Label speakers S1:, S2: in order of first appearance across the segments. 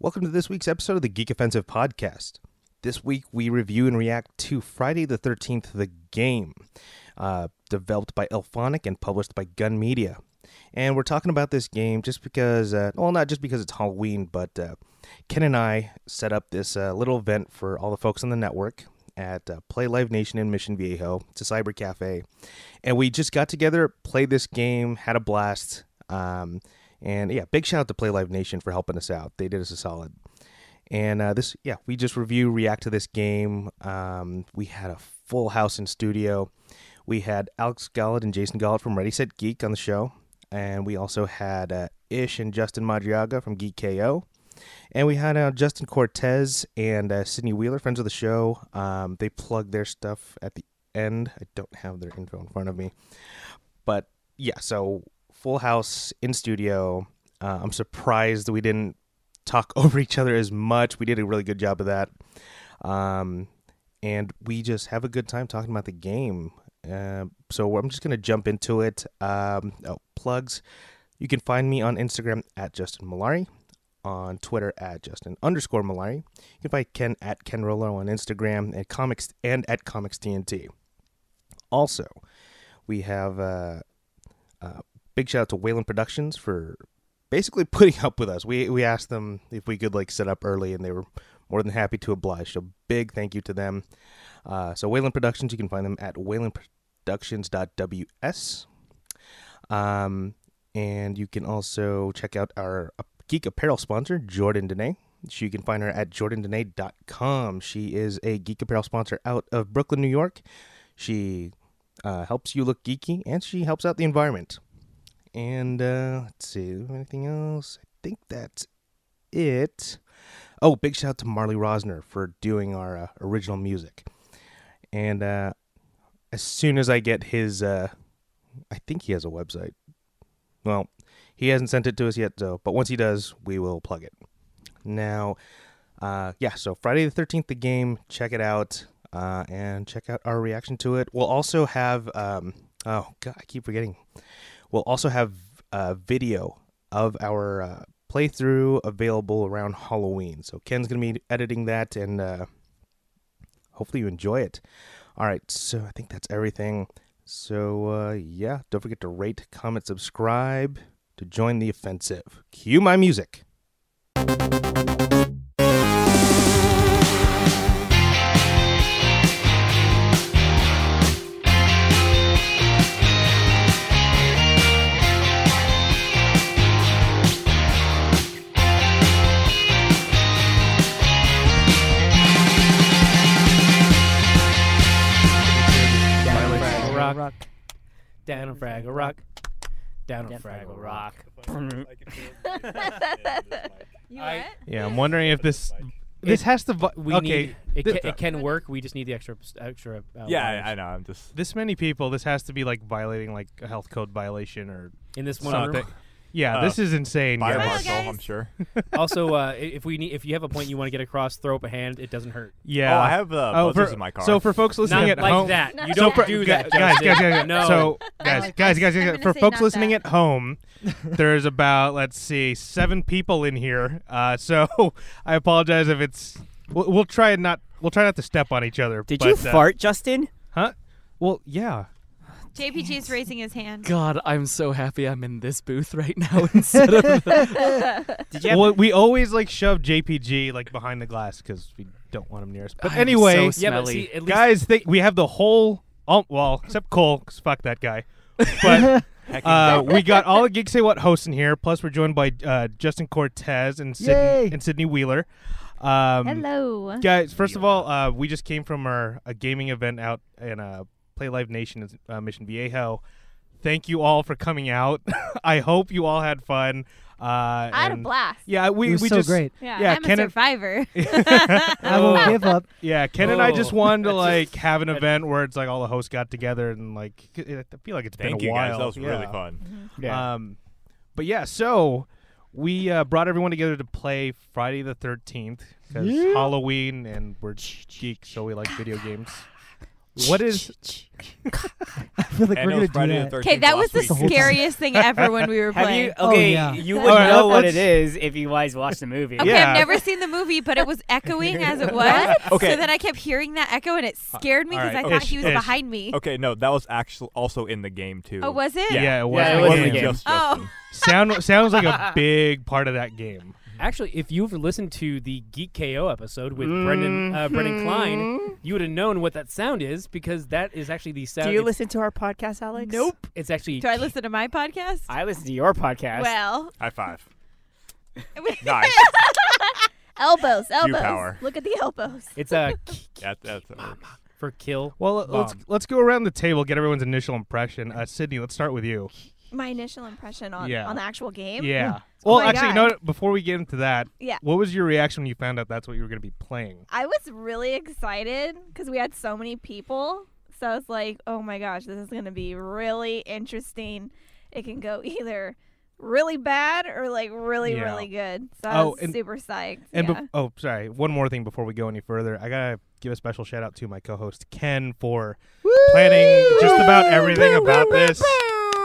S1: Welcome to this week's episode of the Geek Offensive Podcast. This week, we review and react to Friday the 13th, the game, uh, developed by Elphonic and published by Gun Media. And we're talking about this game just because, uh, well, not just because it's Halloween, but uh, Ken and I set up this uh, little event for all the folks on the network at uh, Play Live Nation in Mission Viejo. It's a cyber cafe. And we just got together, played this game, had a blast. Um, and yeah, big shout out to Play Live Nation for helping us out. They did us a solid. And uh, this, yeah, we just review, react to this game. Um, we had a full house in studio. We had Alex Gollett and Jason Gollett from Ready Set Geek on the show. And we also had uh, Ish and Justin Madriaga from Geek KO. And we had uh, Justin Cortez and uh, Sydney Wheeler, friends of the show. Um, they plug their stuff at the end. I don't have their info in front of me. But yeah, so full house in studio. Uh, I'm surprised that we didn't talk over each other as much. We did a really good job of that. Um, and we just have a good time talking about the game. Uh, so I'm just going to jump into it. Um, oh, plugs. You can find me on Instagram at Justin Malari, on Twitter at Justin underscore Malari. You can find Ken at Ken Rolo on Instagram and comics and at Comics TNT. Also, we have uh, uh, big shout out to Wayland Productions for basically putting up with us. We we asked them if we could like set up early, and they were more than happy to oblige. So big thank you to them. Uh, so Wayland Productions, you can find them at waylandproductions.ws. Um, and you can also check out our geek apparel sponsor, Jordan Dene. She you can find her at jordandene.com. She is a geek apparel sponsor out of Brooklyn, New York. She uh, helps you look geeky and she helps out the environment. And uh, let's see, do we have anything else? I think that's it. Oh, big shout out to Marley Rosner for doing our uh, original music. And uh, as soon as I get his, uh, I think he has a website. Well, he hasn't sent it to us yet, though. But once he does, we will plug it. Now, uh, yeah. So Friday the Thirteenth, the game. Check it out uh, and check out our reaction to it. We'll also have. Um, oh God, I keep forgetting. We'll also have a video of our uh, playthrough available around Halloween. So Ken's gonna be editing that, and uh, hopefully you enjoy it. All right, so I think that's everything. So uh, yeah, don't forget to rate, comment, subscribe to join the offensive. Cue my music.
S2: Down on Fraggle Rock. Down on Fraggle Rock. Down on Fraggle Rock.
S3: You
S4: I-
S3: what?
S1: Yeah, I'm wondering if this this
S2: It-
S1: has to vi-
S2: We
S1: okay.
S2: need, it,
S1: thi-
S2: ca- it can work. We just need the extra extra. Uh,
S4: Yeah,
S2: lines.
S4: I, I know. I'm just.
S1: this many people, this has to be like violating like a health code violation or
S2: In this one
S4: Something.
S2: room.
S1: yeah.
S4: Uh,
S1: this is insane.
S4: Fire
S1: guys.
S3: Wow,
S4: marshal,
S3: guys.
S4: I'm sure.
S2: also, uh, i- if we need, if you have a point you want to get across, throw up a hand. It doesn't hurt.
S1: Yeah.
S4: Oh, I have uh,
S1: Oh,
S4: buzzers
S1: for-
S4: in my car.
S1: So for folks listening at
S2: Not like
S1: home, Oh,
S2: that. You
S3: So
S2: don't
S3: for-
S2: do
S1: gu-
S2: that,
S1: guys, guys,
S2: Justin.
S1: guys, guys.
S2: No.
S1: So
S3: I'm
S1: guys,
S3: gonna-
S1: guys, guys,
S3: I'm
S1: guys,
S3: gonna
S1: for
S3: say
S1: folks
S3: not
S1: listening at
S3: that.
S1: home, there's about let's see, seven people in here. Uh, so I apologize if it's. We'll, we'll try and not. We'll try not to step on each other.
S5: Did
S1: but,
S5: you
S1: uh,
S5: fart, Justin?
S1: Huh? Well, yeah.
S3: JPG is raising his hand.
S6: God, I'm so happy I'm in this booth right now instead of the-
S5: Did you have
S1: Well, we always like shove JPG like behind the glass because we don't want him near us. But
S6: I'm so
S1: anyway,
S6: s-
S2: Yeah, but
S6: Smelly.
S2: see, at least
S1: guys, they, we have the whole. Oh, well, except Cole, 'cause fuck that guy. But
S4: Hacking
S1: uh,
S4: Fraggle
S1: we got all the Geek Say What hosts in here. Plus, we're joined by uh, Justin Cortez and Sydney, and Sydney Wheeler. Um,
S3: Hello.
S1: Guys, first of all, uh, we just came from our a gaming event out in uh, Play Live Nation, is- uh, Mission Viejo. Thank you all for coming out. I hope you all had fun. Uh,
S3: I had a
S1: and-
S3: blast.
S1: Yeah, we
S7: it was
S1: we
S7: so
S1: just
S7: great.
S3: Yeah,
S1: yeah,
S3: I'm
S1: Ken
S3: a
S1: and-
S3: survivor.
S7: I won't give up.
S1: Yeah, Ken and I just
S2: Oh.
S1: wanted to like have an event where it's like all the hosts got together and like c- I feel like it's
S4: Thank
S1: been a
S4: you
S1: while.
S4: guys. That was really
S1: Yeah.
S4: fun.
S2: Yeah.
S1: Um, but yeah, so we uh, brought everyone together to play Friday the Thirteenth because Halloween and we're geeks, so we like video games.
S2: What is
S7: I feel like
S4: I
S7: we're
S4: know
S7: gonna
S4: Friday
S7: do that.
S4: the 13th.
S3: Okay, that was
S4: last
S3: the
S7: the whole time.
S3: scariest thing ever when we were
S5: Have
S3: playing.
S5: you?
S7: Oh,
S5: Okay,
S7: yeah.
S5: you
S2: All
S5: would
S2: right,
S5: know what
S2: let's-
S5: it is if you guys watched the movie.
S3: Okay,
S2: Yeah.
S3: I've never seen the movie, but it was echoing as it was.
S4: What? Okay.
S3: So then I kept hearing that echo, and it scared me because
S4: Alright,
S3: I
S4: okay.
S3: thought he was
S2: Ish, ish.
S3: behind me.
S4: Okay, no, that was actually also in the game too.
S3: Oh, was it?
S4: Yeah.
S2: yeah, it was
S5: Yeah,
S4: It
S5: it
S2: like
S5: was in
S4: wasn't
S5: the game.
S4: just
S3: Oh.
S4: Justin.
S1: Sound sounds like a big part of that game.
S2: Actually, if you've listened to the Geek KO episode with Brendan
S1: Mm-hmm.
S2: uh, Brendan Klein, you would have known what that sound is because that is actually the sound.
S5: Do you
S2: it's-
S5: listen to our podcast, Alex?
S2: Nope. It's actually.
S3: Do I listen to my podcast?
S5: I listen to your podcast.
S3: Well,
S4: High five. Nice.
S8: elbows, elbows.
S4: power.
S8: Look at the elbows.
S2: It's a
S4: that, that's that works.
S2: for kill.
S1: Well, let's
S2: Bomb.
S1: let's go around the table, get everyone's initial impression. Uh, Sydney, let's start with you.
S8: My initial impression on,
S1: Yeah.
S8: on the actual game. Oh
S1: Yeah. Well,
S8: my
S1: actually,
S8: God.
S1: no. Before we get into that,
S8: Yeah.
S1: what was your reaction when you found out that's what you were going to be playing?
S8: I was really excited because we had so many people. So I was like, oh my gosh, this is going to be really interesting. It can go either really bad or like really,
S1: Yeah.
S8: really good. So I
S1: Oh,
S8: was
S1: and-
S8: super psyched.
S1: And
S8: yeah.
S1: bef- oh, sorry. One more thing before we go any further, I gotta give a special shout out to my co-host Ken for planning just about everything about this.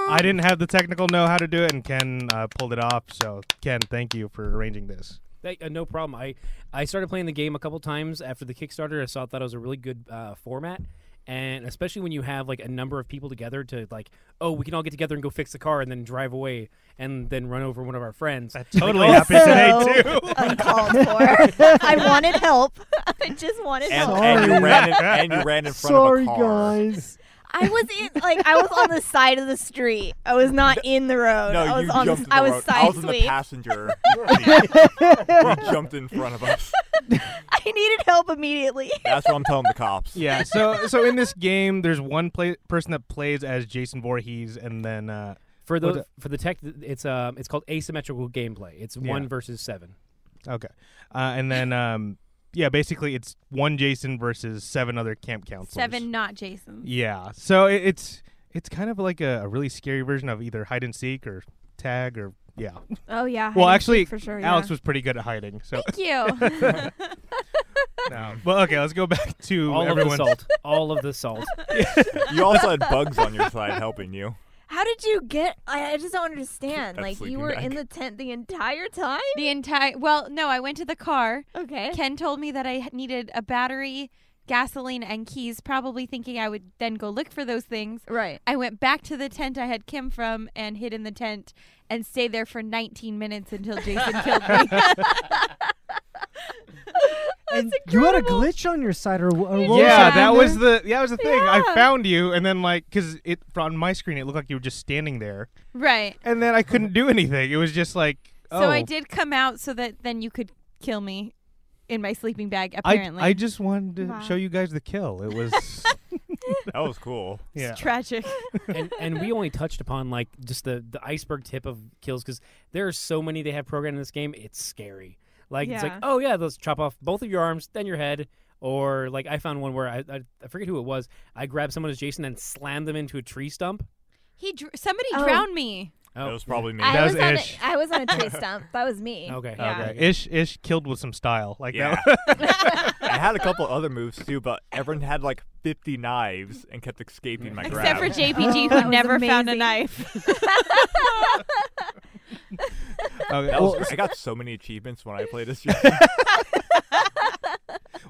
S1: I didn't have the technical know-how to do it, and Ken uh, pulled it off. So, Ken, thank you for arranging this.
S2: Hey, uh, no problem. I, I started playing the game a couple times after the Kickstarter. I saw thought it was a really good uh, format, and especially when you have like a number of people together to like, oh, we can all get together and go fix the car and then drive away and then run over one of our friends.
S1: That Uh, totally happened today too.
S8: uncalled for. I wanted help. I just wanted
S4: And,
S8: help.
S4: and you
S7: Sorry.
S4: ran in, and you ran in front
S7: Sorry,
S4: of a car.
S7: guys.
S8: I was in like I was on the side of the street. I was not in the road.
S4: No,
S8: I was
S4: you
S8: on the,
S4: jumped. in the
S8: I was
S4: road.
S8: side
S4: I was in the
S8: sweep.
S4: passenger. seat. you jumped in front of us.
S8: I needed help immediately.
S4: That's what I'm telling the cops.
S1: Yeah. So, so in this game, there's one play- person that plays as Jason Voorhees, and then uh,
S2: For
S1: Well,
S2: the for the tech, it's um it's called asymmetrical gameplay. It's
S1: Yeah.
S2: one versus seven.
S1: okay, uh, and then um, yeah, basically it's one Jason versus seven other camp counselors.
S3: Seven, not Jason.
S1: Yeah. So it, it's it's kind of like a, a really scary version of either hide and seek or tag or yeah.
S3: Oh yeah.
S1: Well, actually,
S3: for sure.
S1: Alex was pretty good at hiding. So,
S3: Thank you.
S1: no. but okay, let's go back to
S2: All
S1: everyone.
S2: of the salt. All of the salt.
S4: You also had bugs on your side helping you.
S8: How did you get? I, I just don't understand.
S4: That's
S8: like you
S4: sleeping
S8: were
S4: bag.
S8: in the tent the entire time.
S3: the entire. Well, no, I went to the car.
S8: Okay.
S7: Eh?
S3: Ken told me that I h- needed a battery, gasoline, and keys. Probably thinking I would then go look for those things.
S8: Right.
S3: I went back to the tent I had Kim from and hid in the tent and stayed there for 19 minutes until Jason killed me.
S7: And you had a glitch on your side, or, wh- or what
S1: yeah,
S7: was
S1: that was the yeah, that was the thing. I
S8: Yeah.
S1: found you, and then like, cause it on my screen it looked like you were just standing there,
S3: right.
S1: and then I couldn't do anything. It was just like, oh,
S3: So I did come out so that then you could kill me in my sleeping bag,
S1: I,
S3: apparently. Uh-huh.
S1: I just wanted to
S8: Wow.
S1: show you guys the kill. It was
S4: That was cool.
S1: yeah.
S3: It's tragic.
S2: and and we only touched upon like just the the iceberg tip of kills because there are so many they have programmed in this game. It's scary. Like it's like
S8: Yeah.
S2: oh yeah, let's chop off both of your arms, then your head. Or like I found one where I, I I forget who it was. I grabbed someone as Jason and slammed them into a tree stump.
S3: He dr- somebody
S8: Oh.
S3: drowned me.
S2: Oh,
S4: That was probably me.
S8: I
S1: That was
S8: was, on
S1: Ish.
S8: a, I was on a tree stump. That was me.
S2: Okay.
S8: Yeah.
S1: Okay. Ish ish killed with some style like that.
S4: Yeah. I had a couple other moves too, but everyone had like 50 knives and kept escaping my grab.
S3: Except for
S7: Oh,
S3: JPG,
S8: That
S3: who
S8: was
S3: never found a
S8: amazing.
S3: knife.
S1: Okay,
S4: That
S1: well,
S4: was, I got so many achievements when I played this year.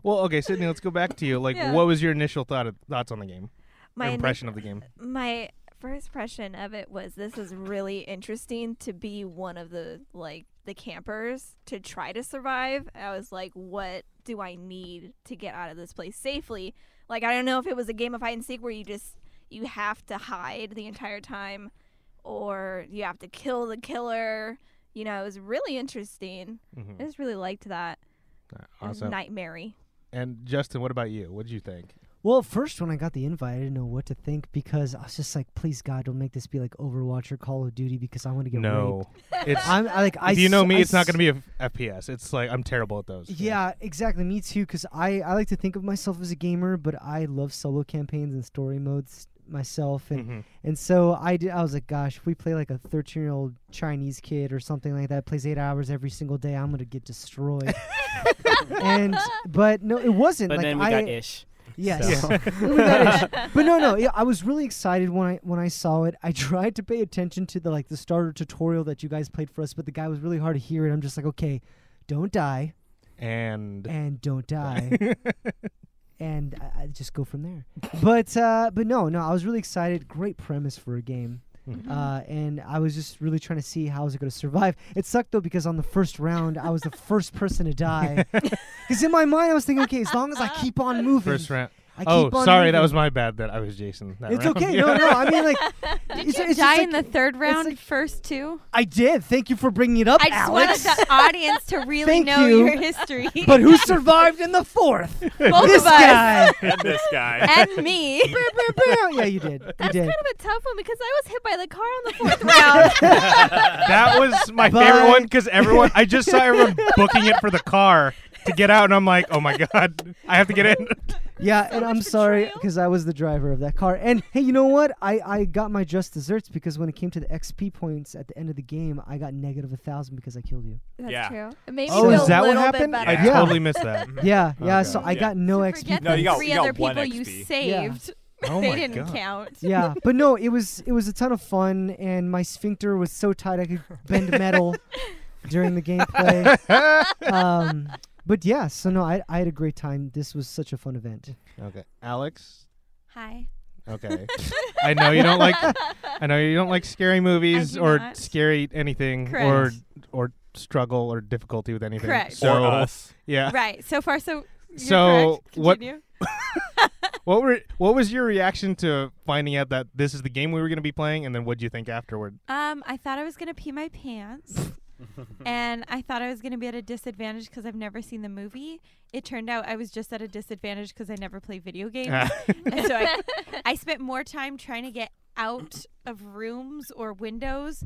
S1: well, okay, Sydney, let's go back to you. Like,
S8: Yeah.
S1: what was your initial thought of, thoughts on the game?
S8: My ini-
S1: impression of the game.
S8: my first impression of it was this is really interesting to be one of the like the campers to try to survive. I was like, what do I need to get out of this place safely? Like I don't know if it was a game of hide and seek where you just you have to hide the entire time or you have to kill the killer. You know, it was really interesting. I just really liked that. It was
S1: Mm-hmm. Awesome.
S8: Nightmare.
S1: And Justin, what about you? What did you think?
S7: Well, at first when I got the invite, I didn't know what to think because I was just like, "Please God, don't make this be like Overwatch or Call of Duty because I want to get raped."
S1: it's
S7: I'm I, like, I
S1: if you know
S7: s-
S1: me,
S7: I
S1: it's not going
S7: s-
S1: to be a f- FPS. It's like I'm terrible at those.
S7: Yeah, exactly. Me too, because I I like to think of myself as a gamer, but I love solo campaigns and story modes myself, and
S1: Mhm.
S7: and so I did. I was like, "Gosh, if we play like a 13 year old Chinese kid or something like that, plays eight hours every single day, I'm gonna get destroyed." and but no, it wasn't.
S5: But
S7: like
S5: then we
S7: I,
S5: got Ish.
S7: Yes.
S5: So-
S7: That is- but no, no. Yeah, I was really excited when I when I saw it. I tried to pay attention to the like the starter tutorial that you guys played for us, but the guy was really hard to hear, and I'm just like, okay, don't die
S1: And
S7: and don't die, and I, I just go from there. But uh, but no, no. I was really excited. Great premise for a game.
S1: Mhm.
S7: Uh, and I was just really trying to see how was it going to survive. It sucked though because on the first round I was the first person to die. Because in my mind I was thinking, okay, as long as I keep on moving,
S1: first round.
S7: I
S1: Oh,
S7: keep on
S1: sorry, that
S7: moving.
S1: was my bad. That I was Jason. That
S7: It's
S1: round.
S7: okay.
S1: Yeah.
S7: No, no. I mean, like,
S3: Did
S7: it's-
S3: you
S7: it's just
S3: die
S7: like-
S3: in the third round
S7: like-
S3: first too?
S7: I did. Thank you for bringing it up,
S3: I just wanted
S7: Alex.
S3: the audience to really
S7: Thank
S3: know
S7: you.
S3: your history.
S7: but who survived in the fourth?
S3: Both
S7: this
S3: of us
S7: guy. Oh,
S4: and this guy.
S3: and me.
S7: yeah, you did. You
S8: That's
S7: did.
S8: kind of a tough one because I was hit by the car on the fourth round.
S1: that was my favorite
S7: Bye.
S1: one because everyone. I just saw everyone booking it for the car to get out, and I'm like, oh my god, I have to get in.
S7: yeah,
S8: so
S7: and
S8: much
S7: I'm sorry
S8: betrayal.
S7: because I was the driver of that car. And hey, you know what? I I got my just desserts because when it came to the XP points at the end of the game, I got negative a thousand because I killed you.
S8: That's
S4: Yeah.
S8: true. It made me
S1: Oh,
S8: feel
S1: is that
S8: a
S1: what
S8: little
S1: happened?
S8: bit
S1: I
S8: better.
S7: Yeah.
S1: totally missed that.
S7: Yeah, yeah.
S1: Okay.
S7: So I
S4: Yeah.
S7: got no
S3: So
S7: XP.
S3: forget
S4: No,
S7: points.
S3: the
S4: you got-
S3: three
S4: you got
S3: other
S4: one
S3: people you
S4: XP.
S3: saved.
S1: Oh
S3: they
S1: my
S3: didn't
S1: God.
S3: count.
S7: yeah, but no, it was it was a ton of fun, and my sphincter was so tight I could bend metal during the gameplay. um, but yeah, so no, I, I had a great time. This was such a fun event.
S1: Okay, Alex.
S3: Hi.
S1: Okay, I know you don't like. I know you don't like scary movies
S3: do
S1: or
S3: not.
S1: scary anything
S3: Correct.
S1: or or struggle or difficulty with anything.
S3: Correct.
S1: So
S4: or us.
S1: yeah.
S3: Right. So far, so. you're
S1: So,
S3: correct.
S1: what-
S3: Continue.
S1: What were what was your reaction to finding out that this is the game we were going to be playing, and then what would you think afterward?
S3: Um, I thought I was gonna pee my pants, and I thought I was gonna be at a disadvantage because I've never seen the movie. It turned out I was just at a disadvantage because I never play video games, and so I, I spent more time trying to get out of rooms or windows.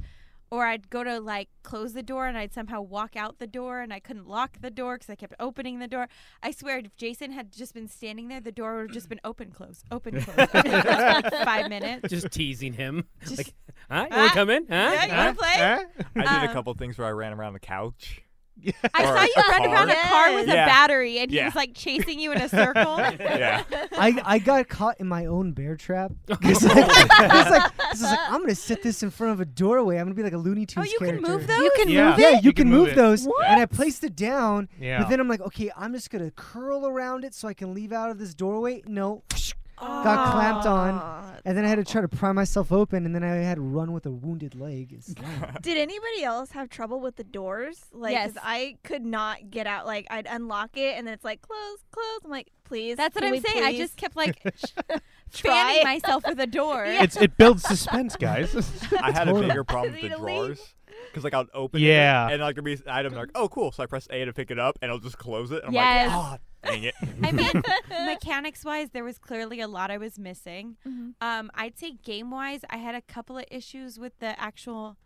S3: Or I'd go to like close the door and I'd somehow walk out the door and I couldn't lock the door because I kept opening the door. I swear, if Jason had just been standing there, the door would have just been open, close, open, close. open, close for five minutes.
S2: Just teasing him.
S3: Just-
S2: like, huh? You want
S3: Ah,
S2: to come in? Huh?
S3: yeah, you
S2: Huh?
S3: want to play?
S1: Eh?
S4: I did
S3: Um,
S4: a couple things where I ran around the couch.
S3: I
S4: Or
S3: saw
S4: a
S3: you run
S4: car.
S3: around a car with a
S4: Yeah.
S3: battery, and he
S4: Yeah.
S3: was like chasing you in a circle.
S4: Yeah.
S7: I, I got caught in my own bear trap. It's like, it's like, it's just like I'm gonna set this in front of a doorway. I'm gonna be like a Looney
S3: oh,
S7: Tunes
S3: you can
S7: character.
S3: move those.
S8: You can
S1: Yeah.
S7: Yeah, you,
S1: You
S7: can,
S1: can
S7: move,
S1: move it.
S7: those, and I placed it down.
S1: Yeah.
S7: But then I'm like, okay, I'm just gonna curl around it so I can leave out of this doorway. No,
S8: Aw.
S7: got clamped on, and then I had to try to pry myself open, and then I had to run with a wounded leg. It's-
S8: Did anybody else have trouble with the doors? Like, 'cause
S3: Yes.
S8: I could not get out. Like, I'd unlock it, and then it's like close, close. I'm like, please.
S3: That's what
S8: can
S3: I'm
S8: we
S3: saying. I
S8: please
S3: just kept like
S8: try?
S3: fanning myself with a door.
S1: It's it builds suspense, guys.
S4: I had a
S7: Totally.
S4: bigger problem with
S8: Need
S4: the
S8: to leave.
S4: drawers. Because, like, I'd open
S1: Yeah.
S4: it, and, like, there'd be an item, like, oh, cool. So I press A to pick it up, and I'll just close it. And I'm
S3: Yes.
S4: like, oh, dang it.
S3: I mean, mechanics wise, there was clearly a lot I was missing.
S8: Mhm.
S3: Um, I'd say game wise, I had a couple of issues with the actual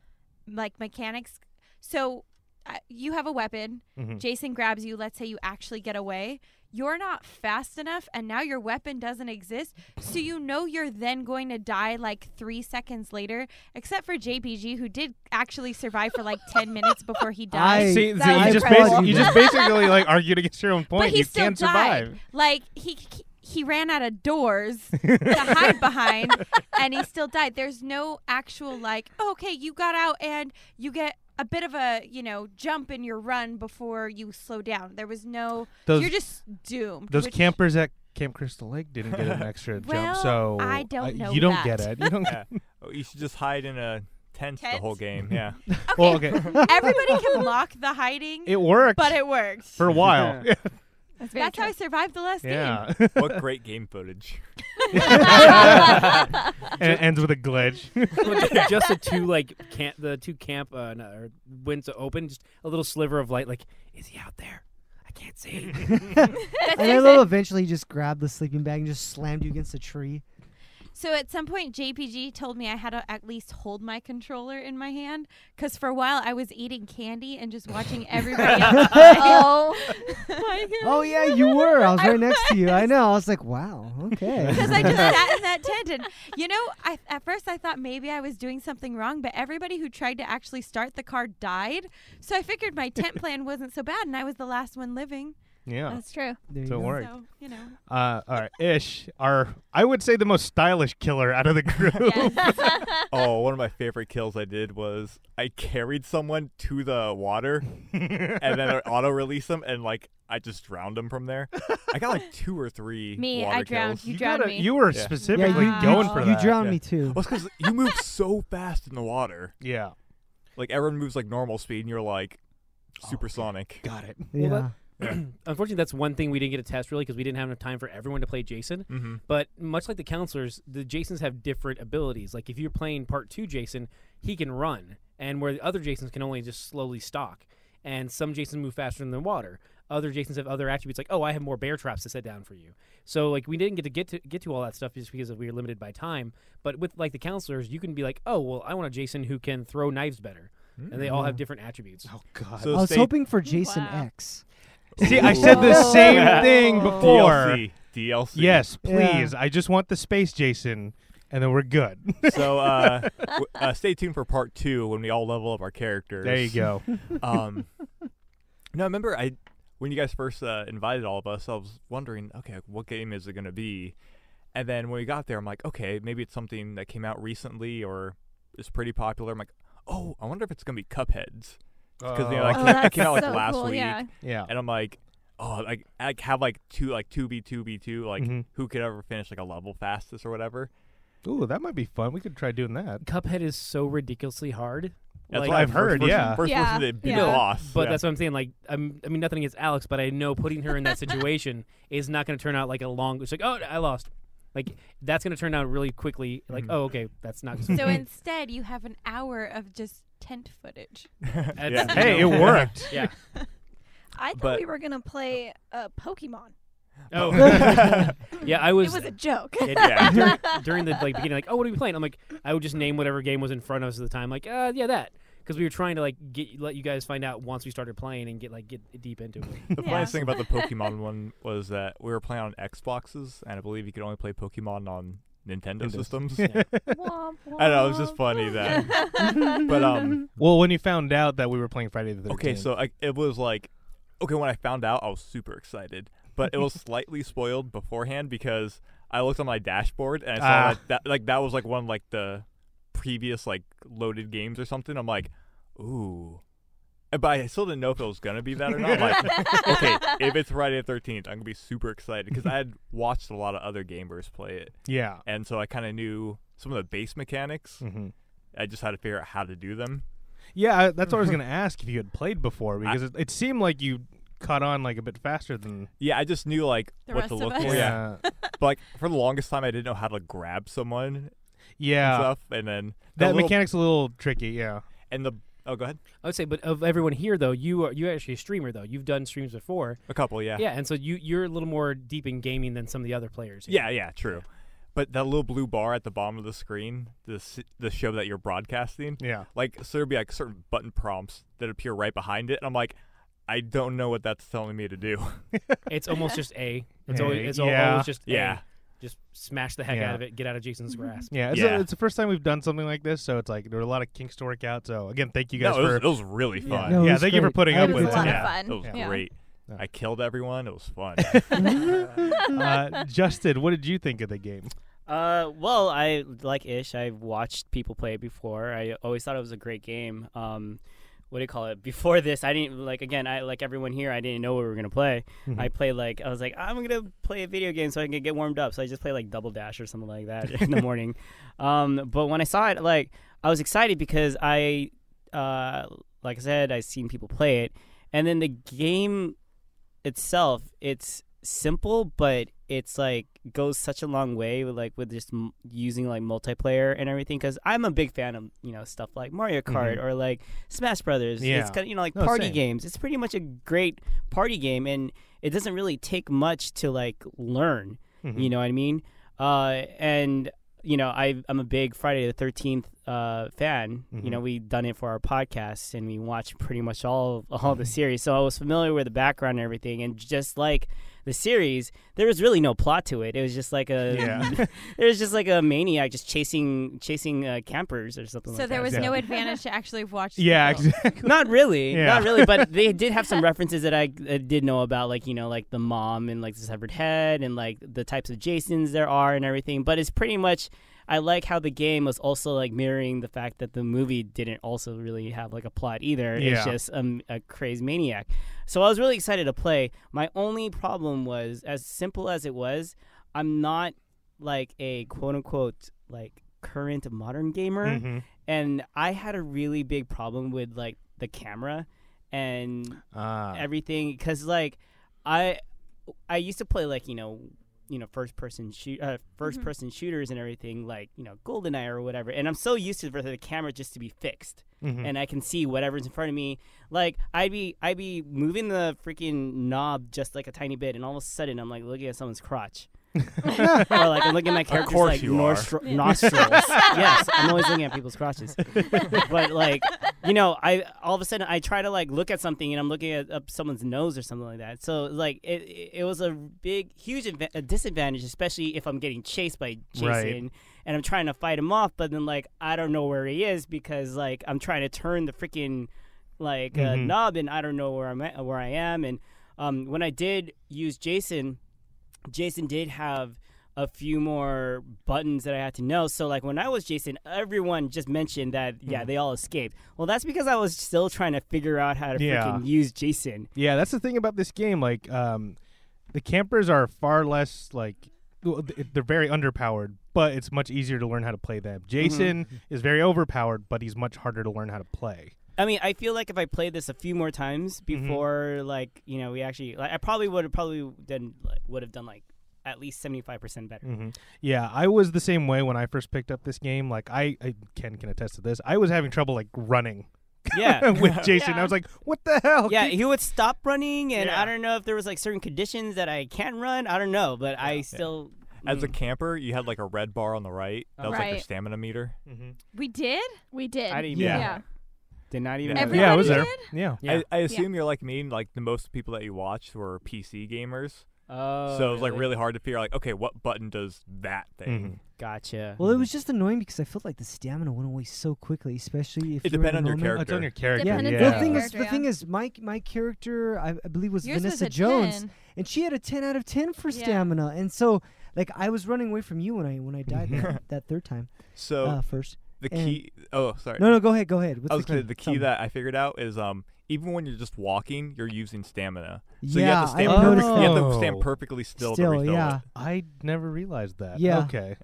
S3: like mechanics. So uh, you have a weapon.
S1: Mhm.
S3: Jason grabs you. Let's say you actually get away. You're not fast enough, and now your weapon doesn't exist. So you know you're then going to die like three seconds later, except for JPG, who did actually survive for like 10 minutes before he died.
S7: I-
S1: See,
S7: That
S1: see,
S8: was
S1: you just
S7: incredible.
S1: basically, you just basically like argued against your own point.
S3: But he
S1: you
S3: still
S1: can't
S3: died.
S1: survive.
S3: Like he he ran out of doors to hide behind, and he still died. There's no actual like, "Oh, okay, you got out and you get a bit of a you know jump in your run before you slow down. There was no.
S1: Those-
S3: you're just doomed.
S1: Those
S3: which-
S1: campers at Camp Crystal Lake didn't get an extra jump,
S3: Well,
S1: so
S3: I don't
S1: uh,
S3: know
S1: You don't
S3: that.
S1: get it. You don't.
S4: Yeah. Oh, you should just hide in a tent the whole game.
S3: Tent?
S4: Yeah.
S1: Well, okay,
S3: Everybody can mock the hiding,
S1: it worked
S3: but it worked.
S1: for a while.
S8: That's, very
S3: That's how I
S8: true.
S3: survived the last game.
S1: yeah,
S4: what great game footage.
S1: and it ends with a glitch.
S2: But ju- just the two like camp, the two camp uh, no, or winds open, just a little sliver of light. Like, is he out there? I can't see.
S7: and then little eventually he just grabbed the sleeping bag and just slammed you against a tree.
S3: So at some point, JPG told me I had to at least hold my controller in my hand because for a while I was eating candy and just watching everybody else.
S8: Oh,
S7: Oh yeah, you were. I was right next to you. I know. I was like, wow, okay.
S3: Because I just sat in that tent, and you know, I, at first I thought maybe I was doing something wrong, but everybody who tried to actually start the car died. So I figured my tent plan wasn't so bad, and I was the last one living.
S1: Yeah.
S8: That's true.
S7: There you
S1: So
S7: go.
S1: we're- Right.
S3: So you know,
S1: Uh, all right, Ish, our I would say the most stylish killer out of the group.
S8: Yes.
S4: Oh, one of my favorite kills I did was I carried someone to the water and then uh, I auto released them and like I just drowned them from there. I got like two or three.
S8: me,
S4: water
S8: I drowned.
S4: Kills.
S8: You, drowned
S1: gotta-
S8: me.
S1: You were
S4: Yeah.
S1: specifically
S3: Yeah, you-
S1: going
S3: you-
S1: for
S7: You
S1: that.
S7: drowned
S4: yeah.
S7: me too.
S4: Well, it's because you move so fast in the water.
S1: Yeah.
S4: Like everyone moves like normal speed, and you're like Oh, supersonic.
S1: Got it.
S7: Yeah.
S2: Well, Unfortunately, that's one thing we didn't get to test really because we didn't have enough time for everyone to play Jason.
S4: mm-hmm.
S2: But much like the counselors, the Jasons have different abilities. Like if you're playing part two Jason, he can run, and where the other Jasons can only just slowly stalk. And some Jasons move faster than the water. Other Jasons have other attributes like, oh, I have more bear traps to set down for you. So like we didn't get to get to get to all that stuff just because we were limited by time. But with like the counselors, you can be like, oh, well, I want a Jason who can throw knives better, and they all have different attributes.
S1: Oh God.
S4: So
S7: I was
S4: stay-
S7: hoping for Jason
S8: Wow.
S7: X.
S1: See, I said the
S7: Ooh.
S1: same thing before.
S4: DLC. DLC.
S1: Yes,
S7: Yeah.
S1: please. I just want the space Jason, and then we're good.
S4: So uh, w- uh, stay tuned for part two when we all level up our characters.
S1: there you go.
S4: Um, no, I remember I when you guys first uh, invited all of us, I was wondering, okay, what game is it going to be? And then when we got there, I'm like, okay, maybe it's something that came out recently or is pretty popular. I'm like, oh, I wonder if it's going to be Cupheads. Because you know, like,
S8: Oh,
S4: it
S8: that's
S4: came out like
S8: so
S4: last
S8: cool,
S4: week,
S8: yeah.
S1: yeah.
S4: Uh, and I'm like, oh, like I have like two, like two b two b two, like
S1: Mhm.
S4: who could ever finish like a level fastest or whatever.
S1: Ooh, that might be fun. We could try doing that.
S2: Cuphead is so ridiculously hard.
S4: That's
S2: Like-
S4: why
S1: I've
S4: first
S1: heard,
S4: person-
S1: yeah.
S4: first
S8: Yeah,
S4: person to beat
S8: yeah.
S4: the boss.
S2: But
S4: yeah.
S2: that's what I'm saying. Like, I'm, I mean, nothing against Alex, but I know putting her in that situation is not going to turn out like a long. It's like, oh, I lost. Like that's going to turn out really quickly. Like,
S4: Mhm.
S2: oh, okay, that's not.
S3: so instead you have an hour of just tent footage.
S2: that's-
S4: Yeah.
S1: Hey, it
S2: you know,
S1: worked.
S2: Yeah.
S8: I thought
S4: But-
S8: we were gonna play uh, Pokemon.
S2: Oh. yeah, I
S8: It
S2: was.
S8: was a joke.
S2: it-
S4: Yeah.
S2: dur- during the like beginning, like, oh, what are we playing? I'm like, I would just name whatever game was in front of us at the time. Like, uh, yeah, that. Because we were trying to like get let you guys find out once we started playing and get like get deep into it.
S4: The funniest thing about the Pokemon one was that we were playing on Xboxes, and I believe you could only play Pokemon on Nintendo
S1: Nintendo.
S4: systems.
S2: Yeah.
S8: Womp,
S4: I know, it was just
S8: womp.
S4: funny that. but um,
S1: Well, when you found out that we were playing Friday the 13th.
S4: okay, so I, it was like, okay, when I found out, I was super excited, but it was slightly spoiled beforehand because I looked on my dashboard and I saw
S1: Ah.
S4: that, that like that was like one of, like the previous like loaded games or something. I'm like, ooh. But I still didn't know if it was gonna be that or not. I'm like, okay, if it's Friday the Thirteenth, I'm gonna be super excited because I had watched a lot of other gamers play it,
S1: Yeah.
S4: and so I kind of knew some of the base mechanics.
S1: hmm
S4: I just had to figure out how to do them.
S1: Yeah, I, that's what I was going to ask if you had played before because it, it seemed like you caught on like a bit faster than.
S4: Yeah, I just knew like
S3: The
S4: what to
S3: rest of
S4: look
S3: us.
S4: for. Yeah. but like for the longest time, I didn't know how to grab someone
S1: Yeah.
S4: and stuff, and then the
S1: that
S4: little-
S1: mechanic's a little tricky. Yeah.
S4: and the oh, go ahead,
S2: I would say, but of everyone here though, you are you are actually a streamer though. You've done streams before.
S4: a couple, yeah,
S2: Yeah, and so you you're a little more deep in gaming than some of the other players. here.
S4: yeah, yeah, true. But that little blue bar at the bottom of the screen, the s- the show that you're broadcasting,
S1: Yeah.
S4: like so there'd be like certain button prompts that appear right behind it and i'm like i don't know what that's telling me to do
S2: it's almost just a. It's
S1: A,
S2: always it's
S1: yeah.
S2: always just A.
S4: yeah
S2: Just smash the heck
S1: Yeah.
S2: out of it. Get out of Jason's grasp.
S1: Yeah, it's,
S4: Yeah.
S1: A, it's the first time we've done something like this, so it's like there were a lot of kinks to work out. So again, thank you guys
S4: no, it, was,
S1: for
S4: it was really fun
S7: No, it
S1: yeah,
S7: was
S1: thank you for
S7: great.
S1: putting
S7: I
S1: up
S7: had
S8: It
S1: with
S8: was
S1: it.
S8: a lot
S1: yeah.
S8: of fun.
S4: it was
S1: Yeah.
S8: Yeah.
S4: great
S1: Yeah.
S4: i killed everyone it was fun
S1: Uh, Justin, what did you think of the game?
S5: Uh, well, I like Ish. I've watched people play it before. I always thought it was a great game. Um, what do you call it? Before this, I didn't like. Again, I like everyone here. I didn't know what we were gonna play. I played like I was like, I'm gonna play a video game so I can get warmed up. So I just play like Double Dash or something like that in the morning. Um, but when I saw it, like I was excited because I, uh, like I said, I seen people play it, and then the game itself, it's simple, but it's like goes such a long way with like with just m- using like multiplayer and everything. Because I'm a big fan of you know stuff like Mario Kart or like Smash Brothers.
S1: Yeah.
S5: It's kind of you know like
S1: No,
S5: party
S1: same.
S5: games. It's pretty much a great party game, and it doesn't really take much to like
S1: Mm-hmm.
S5: learn. You know what I mean? Uh, and you know, I I'm a big Friday the Thirteenth uh, fan. You know,
S1: Mhm.
S5: we done it for our podcast, and we watched pretty much all all
S1: Mm-hmm.
S5: the series. So I was familiar with the background and everything. And just like the series, there was really no plot to it. It was just like a
S4: Yeah.
S5: there was just like a maniac just chasing chasing uh, campers or something.
S3: So
S5: like
S3: there
S5: that.
S3: was
S1: Yeah.
S3: no advantage to actually have watched. the
S1: Yeah,
S3: film.
S1: exactly.
S5: Not really,
S1: Yeah.
S5: not really. But they did have some references that I uh, did know about, like you know, like the mom and like the severed head and like the types of Jasons there are and everything. But it's pretty much. I like how the game was also like mirroring the fact that the movie didn't also really have like a plot either. It's
S1: Yeah.
S5: just um, a crazed maniac. So I was really excited to play. My only problem was, as simple as it was, I'm not like a quote unquote like current modern gamer
S1: Mhm.
S5: and I had a really big problem with like the camera and
S1: Ah.
S5: everything because like I I used to play like you know you know first person shoot uh, 1st
S3: Mhm.
S5: person shooters and everything like you know Goldeneye or whatever, and I'm so used to for the camera just to be fixed
S4: Mm-hmm.
S1: Mhm.
S5: and I can see whatever's in front of me. Like I'd be I'd be moving the freaking knob just like a tiny bit, and all of a sudden I'm like looking at someone's crotch. or like I'm looking at my character's
S4: course
S5: like
S4: you are.
S5: nostr- nostrils. yes, I'm always looking at people's crotches. but like, you know, I all of a sudden I try to like look at something and I'm looking at up someone's nose or something like that. So like it, it it was a big huge adva- a disadvantage, especially if I'm getting chased by Jason and I'm trying to fight him off, but then like I don't know where he is because like I'm trying to turn the freaking like uh,
S1: Mhm.
S5: knob and I don't know where I'm at, where I am. And um, when I did use Jason, Jason did have a few more buttons that I had to know. So like when I was Jason, everyone just mentioned that yeah they all escaped. Well, that's because I was still trying to figure out how to
S1: Yeah.
S5: freaking use Jason.
S1: Yeah, that's the thing about this game. Like, um, the campers are far less like well, th- they're very underpowered, but it's much easier to learn how to play them. Jason is very overpowered, but he's much harder to learn how to play.
S5: I mean, I feel like if I played this a few more times
S4: Mm-hmm.
S5: before, like you know, we actually, like, I probably would have probably done like, would have done like at least seventy five percent better.
S1: Yeah, I was the same way when I first picked up this game. Like, I, I Ken can attest to this. I was having trouble like running
S5: Yeah.
S1: with Jason. I was like, what the hell?
S5: Yeah,
S1: Keep-
S5: he would stop running, and
S4: Yeah.
S5: I don't know if there was like certain conditions that I can run. I don't know, but I still
S4: As a
S5: mm,
S4: camper, you had like a red bar on the right. That was like your
S8: Right.
S4: stamina meter.
S8: Mm-hmm.
S3: We did.
S8: We did.
S5: I didn't even
S4: Yeah.
S5: know
S8: Yeah.
S5: that. did not even.
S4: Yeah.
S5: know that.
S3: Everybody
S1: yeah, I was there.
S3: did?
S1: Yeah.
S2: Yeah.
S4: I, I assume you're like me, like the most people that you watched were PC gamers.
S5: Oh,
S4: so it was like really hard to figure out, like, okay, what button does that thing?
S7: Mm-hmm.
S5: gotcha.
S7: Well, it was just annoying because I felt like the stamina went away so quickly, especially if
S4: It
S7: you were in
S4: depend
S7: a
S4: on your
S7: moment-
S1: Oh, it's on your character.
S7: Yeah.
S8: Dependent
S1: yeah.
S8: on
S7: The
S8: your
S7: thing is, the
S8: character,
S7: thing
S8: yeah.
S7: is, my my character, I, I believe, was
S3: Yours
S7: Vanessa
S3: was a
S7: Jones,
S3: 10.
S7: and she had a ten out of ten for
S3: Yeah.
S7: stamina, and so like I was running away from you when I when I died that, that third time
S4: So
S7: uh, first.
S4: the
S7: and-
S4: key. Oh, sorry.
S7: No, no, go ahead, go ahead. What's
S4: I was
S7: the key? Um,
S4: gonna, the key
S7: Something.
S4: that I figured out is um even when you're just walking, you're using stamina. So
S7: yeah,
S4: you have to stand.
S7: I noticed
S4: perfect- you
S7: that.
S4: have to stand
S1: Oh.
S4: perfectly still, to
S7: Still,
S4: refill
S7: yeah.
S4: it.
S1: I never realized that.
S7: Yeah.
S1: Okay.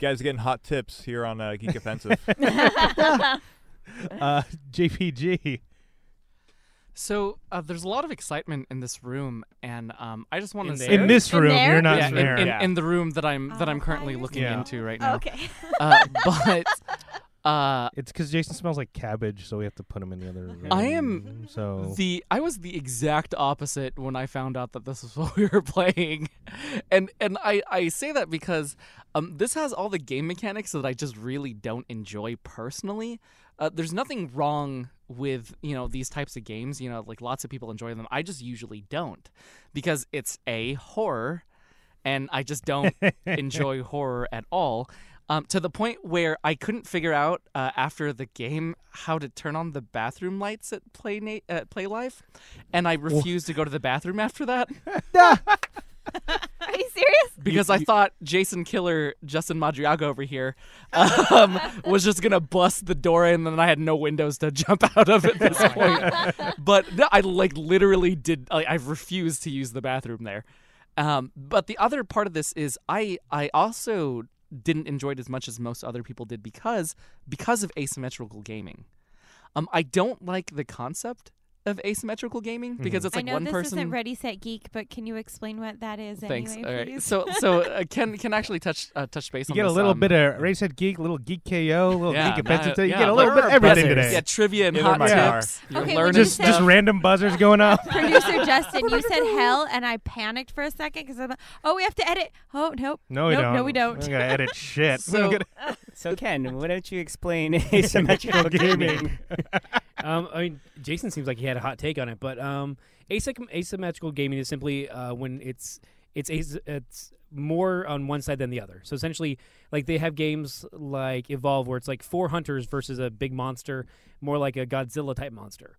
S4: Guys, getting hot tips here on uh, Geek Offensive.
S1: Uh, JPG.
S6: So uh, there's a lot of excitement in this room, and um, I just want
S2: In
S6: to say
S2: there?
S1: In this
S8: In
S1: room,
S8: there?
S1: you're not
S6: yeah, in,
S1: there.
S6: in,
S4: Yeah.
S6: in the room that I'm that
S3: Oh,
S6: I'm
S3: by
S6: currently looking
S1: yourself.
S6: into right now.
S8: okay.
S6: Uh, but uh,
S1: It's because Jason smells like cabbage, so we have to put him in the other room.
S6: I am
S1: so.
S6: the I was the exact opposite when I found out that this was what we were playing, and and I I say that because um this has all the game mechanics that I just really don't enjoy personally. Uh, there's nothing wrong with you know these types of games. You know, like lots of people enjoy them. I just usually don't because it's a horror, and I just don't enjoy horror at all. Um, to the point where I couldn't figure out uh, after the game how to turn on the bathroom lights at Play Na- at Play Life, and I refused to go to the bathroom after that
S8: Are you serious?
S6: because I thought Jason Killer, Justin Madriaga over here, um, was just gonna bust the door in, and then I had no windows to jump out of at this point. but no, I like literally did. I, I refused to use the bathroom there. Um, but the other part of this is I I also didn't enjoy it as much as most other people did because because of asymmetrical gaming. Um, I don't like the concept of asymmetrical gaming because
S1: Mhm.
S8: Mm-hmm.
S6: it's like
S3: I know
S6: one
S3: this
S6: person.
S3: isn't Ready Set Geek, but can you explain what that is?
S6: Thanks.
S3: Anyway,
S6: All right.
S3: please?
S6: So so uh, Ken can actually touch uh, touch base
S1: You
S6: on
S1: get a
S6: this,
S1: little
S6: um,
S1: bit of Race Head Geek, little Geek KO, little
S6: Yeah,
S1: Geek Offensive
S6: uh,
S1: today. You
S6: yeah,
S1: get a little
S6: but-
S1: bit of everything
S2: buzzers.
S1: today.
S6: Yeah, trivia and
S4: Yeah, they're
S6: hot
S4: my
S6: tips.
S3: car. Okay,
S6: You're
S3: what
S6: learning
S3: you
S1: just
S3: said-
S6: stuff.
S1: just random buzzers going off.
S3: Producer Justin, you said hell, and I panicked for a second because I'm like, oh, we have to edit. Oh, nope.
S1: No, we
S3: Nope,
S1: don't.
S3: no, we don't.
S1: We're gonna edit shit.
S6: So-
S1: We're gonna-
S5: So Ken, why don't you explain asymmetrical gaming?
S2: um, I mean, Jason seems like he had a hot take on it, but um, asym- asymmetrical gaming is simply uh, when it's it's as- it's more on one side than the other. So essentially, like they have games like Evolve, where it's like four hunters versus a big monster, more like a Godzilla type monster.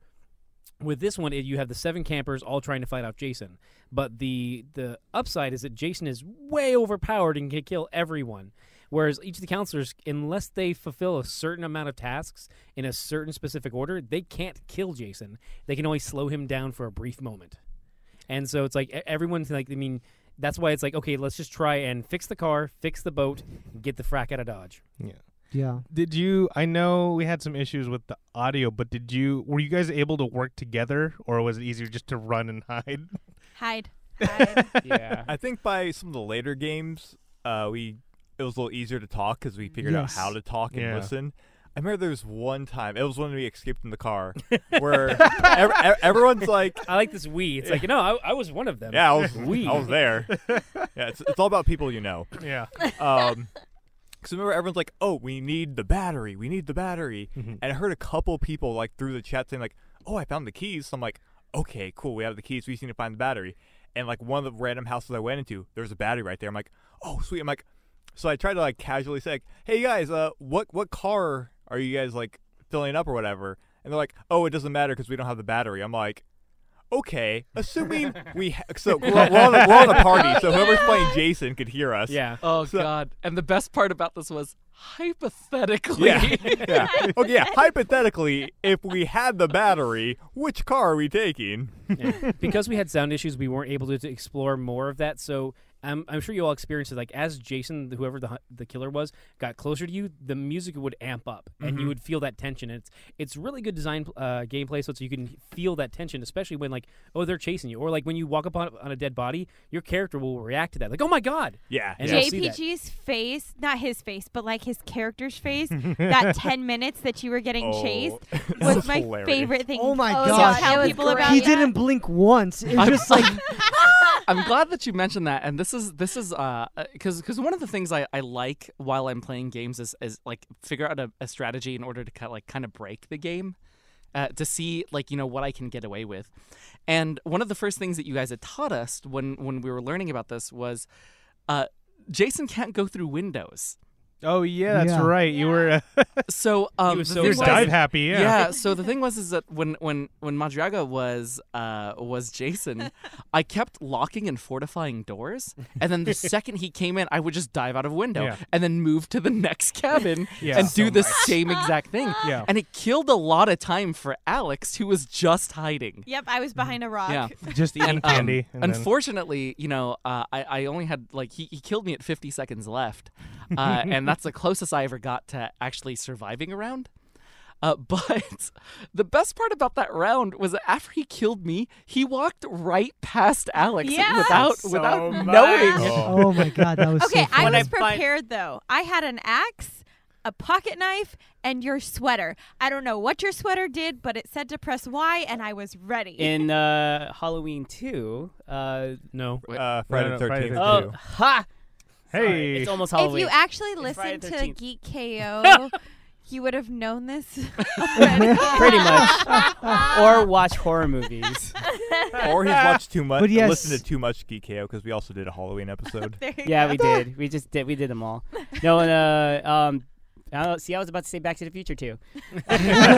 S2: With this one, it, you have the seven campers all trying to fight off Jason, but the the upside is that Jason is way overpowered and can kill everyone. Whereas each of the counselors, unless they fulfill a certain amount of tasks in a certain specific order, they can't kill Jason. They can only slow him down for a brief moment. And so it's like e- everyone's like, I mean, that's why it's like, okay, let's just try and fix the car, fix the boat, get the frack out of Dodge.
S7: Yeah.
S1: Did you? I know we had some issues with the audio, but did you? Were you guys able to work together, or was it easier just to run and hide?
S3: Hide.
S5: yeah.
S4: I think by some of the later games, uh, we it was a little easier to talk because we figured out how
S7: Yes.
S4: to talk and
S1: Yeah.
S4: listen. I remember there was one time it was when we escaped in the car where ev- ev- everyone's like,
S2: I like this we. It's like, you know, I, I was one of them.
S4: "Yeah, I was,
S2: We.
S4: I was there." Yeah, it's, it's all about people you know.
S1: Yeah.
S4: Um, because remember everyone's like, "Oh, we need the battery, we need the battery," and I heard a couple people like through the chat saying like, "Oh, I found the keys." So I'm like, "Okay, cool, we have the keys. We just need to find the battery." And like one of the random houses I went into, there was a battery right there. I'm like, "Oh, sweet." I'm like, so I tried to like casually say, like, "Hey guys, uh, what what car are you guys like filling up or whatever?" And they're like, "Oh, it doesn't matter because we don't have the battery." I'm like. Okay, assuming we ha- so we're, we're on a, we're on a party, so whoever's playing Jason could hear us.
S2: Yeah.
S6: Oh
S4: So-
S6: god. And the best part about this was hypothetically.
S4: yeah. Okay, yeah. Hypothetically, if we had the battery, which car are we taking?
S2: Yeah. because we had sound issues, we weren't able to, to explore more of that. So I'm, I'm sure you all experienced it. Like as Jason, whoever the hu- the killer was, got closer to you, the music would amp up, and
S5: Mm-hmm.
S2: you would feel that tension. And it's it's really good design uh, gameplay, so it's- you can feel that tension, especially when like oh they're chasing you, or like when you walk up on, on a dead body, your character will react to that. Like oh my god,
S4: Yeah.
S2: And
S4: yeah.
S2: see that.
S3: JPG's face, not his face, but like his character's face, that 10 minutes that you were getting
S4: Oh,
S3: chased
S4: it
S3: was,
S4: was
S3: my
S4: hilarious.
S3: favorite thing.
S7: Oh my
S8: Oh,
S7: gosh.
S3: To tell
S8: It was
S3: people
S8: great.
S3: about
S7: He
S3: that.
S7: didn't blink once. It was just like
S6: I'm glad that you mentioned that. And this is this is uh because because one of the things I, I like while I'm playing games is is like figure out a, a strategy in order to kind like kind of break the game. Uh, to see like you know what I can get away with, and one of the first things that you guys had taught us when when we were learning about this was, uh, Jason can't go through windows.
S1: Oh yeah, that's
S7: Yeah.
S1: right. You were uh,
S6: So um,
S2: was so
S6: the thing
S1: you're
S6: was-
S2: excited.
S1: dive happy. Yeah.
S6: So the thing was is that when when when Madriaga was uh was Jason, I kept locking and fortifying doors, and then the second he came in, I would just dive out of window
S1: Yeah.
S6: and then move to the next cabin
S1: Yeah.
S6: and do
S1: So
S6: the same exact thing.
S1: Yeah.
S6: And it killed a lot of time for Alex, who was just hiding.
S3: Yep, I was behind a rock.
S6: Yeah.
S1: Just eating
S6: Um,
S1: candy. and then-
S6: unfortunately, you know, uh, I, I only had like he, he killed me at 50 seconds left, uh, and that's the closest I ever got to actually surviving a round. Uh, but the best part about that round was that after he killed me, he walked right past Alex
S3: Yeah.
S6: without
S4: So
S6: without
S4: much.
S6: knowing.
S4: Oh.
S7: Oh my god, that was so
S3: Okay, I
S7: funny.
S3: was prepared though. I had an axe, a pocket knife, and your sweater. I don't know what your sweater did, but it said to press Y, and I was ready.
S5: In uh, Halloween 2, uh,
S2: no.
S4: Uh,
S1: Friday
S4: Friday
S1: the
S4: the Thirteenth.
S1: 13th.
S5: oh, ha! Sorry,
S1: hey.
S5: it's almost
S3: if
S5: Halloween.
S3: you actually
S5: Friday
S3: listened
S5: the
S3: to
S5: 13th.
S3: Geek KO, you would have known this. already.
S5: Pretty much. or watch horror movies.
S4: Oh. Or he's watched too much.
S7: But yes.
S4: Listened to too much Geek KO because we also did a Halloween episode.
S3: There you
S5: Yeah,
S3: go.
S5: we did. We just did. We did them all. No, and uh, um, I don't, see, I was about to say Back to the Future too.
S2: So,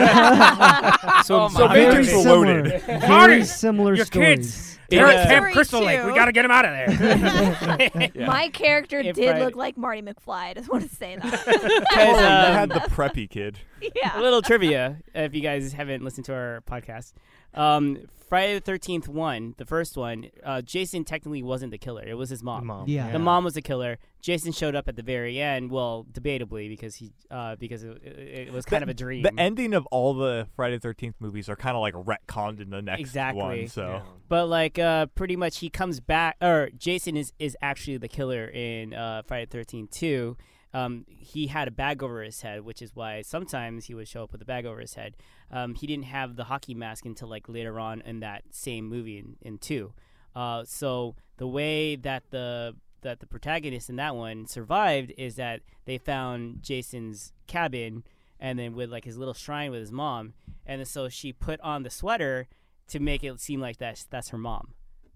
S2: so
S5: Oh my
S7: very
S4: Matrix
S7: similar,
S4: Reloaded.
S7: Very similar
S2: your kids.
S7: stories.
S5: In,
S2: they're
S5: uh,
S2: at Camp
S3: Story
S2: Crystal Lake. We
S3: two.
S2: got to get him out of there.
S8: My character
S5: If
S8: did
S5: I-
S8: look like Marty McFly. I just want to say that.
S4: oh, you
S5: um,
S4: had the preppy kid.
S8: yeah.
S5: a little trivia if you guys haven't listened to our podcast. Um, Friday the Thirteenth one, the first one. Uh, Jason technically wasn't the killer; it was his mom.
S1: Mom.
S7: Yeah.
S5: The mom was the killer. Jason showed up at the very end. Well, debatably because he uh, because it, it, it was kind of a dream.
S4: The ending of all the Friday Thirteenth movies are kind of like retconned in the next
S5: Exactly.
S4: one. So
S5: But like, uh, pretty much he comes back, or Jason is is actually the killer in uh, Friday the Thirteenth too. Um, he had a bag over his head, which is why sometimes he would show up with a bag over his head. Um, he didn't have the hockey mask until like later on in that same movie in, in two. Uh, so the way that the that the protagonist in that one survived is that they found Jason's cabin and then with like his little shrine with his mom, and then so she put on the sweater to make it seem like that's that's her mom,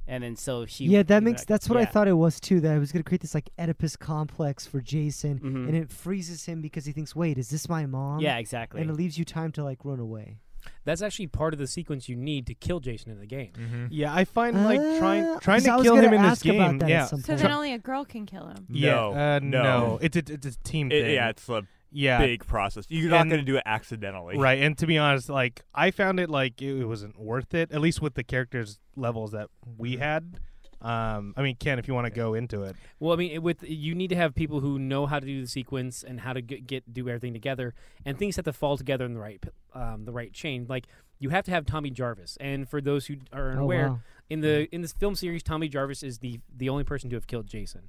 S5: and then so she
S7: yeah, that makes.
S5: like-
S7: That's what I
S5: yeah.
S7: thought it was too. That it was gonna create this like Oedipus complex for Jason,
S4: Mm-hmm.
S5: Mhm.
S7: and it freezes him because he thinks, "Wait, is this my mom?"
S5: Yeah, exactly.
S7: and it leaves you time to like run away.
S2: That's actually part of the sequence you need to kill Jason in the game.
S4: Mm-hmm.
S1: Yeah, I find like trying
S7: Ah,
S1: trying
S7: 'cause I
S1: to
S7: was
S1: kill
S7: gonna
S1: him in this
S7: ask about
S1: game.
S7: that at
S1: yeah.
S7: some
S3: So
S7: point.
S3: then only a girl can kill him.
S1: yeah.
S4: No,
S1: uh,
S4: no.
S1: It's a, it's a team
S4: It-
S1: thing.
S4: yeah, it's a
S1: yeah.
S4: big process. You're not
S1: And-
S4: going to do it accidentally.
S1: Right, and to be honest, like I found it like it, it wasn't worth it. At least with the characters levels that we had. Um, I mean, Ken, if you want to go into it,
S2: Well, I mean, it, with you need to have people who know how to do the sequence and how to get, get do everything together, and things have to fall together in the right p- um, the right chain. Like you have to have Tommy Jarvis, and for those who are
S7: Oh,
S2: unaware,
S7: wow.
S2: in the in this film series, Tommy Jarvis is the the only person to have killed Jason.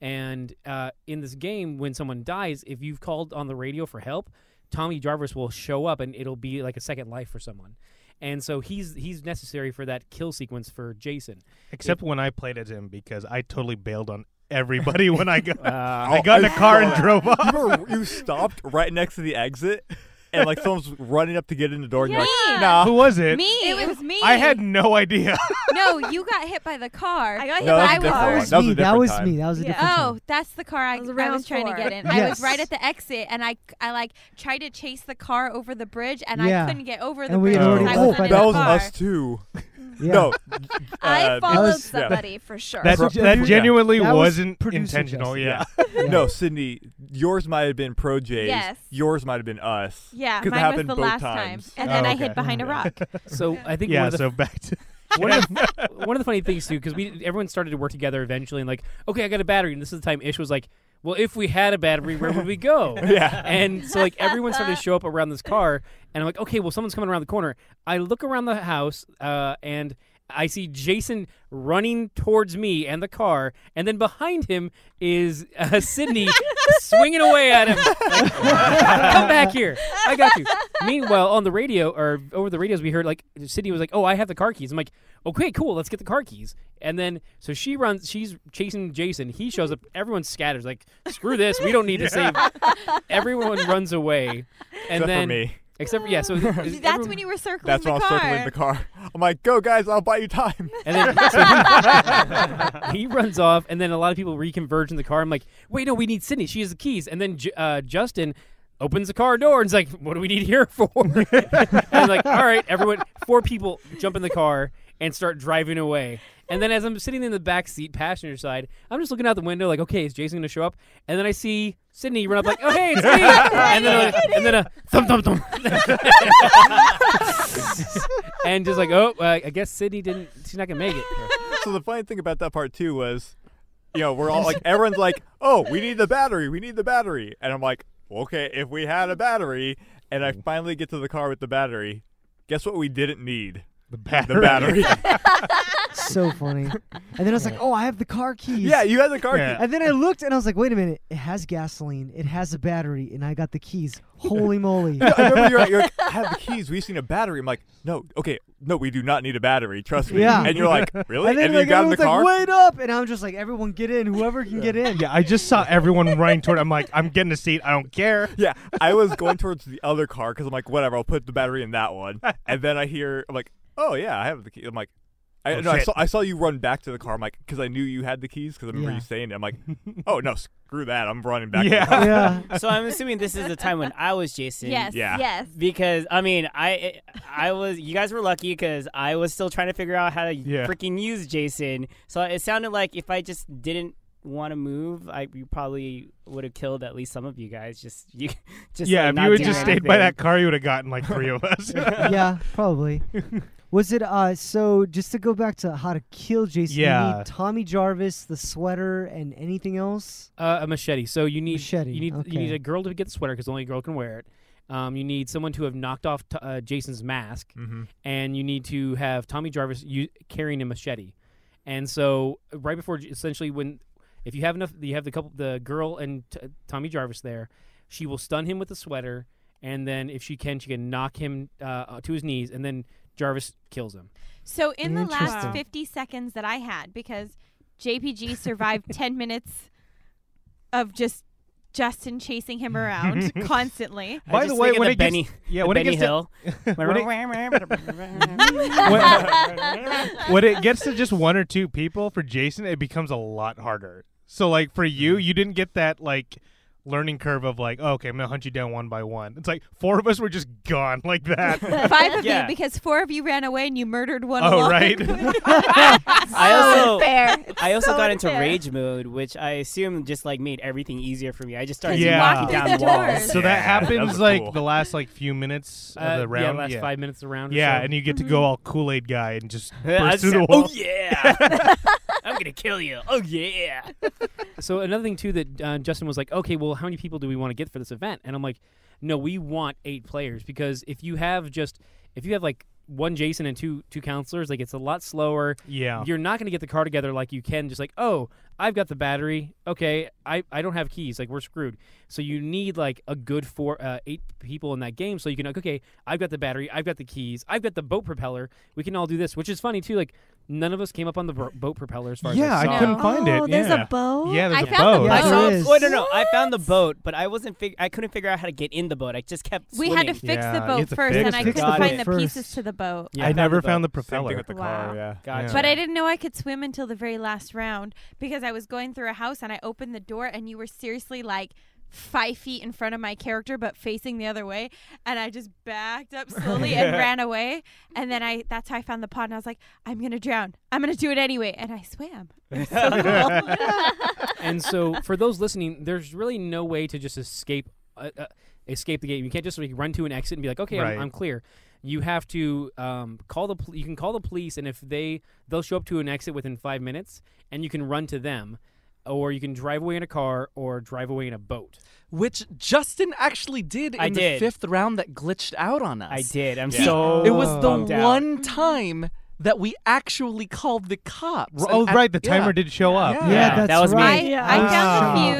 S2: And uh, in this game, when someone dies, if you've called on the radio for help, Tommy Jarvis will show up, and it'll be like a second life for someone. And so he's he's necessary for that kill sequence for Jason.
S1: except when I played as him because I totally bailed on everybody when I got
S4: Oh,
S1: I got in
S4: I
S1: a car and
S4: saw that.
S1: drove off.
S4: You, were, you stopped right next to the exit, and like someone's running up to get in the door. And you're
S3: Yeah.
S4: like, nah.
S1: Who was it?
S3: Me, it was, me.
S1: I had no idea.
S3: no. You got hit by the car.
S8: I got hit
S4: No,
S8: by
S4: that's
S3: a
S8: the
S3: different
S7: That
S3: one.
S7: was
S4: That was a different time.
S7: me. That was me. That was a
S8: Yeah.
S7: different
S3: Oh,
S7: time.
S3: that's the car
S8: That
S3: I, I
S8: was
S3: was,
S8: round
S3: trying
S8: four.
S3: to get in. I was right at the exit, and I I like tried to chase the car over the bridge, and
S7: Yeah.
S3: I couldn't get over the
S7: And we
S3: bridge.
S7: had already
S3: because I
S7: Oh,
S3: was
S7: but
S3: in
S4: that
S3: the
S4: was
S3: car.
S4: us too.
S7: Yeah.
S4: No,
S8: I
S4: uh,
S8: followed
S7: was-
S4: yeah.
S8: somebody for sure.
S1: That,
S4: Pro-
S1: that
S4: yeah.
S1: genuinely
S7: That was
S1: wasn't
S7: producer
S1: intentional.
S7: Justin.
S1: Yeah.
S7: Yeah.
S4: no, Sydney, yours might have been Pro J's.
S8: Yes.
S4: Yours might have been us.
S3: Yeah,
S4: 'Cause it
S3: mine was
S4: happened
S3: the
S4: both
S3: last
S4: times.
S3: time, and
S1: Oh,
S3: then I
S1: okay.
S3: hid behind a rock.
S2: So I think one
S1: yeah.
S2: of the
S1: So back to
S2: one of the, one of the funny things too, because we everyone started to work together eventually, and like, okay, I got a battery, and this is the time Ish was like, well, if we had a battery, where would we go?
S4: Yeah.
S2: And so like everyone started to show up around this car, and I'm like, okay, well, someone's coming around the corner. I look around the house, uh, and. I see Jason running towards me and the car, and then behind him is uh, Sydney swinging away at him. like, Come back here, I got you. Meanwhile, on the radio or over the radios, we heard like Sydney was like, "Oh, I have the car keys." I'm like, "Okay, cool, let's get the car keys." And then so she runs, she's chasing Jason. He shows up. Everyone scatters. Like, screw this, we don't need to save. Everyone runs away, and
S4: Except
S2: then
S4: for me.
S2: except for yeah. So
S3: That's when you were circling
S4: That's
S3: the
S4: when I was
S3: car.
S4: circling the car. I'm like, go guys, I'll buy you time.
S2: And then so he, he runs off, and then a lot of people reconverge in the car. I'm like, wait, no, we need Sydney. She has the keys. And then J- uh, Justin opens the car door and is like, what do we need here for? and like, all right, everyone, four people jump in the car and start driving away. And then as I'm sitting in the back seat, passenger side, I'm just looking out the window, like, okay, is Jason going to show up? And then I see Sydney run up, like, oh hey, it's me. and then, like, and then a thump thump thump. and just like, oh, uh, I guess Sydney didn't. She's not gonna make it.
S4: so the funny thing about that part too was, you know, we're all like, everyone's like, oh, we need the battery, we need the battery, and I'm like, okay, if we had a battery, and I finally get to the car with the battery, guess what we didn't need?
S1: the battery.
S4: The battery.
S7: so funny. And then I was like, "Oh, I have the car keys."
S4: yeah, you had the car.
S1: Yeah.
S4: key.
S7: And then I looked and I was like, "Wait a minute! It has gasoline. It has a battery, and I got the keys. Holy moly!"
S4: I remember you're, you're like, I have the keys. We've seen a battery. I'm like, no, okay, no, we do not need a battery. Trust me.
S7: Yeah.
S4: And you're like, really?
S7: And then
S4: you
S7: like
S4: got in the car.
S7: everyone's like, "Wait up!" And I'm just like, "Everyone get in! Whoever can get in!"
S1: Yeah, I just saw everyone running toward. I'm like, I'm getting a seat. I don't care.
S4: Yeah, I was going towards the other car because I'm like, whatever, I'll put the battery in that one. And then I hear, I'm like, oh yeah, I have the key. I'm like, I,
S1: Oh,
S4: no, I
S1: shit.
S4: saw I saw you run back to the car. I'm like, because I knew you had the keys because I remember
S7: Yeah.
S4: you saying it. I'm like, oh no, screw that, I'm running back.
S1: Yeah.
S4: To the car.
S7: yeah.
S5: so I'm assuming this is the time when I was Jason.
S3: Yes,
S4: Yeah.
S8: Yes.
S5: Because I mean, I I was you guys were lucky because I was still trying to figure out how to
S1: Yeah.
S5: freaking use Jason. So it sounded like if I just didn't want to move, I you probably would have killed at least some of you guys. Just you, just
S1: yeah,
S5: like,
S1: if
S5: not
S1: you had
S5: doing
S1: just stayed by
S5: anything.
S1: that car, you would have gotten like three of us.
S7: yeah, probably. Was it uh so just to go back to how to kill Jason, you
S1: Yeah.
S7: need Tommy Jarvis, the sweater, and anything else?
S2: Uh, a machete. So you need
S7: Machete,
S2: you need you
S7: okay.
S2: need a girl to get the sweater because only a girl can wear it. Um, you need someone to have knocked off t- uh, Jason's mask,
S4: Mm-hmm.
S2: and you need to have Tommy Jarvis u- carrying a machete. And so right before essentially when if you have enough you have the couple the girl and t- Tommy Jarvis there, she will stun him with the sweater and then if she can she can knock him uh, to his knees and then Jarvis kills him.
S3: So in the last
S7: Interesting.
S3: 50 seconds that I had, because JPG survived 10 minutes of just Justin chasing him around constantly.
S5: I
S1: By
S5: just
S1: the way,
S5: think of
S1: when
S5: the
S1: it
S5: Benny,
S1: gets yeah,
S5: the
S1: when
S5: Benny
S1: it gets
S5: Hill,
S1: to when it, when- when it gets to just one or two people for Jason, it becomes a lot harder. So like for you, you didn't get that like learning curve of like, oh, okay, I'm gonna hunt you down one by one. It's like four of us were just gone like that.
S3: Five of
S5: Yeah.
S3: you, because four of you ran away and you murdered one.
S1: Oh,
S3: alone.
S1: right.
S5: I also
S8: Oh, Fair.
S5: I also
S8: so
S5: got into
S8: unfair.
S5: rage mode, which I assume just like made everything easier for me. I just started
S1: Yeah.
S3: Walk
S5: knocking down
S3: through the
S5: walls.
S1: so that
S4: Yeah, that
S1: happens
S4: was
S1: like
S4: cool.
S1: the last like few minutes
S2: Uh,
S1: of the round.
S2: yeah, last 5 minutes around or
S1: Yeah,
S2: so.
S1: and you get to
S3: Mm-hmm.
S1: go all Kool Aid guy and just
S5: I
S1: burst
S5: just
S1: through the
S5: said,
S1: wall.
S5: Oh yeah, I'm gonna kill you. Oh yeah.
S2: So another thing too that uh, Justin was like, okay, well, how many people do we want to get for this event? And I'm like, no, we want eight players because if you have just if you have like one Jason and two two counselors, like it's a lot slower.
S1: Yeah.
S2: You're not going to get the car together like you can just like, oh, I've got the battery. Okay, I, I don't have keys. Like we're screwed. So you need like a good four uh, eight people in that game so you can like, okay, I've got the battery, I've got the keys, I've got the boat propeller. We can all do this, which is funny too. Like none of us came up on the bro- boat propeller as far as
S1: Yeah,
S2: I,
S1: I
S2: saw.
S1: couldn't find it.
S8: Oh, there's
S1: yeah.
S8: a bow.
S1: Yeah, there's
S3: I
S1: a
S3: found
S1: boat.
S3: the
S7: Yeah,
S5: I
S7: there
S5: saw.
S7: is.
S5: Oh no, no! I found the boat, but I wasn't. Fig- I couldn't figure out how to get in the boat. I just kept.
S3: We
S5: swimming.
S3: had to fix
S1: Yeah,
S3: the
S1: you
S3: boat
S1: have to
S3: first,
S1: fix
S3: and I
S5: it.
S3: couldn't
S5: Got
S3: find
S5: it.
S3: the pieces
S7: First.
S3: to the boat.
S2: Yeah,
S1: I never
S5: the
S1: found the
S5: boat.
S4: Same thing
S1: propeller.
S4: with the
S3: Wow.
S4: car. Yeah.
S5: Gotcha.
S3: But I didn't know I could swim until the very last round because I was going through a house and I opened the door and you were seriously like five feet in front of my character but facing the other way and I just backed up slowly and ran away and then I that's how I found the pod and I was like I'm gonna drown I'm gonna do it anyway and I swam It was so cool.
S2: and so for those listening, there's really no way to just escape uh, uh, escape the game. You can't just like, run to an exit and be like, okay,
S1: Right.
S2: I'm, I'm clear. You have to um, call the. Pol- you can call the police, and if they they'll show up to an exit within five minutes, and you can run to them, or you can drive away in a car, or drive away in a boat.
S6: Which Justin actually did in
S5: I
S6: the
S5: did.
S6: fifth round that glitched out on us.
S5: I did. I'm
S4: Yeah.
S5: so.
S6: It was the
S5: bummed out.
S6: one time that we actually called the cops.
S1: R- Oh,
S6: And at-
S1: right, the
S6: yeah.
S1: timer did show up.
S6: Yeah.
S7: Yeah, that's
S5: that was me.
S7: right. Ah.
S3: I,
S8: Yeah.
S3: I found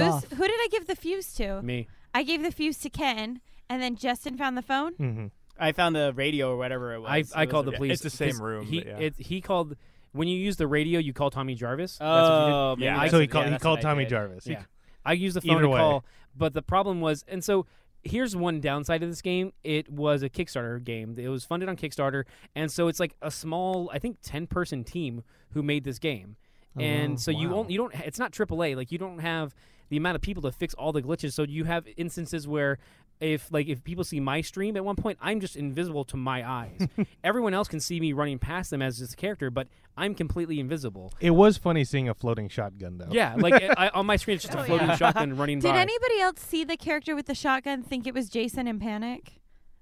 S7: Wow.
S3: the fuse who did I give the fuse to
S2: Me,
S3: I gave the fuse to Ken and then Justin found the phone
S1: Mhm.
S5: I found the radio or whatever it was.
S2: I,
S5: It
S2: I
S5: was
S2: called
S5: a
S2: the
S5: ra-
S2: police.
S4: It's the same
S2: 'cause
S4: room,
S2: He
S4: but yeah.
S2: it, he called when you use the radio. You call Tommy Jarvis. That's what you did.
S5: Oh, maybe
S4: Yeah,
S5: that's
S1: So he
S5: what-
S1: called.
S5: yeah,
S1: he
S5: that's what
S1: called
S5: I
S1: Tommy
S5: did.
S1: Jarvis. He-
S2: Yeah. I used the phone
S1: Either
S2: to
S1: way.
S2: call, but the problem was, and so here's one downside of this game: it was a Kickstarter game. It was funded on Kickstarter, and so it's like a small, I think, ten person team who made this game.
S1: Oh,
S2: and so you only you don't. It's not AAA. Like you don't have the amount of people to fix all the glitches. So you have instances where. If like if people see my stream at one point, I'm just invisible to my eyes. Everyone else can see me running past them as this character, but I'm completely invisible.
S1: It was funny seeing a floating shotgun though.
S2: Yeah, like I, on my screen, it's just a
S3: Oh, yeah.
S2: floating shotgun running
S3: Did
S2: by.
S3: anybody else see the character with the shotgun think it was Jason in panic?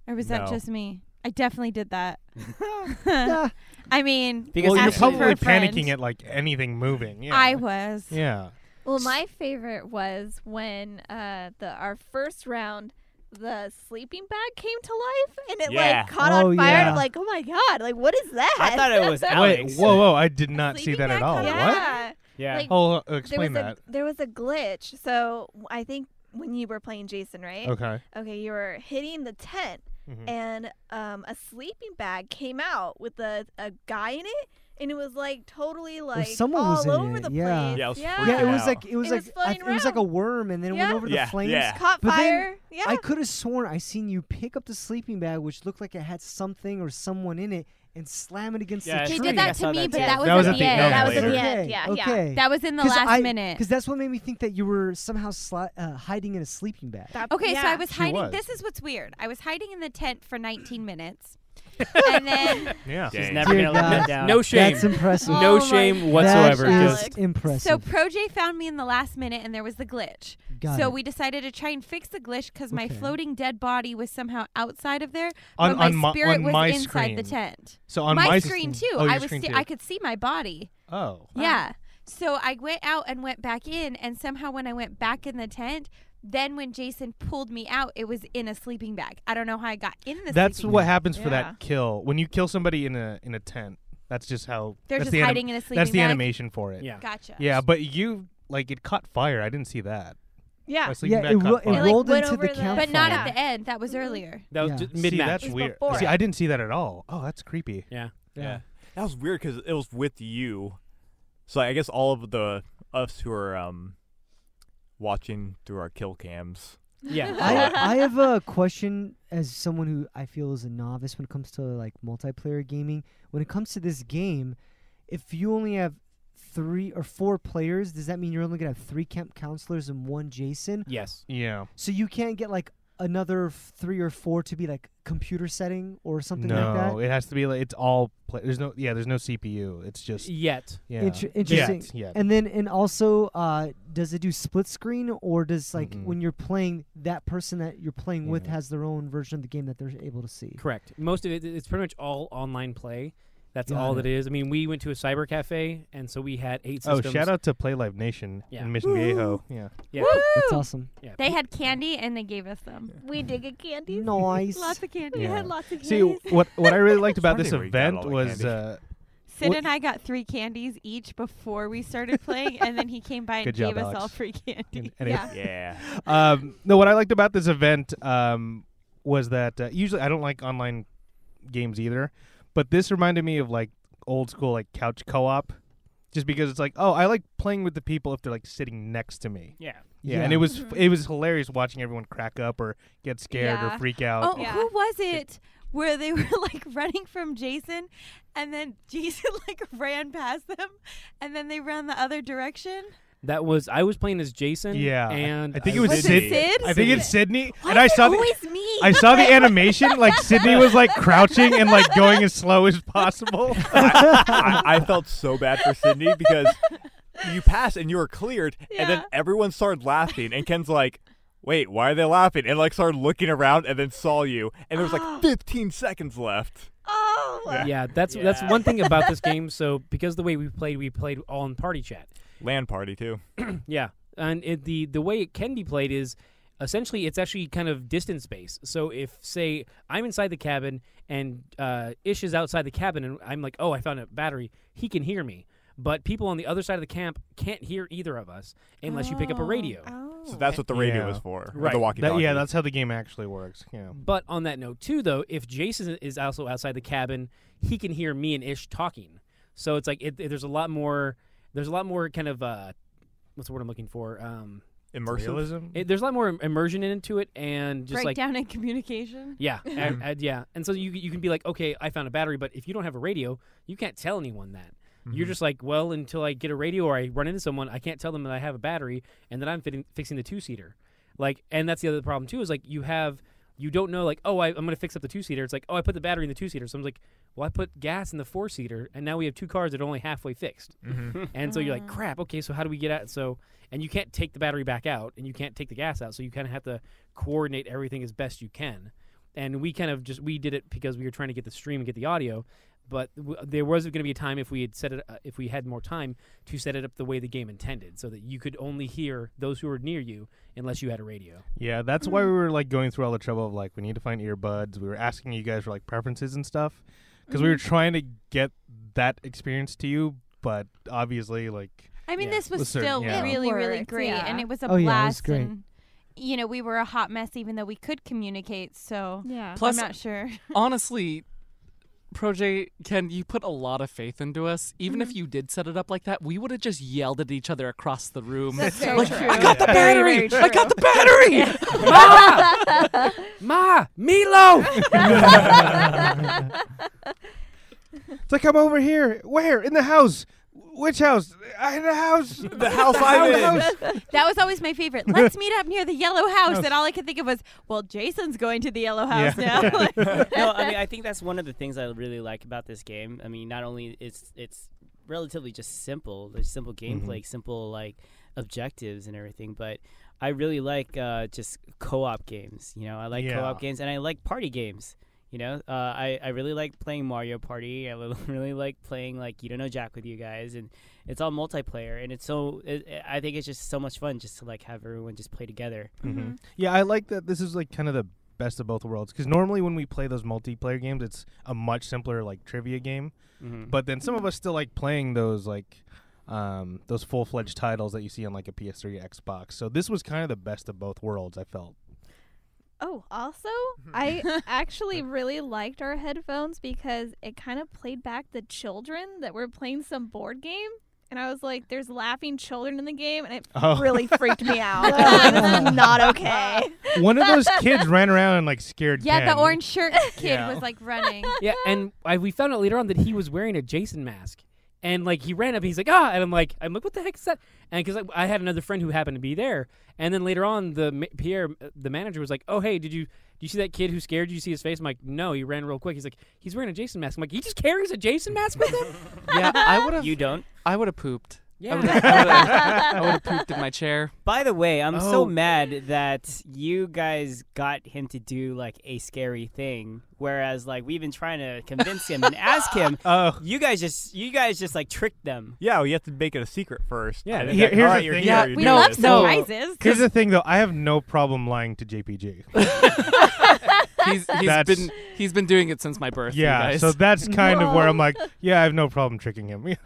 S3: Or was that
S4: No.
S3: just me? I definitely did that.
S7: Yeah.
S3: I mean,
S5: Because
S1: Well, you're
S5: Asking
S3: asking for
S1: probably
S3: a friend,
S1: panicking at like anything moving. Yeah.
S3: I was.
S1: Yeah.
S8: Well, my favorite was when uh the our first round the sleeping bag came to life and it
S4: Yeah.
S8: like caught
S7: Oh,
S8: on fire and
S7: yeah.
S8: I'm like, "Oh my god, like what is that?"
S5: I thought it was Alex.
S1: Wait, whoa, whoa! I did not see
S3: Sleeping
S1: that at
S3: bag
S1: all.
S3: caught
S1: What?
S8: yeah.
S5: Yeah.
S8: Like,
S1: Oh, uh,
S8: there was
S1: explain
S8: a
S1: that.
S8: there was a glitch. So, I think when you were playing Jason, right?
S3: Oh.
S1: Okay.
S8: Okay, you were hitting the tent
S3: Mm-hmm.
S1: Mhm.
S8: and um a sleeping bag came out with a a guy in it and it was like totally
S3: Oh,
S8: like
S7: someone
S8: all
S7: was in
S8: over
S7: it,
S8: the
S7: yeah.
S8: place.
S4: Yeah, I was
S8: yeah.
S4: freaking
S7: Yeah, it was
S4: out.
S7: like it was
S8: It
S7: like
S8: was
S7: I-
S8: floating
S7: it was like a
S8: around.
S7: worm, and then it
S8: Yeah.
S7: went over the
S4: Yeah,
S7: flames.
S4: yeah.
S8: Caught
S7: But then
S8: fire. yeah.
S7: I could have sworn I seen you pick up the sleeping bag, which looked like it had something or someone in it, and slam it against the
S5: Yeah, They
S3: They
S7: tree.
S5: True.
S3: did
S5: I
S3: that
S5: saw
S3: to me,
S5: that
S3: but
S5: too.
S3: that was
S1: That was
S3: at
S1: at
S3: the
S1: the
S3: end.
S1: end
S3: That was at
S4: later.
S3: the end.
S8: Okay,
S3: Yeah,
S7: okay.
S3: yeah. That was in the
S7: Because
S3: last
S7: I-
S3: minute.
S7: Because that's what made me think that you were somehow sli- uh, hiding in a sleeping bag.
S3: Okay, so I was
S1: She
S3: hiding.
S1: was.
S3: This is what's weird. I was hiding in the tent for 19 minutes. and then
S1: Yeah.
S5: She's
S4: Dang.
S5: never
S7: Dear
S5: gonna let
S7: God.
S5: that down.
S2: No shame.
S7: That's impressive.
S8: Oh
S2: no
S8: my
S2: shame
S8: God.
S2: whatsoever.
S7: That is
S2: Just
S7: impressive.
S3: so ProJ found me in the last minute, and there was the glitch.
S7: Got
S3: so
S7: it.
S3: we decided to try and fix the glitch because my
S7: Okay.
S3: floating dead body was somehow outside of there,
S1: On-
S3: but my
S1: on my-
S3: spirit
S1: on
S3: was
S1: my
S3: inside
S1: screen.
S3: the tent.
S1: So on
S3: my,
S1: my,
S3: screen too.
S1: Oh, your
S3: I was
S1: screen
S3: see-
S1: too.
S3: I could see my body.
S1: Oh.
S3: Yeah. So I went out and went back in, and somehow when I went back in the tent, then when Jason pulled me out, it was in a sleeping bag. I don't know how I got in the.
S1: That's
S3: sleeping
S1: what
S3: Bag.
S1: happens for
S8: Yeah.
S1: that kill. When you kill somebody in a in a tent, that's just how
S3: They're
S1: that's
S3: just
S1: the anim-
S3: hiding in a sleeping
S1: That's the
S3: bag.
S1: animation for it.
S2: yeah.
S3: Gotcha.
S1: Yeah, but you like it caught fire. I didn't see that.
S4: Ah,
S8: Yeah.
S1: My sleeping
S7: yeah,
S1: bag
S7: it,
S1: caught
S7: ro- it
S1: fire.
S8: It, like,
S7: rolled
S8: went
S7: into
S8: over
S7: the
S8: the-
S7: campfire.
S3: But not
S8: Yeah.
S3: at the end. That was earlier.
S2: That was
S7: Yeah.
S2: just
S1: See,
S2: mid match.
S1: that's
S8: It's
S1: weird.
S8: before
S1: See,
S8: it.
S1: I didn't see that at all. Oh, that's creepy.
S2: Yeah.
S4: Yeah. That was weird because it was with you. So I guess all of the us who are um watching through our kill cams.
S2: Yeah.
S7: I, I have a question as someone who I feel is a novice when it comes to like multiplayer gaming. When it comes to this game, if you only have three or four players, does that mean you're only gonna have three camp counselors and one Jason?
S2: yes.
S1: Yeah.
S7: So you can't get like another f- three or four to be like computer setting or something
S1: no,
S7: like that.
S1: it has to be like it's all. Play- there's no. Yeah, there's no CPU. It's just.
S2: Yet.
S1: Yeah.
S7: Inter- interesting.
S1: Yeah. yeah.
S7: And then and also, uh, does it do split screen or does like
S1: Mm-mm.
S7: when you're playing that person that you're playing with
S1: Mm-hmm. Yeah.
S7: has their own version of the game that they're able to see?
S2: Correct. Most of it, it's pretty much all online play. That's
S7: Got
S2: all that
S7: it.
S2: it is. I mean, we went to a cyber cafe, and so we had eight
S1: Oh,
S2: systems.
S1: shout out to Play Live Nation
S2: Yeah.
S1: in Mission Viejo. Yeah.
S2: Yeah.
S7: That's
S3: Woo!
S7: awesome.
S2: Yeah.
S3: They had candy and they gave us them.
S8: We did get
S3: Mm,
S8: candies.
S7: Nice.
S3: Lots of candy.
S1: Yeah.
S8: lots of
S1: See what what I really liked about
S4: Funny
S1: this
S4: where you got all
S1: event
S4: the
S1: was
S4: candy.
S1: uh,
S3: Sid
S1: What-
S3: and I got three candies each before we started playing, and then he came by and
S1: Good job,
S3: gave us all
S1: Alex.
S3: free candy.
S1: and it-
S4: Yeah.
S1: um, no, what I liked about this event um, was that uh, usually I don't like online games either, but this reminded me of like old school like couch co-op, just because it's like oh I like playing with the people if they're like sitting next to me.
S5: Yeah.
S1: Yeah, and it
S7: Yeah.
S1: was
S8: Mhm.
S1: it was hilarious watching everyone crack up or get scared
S8: Yeah.
S1: or freak out.
S3: Oh,
S8: Yeah.
S3: who was it? Where they were like running from Jason, and then Jason like ran past them, and then they ran the other direction.
S2: That was I was playing as Jason.
S1: Yeah, I-
S2: And
S1: I think it
S2: was
S1: was,
S3: Was it
S1: Sydney.
S3: Sid?
S1: I think it's Sydney,
S3: Why
S1: and I
S3: is it
S1: saw the,
S3: always me.
S1: I saw the animation like Sydney was like crouching and like going as slow as possible.
S4: I, I felt so bad for Sydney because you passed and you were cleared, and then
S3: Yeah.
S4: everyone started laughing, and Ken's like. Wait, why are they laughing? And like started looking around and then saw you. And there was like 15 seconds left.
S3: oh,
S2: Yeah, that's that's
S5: Yeah.
S2: one thing about this game. So because the way we played, we played all in party chat.
S4: Land party, too.
S2: Yeah, and it, the the way it can be played is essentially it's actually kind of distance based. So if say I'm inside the cabin and uh, Ish is outside the cabin, and I'm like, oh, I found a battery, he can hear me. But people on the other side of the camp can't hear either of us unless you pick up a radio.
S8: Oh.
S4: So that's what the radio
S1: Yeah.
S4: was for. or
S2: Right.
S4: The walkie
S1: That- yeah, that's how the game actually works. Yeah.
S2: But on that note too, though, if Jason is also outside the cabin, he can hear me and Ish talking. So it's like it, it- there's a lot more. There's a lot more kind of uh, what's the word I'm looking for? Um,
S4: immersive.
S1: Realism?
S2: it, there's a lot more im- immersion into it, and just like
S3: breakdown in communication.
S2: yeah, and- and- yeah. And so you you can be like, okay, I found a battery, but if you don't have a radio, you can't tell anyone that. You're just like, well, until I get a radio or I run into someone, I can't tell them that I have a battery and that I'm fitting, fixing the two seater. Like, and that's the other problem too is like you have you don't know like, oh, I, I'm going to fix up the two seater. It's like, oh, I put the battery in the two seater. So I'm like, well, I put gas in the four seater, and now we have two cars that are only halfway fixed. and so you're like, crap. Okay, so how do we get out? So and you can't take the battery back out, and you can't take the gas out. So you kind of have to coordinate everything as best you can. And we kind of just we did it because we were trying to get the stream and get the audio but w- there was going to be a time if we had set it uh, if we had more time to set it up the way the game intended so that you could only hear those who were near you unless you had a radio
S1: Yeah, that's why we were like going through all the trouble of like we need to find earbuds. We were asking you guys for like preferences and stuff because we were trying to get that experience to you, but obviously like
S3: I mean,
S2: Yeah.
S3: this was
S1: With certain-
S3: still
S1: yeah. It
S3: really, really
S8: worked,
S3: great,
S8: yeah.
S3: and it was a
S7: Oh,
S3: blast.
S7: yeah, it was great.
S3: And, you know, we were a hot mess, even though we could communicate. So
S8: Yeah.
S6: Plus-
S3: I'm not sure.
S6: honestly, Proj, Ken, you put a lot of faith into us. Even if you did set it up like that, we would have just yelled at each other across the room.
S8: very
S6: like,
S8: true.
S6: I got the
S8: Very,
S6: battery!
S8: very
S6: I got the battery! Ah!
S2: ma
S6: Ma!
S2: meatloaf
S1: it's like I'm over here. Where in the house? Which house? I had a house.
S4: The house I'm in.
S3: That was always my favorite. Let's meet up near the yellow house. And all I could think of was, well, Jason's going to the yellow house now. Like-
S5: no, I mean I think that's one of the things I really like about this game. I mean, not only it's it's relatively just simple, there's simple gameplay, simple like objectives and everything, but I really like uh, just co-op games. You know, I like co-op
S1: Yeah.
S5: games and I like party games. You know, uh, I I really like playing Mario Party. I li- really like playing like you don't know Jack with you guys, and it's all multiplayer, and it's so it, it- I think it's just so much fun just to like have everyone just play together.
S1: Mhm. Yeah, I like that. This is like kind of the best of both worlds because normally when we play those multiplayer games, it's a much simpler like trivia game.
S5: Mhm.
S1: But then some of us still like playing those like um, those full fledged titles that you see on like a PS3, Xbox. So this was kind of the best of both worlds. I felt.
S8: Oh, also, I actually really liked our headphones because it kind of played back the children that were playing some board game. And I was like, there's laughing children in the game, and it
S1: Oh.
S8: really freaked me out. I was like, this is not okay.
S1: Oh, One of those kids ran around and like scared.
S3: yeah,
S1: Ken.
S3: the orange shirt kid
S1: Yeah.
S3: was like running.
S2: Yeah, and I, we found out later on that he was wearing a Jason mask, and like he ran up, and he's like ah, and I'm like I'm like what the heck is that? And because I, I had another friend who happened to be there, and then later on the ma- Pierre, uh, the manager, was like, oh hey, did you? Do you see that kid who scared you? You see his face? I'm like, no, he ran real quick. He's like, he's wearing a Jason mask. I'm like, he just carries a Jason mask with him?
S6: yeah, I would have.
S5: You don't.
S6: I would have pooped. I would
S2: yeah.
S6: have pooped in my chair.
S5: By the way, I'm
S2: Oh.
S5: so mad that you guys got him to do like a scary thing, whereas like we've been trying to convince him and ask him.
S1: Oh.
S5: You guys just, you guys just like tricked them.
S4: Yeah, well, you have to make it a secret first.
S2: Yeah,
S4: And
S2: here-
S4: it's like,
S1: here's
S4: all right,
S1: the
S4: you're
S1: thing.
S4: here,
S6: Yeah,
S4: you're
S3: We
S4: doing
S6: No,
S3: love
S4: this.
S6: no.
S3: surprises.
S1: Here's the thing though. I have no problem lying to JPG.
S6: He's he's
S1: That's-
S6: been he's been doing it since my birth. you
S1: yeah.
S6: guys.
S1: So that's kind of where I'm like, yeah, I have no problem tricking him.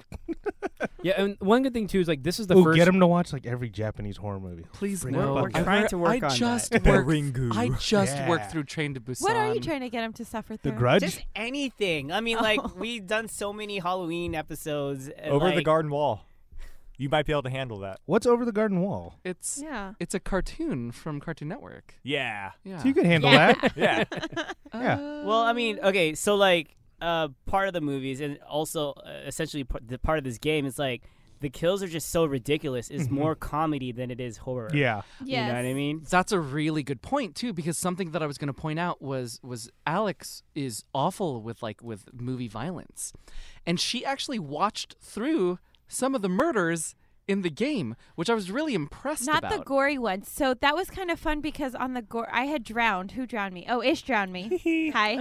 S2: yeah, and one good thing too is like this is the
S1: Ooh,
S2: first
S1: get him to watch like every Japanese horror movie.
S6: please
S1: We're-
S6: no.
S1: we're
S6: I
S5: trying
S6: work-
S5: to work
S6: I
S5: on that.
S6: just
S4: The
S6: worked-
S4: Ringu.
S6: I just
S1: Yeah.
S6: worked through Train to Busan.
S3: what are you trying to get him to suffer
S1: The
S3: through?
S1: Grudge.
S5: Just anything. I mean, like we've done so many Halloween episodes. and,
S4: Over the
S5: like-
S4: garden wall. You might be able to handle that.
S1: What's over the garden wall?
S6: It's
S8: Yeah.
S6: it's a cartoon from Cartoon Network.
S4: Yeah.
S6: Yeah.
S1: So you could handle that.
S4: Yeah.
S1: yeah.
S5: Well, I mean, okay, so like uh, part of the movies and also uh, essentially p- the part of this game is like the kills are just so ridiculous. It's more comedy than it is horror.
S1: Yeah.
S8: Yes.
S5: You know what I mean?
S6: That's a really good point too, because something that I was going to point out was was Alex is awful with like with movie violence, and she actually watched through some of the murders in the game, which I was really impressed
S3: Not
S6: about.
S3: the gory ones. So that was kind of fun because on the gore, I had drowned. Who drowned me? Oh, Ish drowned me. Hi.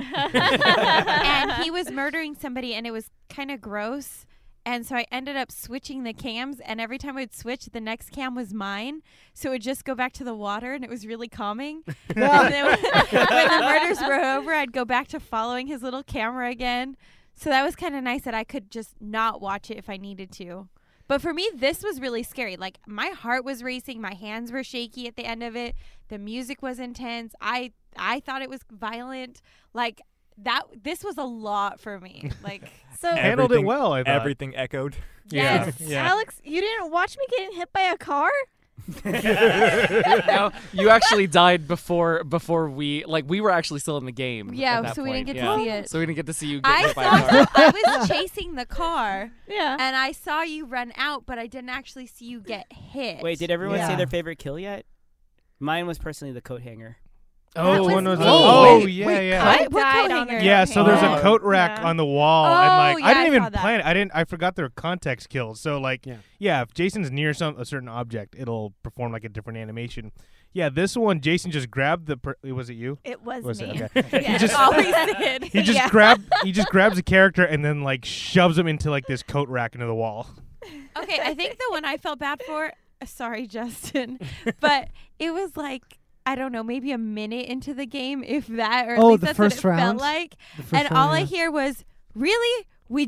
S3: and he was murdering somebody, and it was kind of gross. And so I ended up switching the cams, and every time I'd switch, the next cam was mine. So it would just go back to the water, and it was really calming. and then when, when the murders were over, I'd go back to following his little camera again. So that was kind of nice that I could just not watch it if I needed to. But for me, this was really scary. Like my heart was racing, my hands were shaky at the end of it. The music was intense. I I thought it was violent. Like that. This was a lot for me. Like
S8: So,
S1: Handled it
S4: Everything-
S1: well, I thought.
S4: Everything echoed.
S1: Yeah.
S8: yes,
S1: Yeah.
S8: Alex, you didn't watch me getting hit by a car?
S6: No, you actually died before before we like we were actually still in the game. at
S3: yeah.
S6: that
S3: So we didn't
S6: point,
S3: get
S6: yeah.
S3: to see it.
S6: So we didn't get to see you get
S3: I
S6: hit by a
S3: saw.
S6: car.
S3: So I was chasing the car,
S8: Yeah.
S3: and I saw you run out, but I didn't actually see you get hit.
S5: Wait, did everyone say
S7: Yeah.
S5: their favorite kill yet? Mine was personally the coat hanger.
S1: Oh,
S8: was
S1: one was.
S8: me.
S1: Oh,
S6: Wait,
S1: yeah,
S6: wait,
S1: yeah.
S3: What?
S8: I
S3: What
S8: died
S3: color
S8: on
S3: hanger?
S8: a
S1: Yeah, so there's a
S5: Oh.
S1: coat rack
S8: Yeah.
S1: on the wall,
S3: Oh,
S1: and like
S3: yeah,
S1: I didn't
S3: I saw
S1: even
S3: that.
S1: plan it. I didn't. I forgot their context kills. So like, yeah,
S2: Yeah.
S1: if Jason's near some a certain object, it'll perform like a different animation. Yeah, this one, Jason just grabbed the. Per- was it you?
S8: It was,
S1: Was it?
S8: me.
S1: Okay.
S8: Yes.
S1: just-
S3: Always did.
S1: He just
S3: yeah.
S1: grabbed. He just grabs a character and then like shoves him into like this coat rack into the wall.
S3: Okay, I think the one I felt bad for, uh, sorry, Justin, but it was like, I don't know, maybe a minute into the game, if that, or at
S7: Oh,
S3: least
S7: the
S3: that's
S7: first
S3: what it
S7: round?
S3: felt like.
S7: The first
S3: And
S7: one,
S3: all I
S7: yeah.
S3: hear was, really? We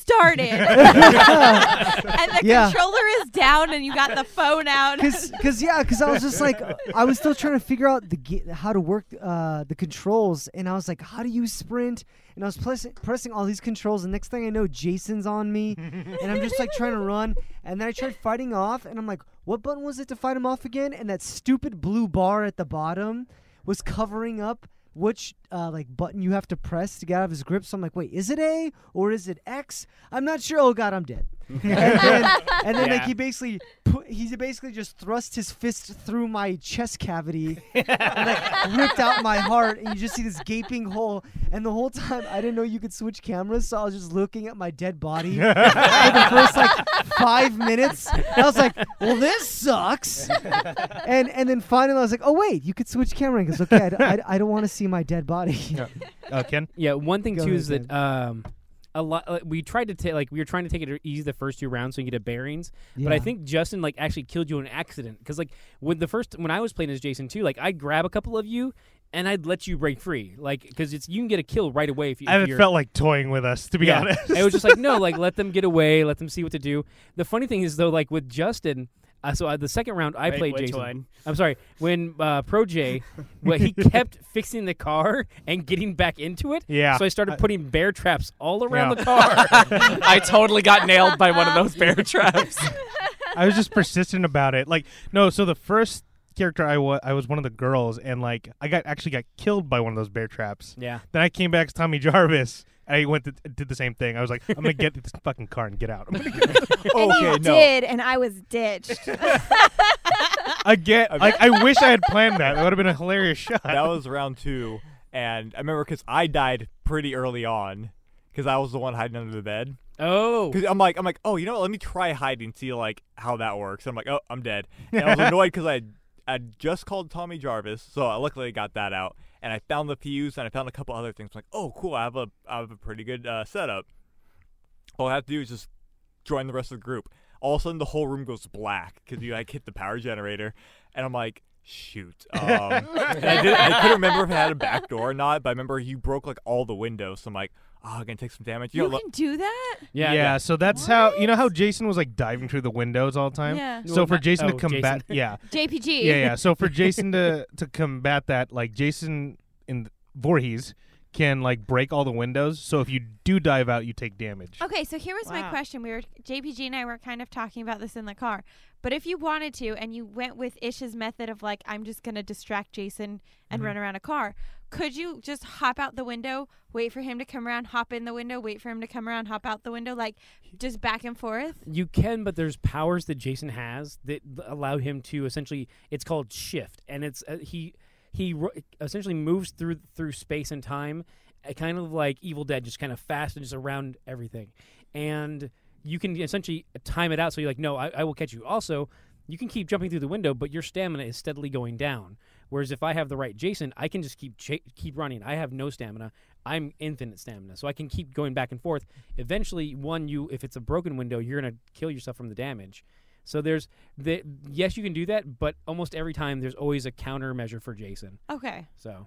S3: started. and the
S7: Yeah.
S3: controller is down, and you got the phone out.
S7: Cause, cause, yeah, cause I was just like, I was still trying to figure out the ge- how to work uh, the controls, and I was like, how do you sprint? And I was press- pressing all these controls, and next thing I know, Jason's on me, and I'm just like trying to run, and then I tried fighting off, and I'm like, what button was it to fight him off again? And that stupid blue bar at the bottom was covering up which uh, like button you have to press to get out of his grip. So I'm like, wait, is it A or is it X? I'm not sure. Oh God, I'm dead. and then, and then like
S5: Yeah.
S7: he basically put, he basically just thrust his fist through my chest cavity and like ripped out my heart and you just see this gaping hole and the whole time I didn't know you could switch cameras so I was just looking at my dead body for the first like five minutes and I was like well this sucks and and then finally I was like oh wait you could switch camera because okay I d- I, d- I don't want to see my dead body
S1: Uh, Ken?
S2: Yeah, one thing
S7: Go
S2: too is
S7: ahead,
S2: that um, a lot like, we tried to take like we were trying to take it easy the first two rounds so you get a bearings, but I
S7: Yeah.
S2: think Justin like actually killed you in an accident because like when the first when I was playing as Jason too, like I'd grab a couple of you and I'd let you break free, like because it's you can get a kill right away if you.
S1: I
S2: if
S1: haven't
S2: you're-
S1: felt like toying with us, to be
S2: Yeah.
S1: honest.
S2: It was just like no, like let them get away, let them see what to do. The funny thing is though, like with Justin. Uh, so uh, the second round, I
S5: Wait,
S2: played
S5: which
S2: Jason.
S5: one?
S2: I'm sorry. When uh, Pro J, what he kept fixing the car and getting back into it.
S1: Yeah.
S2: So I started putting bear traps all around
S1: Yeah.
S2: the car.
S6: I totally got nailed by one of those bear traps.
S1: I was just persistent about it. Like, no, so the first character I was, I was one of the girls, and like, I got actually got killed by one of those bear traps.
S2: yeah.
S1: Then I came back as Tommy Jarvis. And I went to did the same thing. I was like, I'm gonna get this fucking car and get out. I'm gonna get
S3: Oh,
S8: and
S4: okay,
S8: you
S4: no.
S8: did, and I was ditched.
S1: again. Like, I wish I had planned that. That would have been a hilarious shot.
S4: that was round two, and I remember because I died pretty early on because I was the one hiding under the bed.
S2: Oh.
S4: Because I'm like, I'm like, oh, you know, what? let me try hiding, see like how that works. I'm like, oh, I'm dead. And I was annoyed because I I just called Tommy Jarvis, so I luckily got that out, and I found the fuse and I found a couple other things. I'm like, oh, cool, I have a I have a pretty good uh, setup. All I have to do is just join the rest of the group. All of a sudden, the whole room goes black because you like hit the power generator, and I'm like. Shoot, um, and I, did, I couldn't remember if it had a back door or not, but I remember you broke like all the windows. So I'm like, oh, I'm gonna take some damage.
S3: You
S4: know,
S3: can do that?
S1: Yeah,
S2: Yeah.
S1: so that's how you know how Jason was like diving through the windows all the time.
S3: Yeah.
S1: So
S2: Well,
S1: for
S2: not-
S1: Jason to
S2: oh,
S1: combat,
S2: Jason.
S1: yeah,
S3: JPG.
S1: yeah, yeah. So for Jason to to combat that, like Jason in Voorhees can like break all the windows. So if you do dive out, you take damage.
S3: Okay, so here was my
S5: Wow.
S3: question. We were JPG and I were kind of talking about this in the car. But if you wanted to and you went with Ish's method of like I'm just going to distract Jason and run around a car, could you just hop out the window, wait for him to come around, hop in the window, wait for him to come around, hop out the window like just back and forth?
S2: You can, but there's powers that Jason has that l- allow him to essentially. It's called shift, and it's uh, he he ro- essentially moves through through space and time, uh, kind of like Evil Dead, just kind of fast and just around everything, and you can essentially time it out. So you're like, no, I, I will catch you. Also, you can keep jumping through the window, but your stamina is steadily going down. Whereas if I have the right Jason, I can just keep cha- keep running. I have no stamina. I'm infinite stamina, so I can keep going back and forth. Eventually, one you if it's a broken window, you're gonna kill yourself from the damage. So there's the yes, you can do that, but almost every time there's always a countermeasure for Jason.
S3: Okay.
S2: So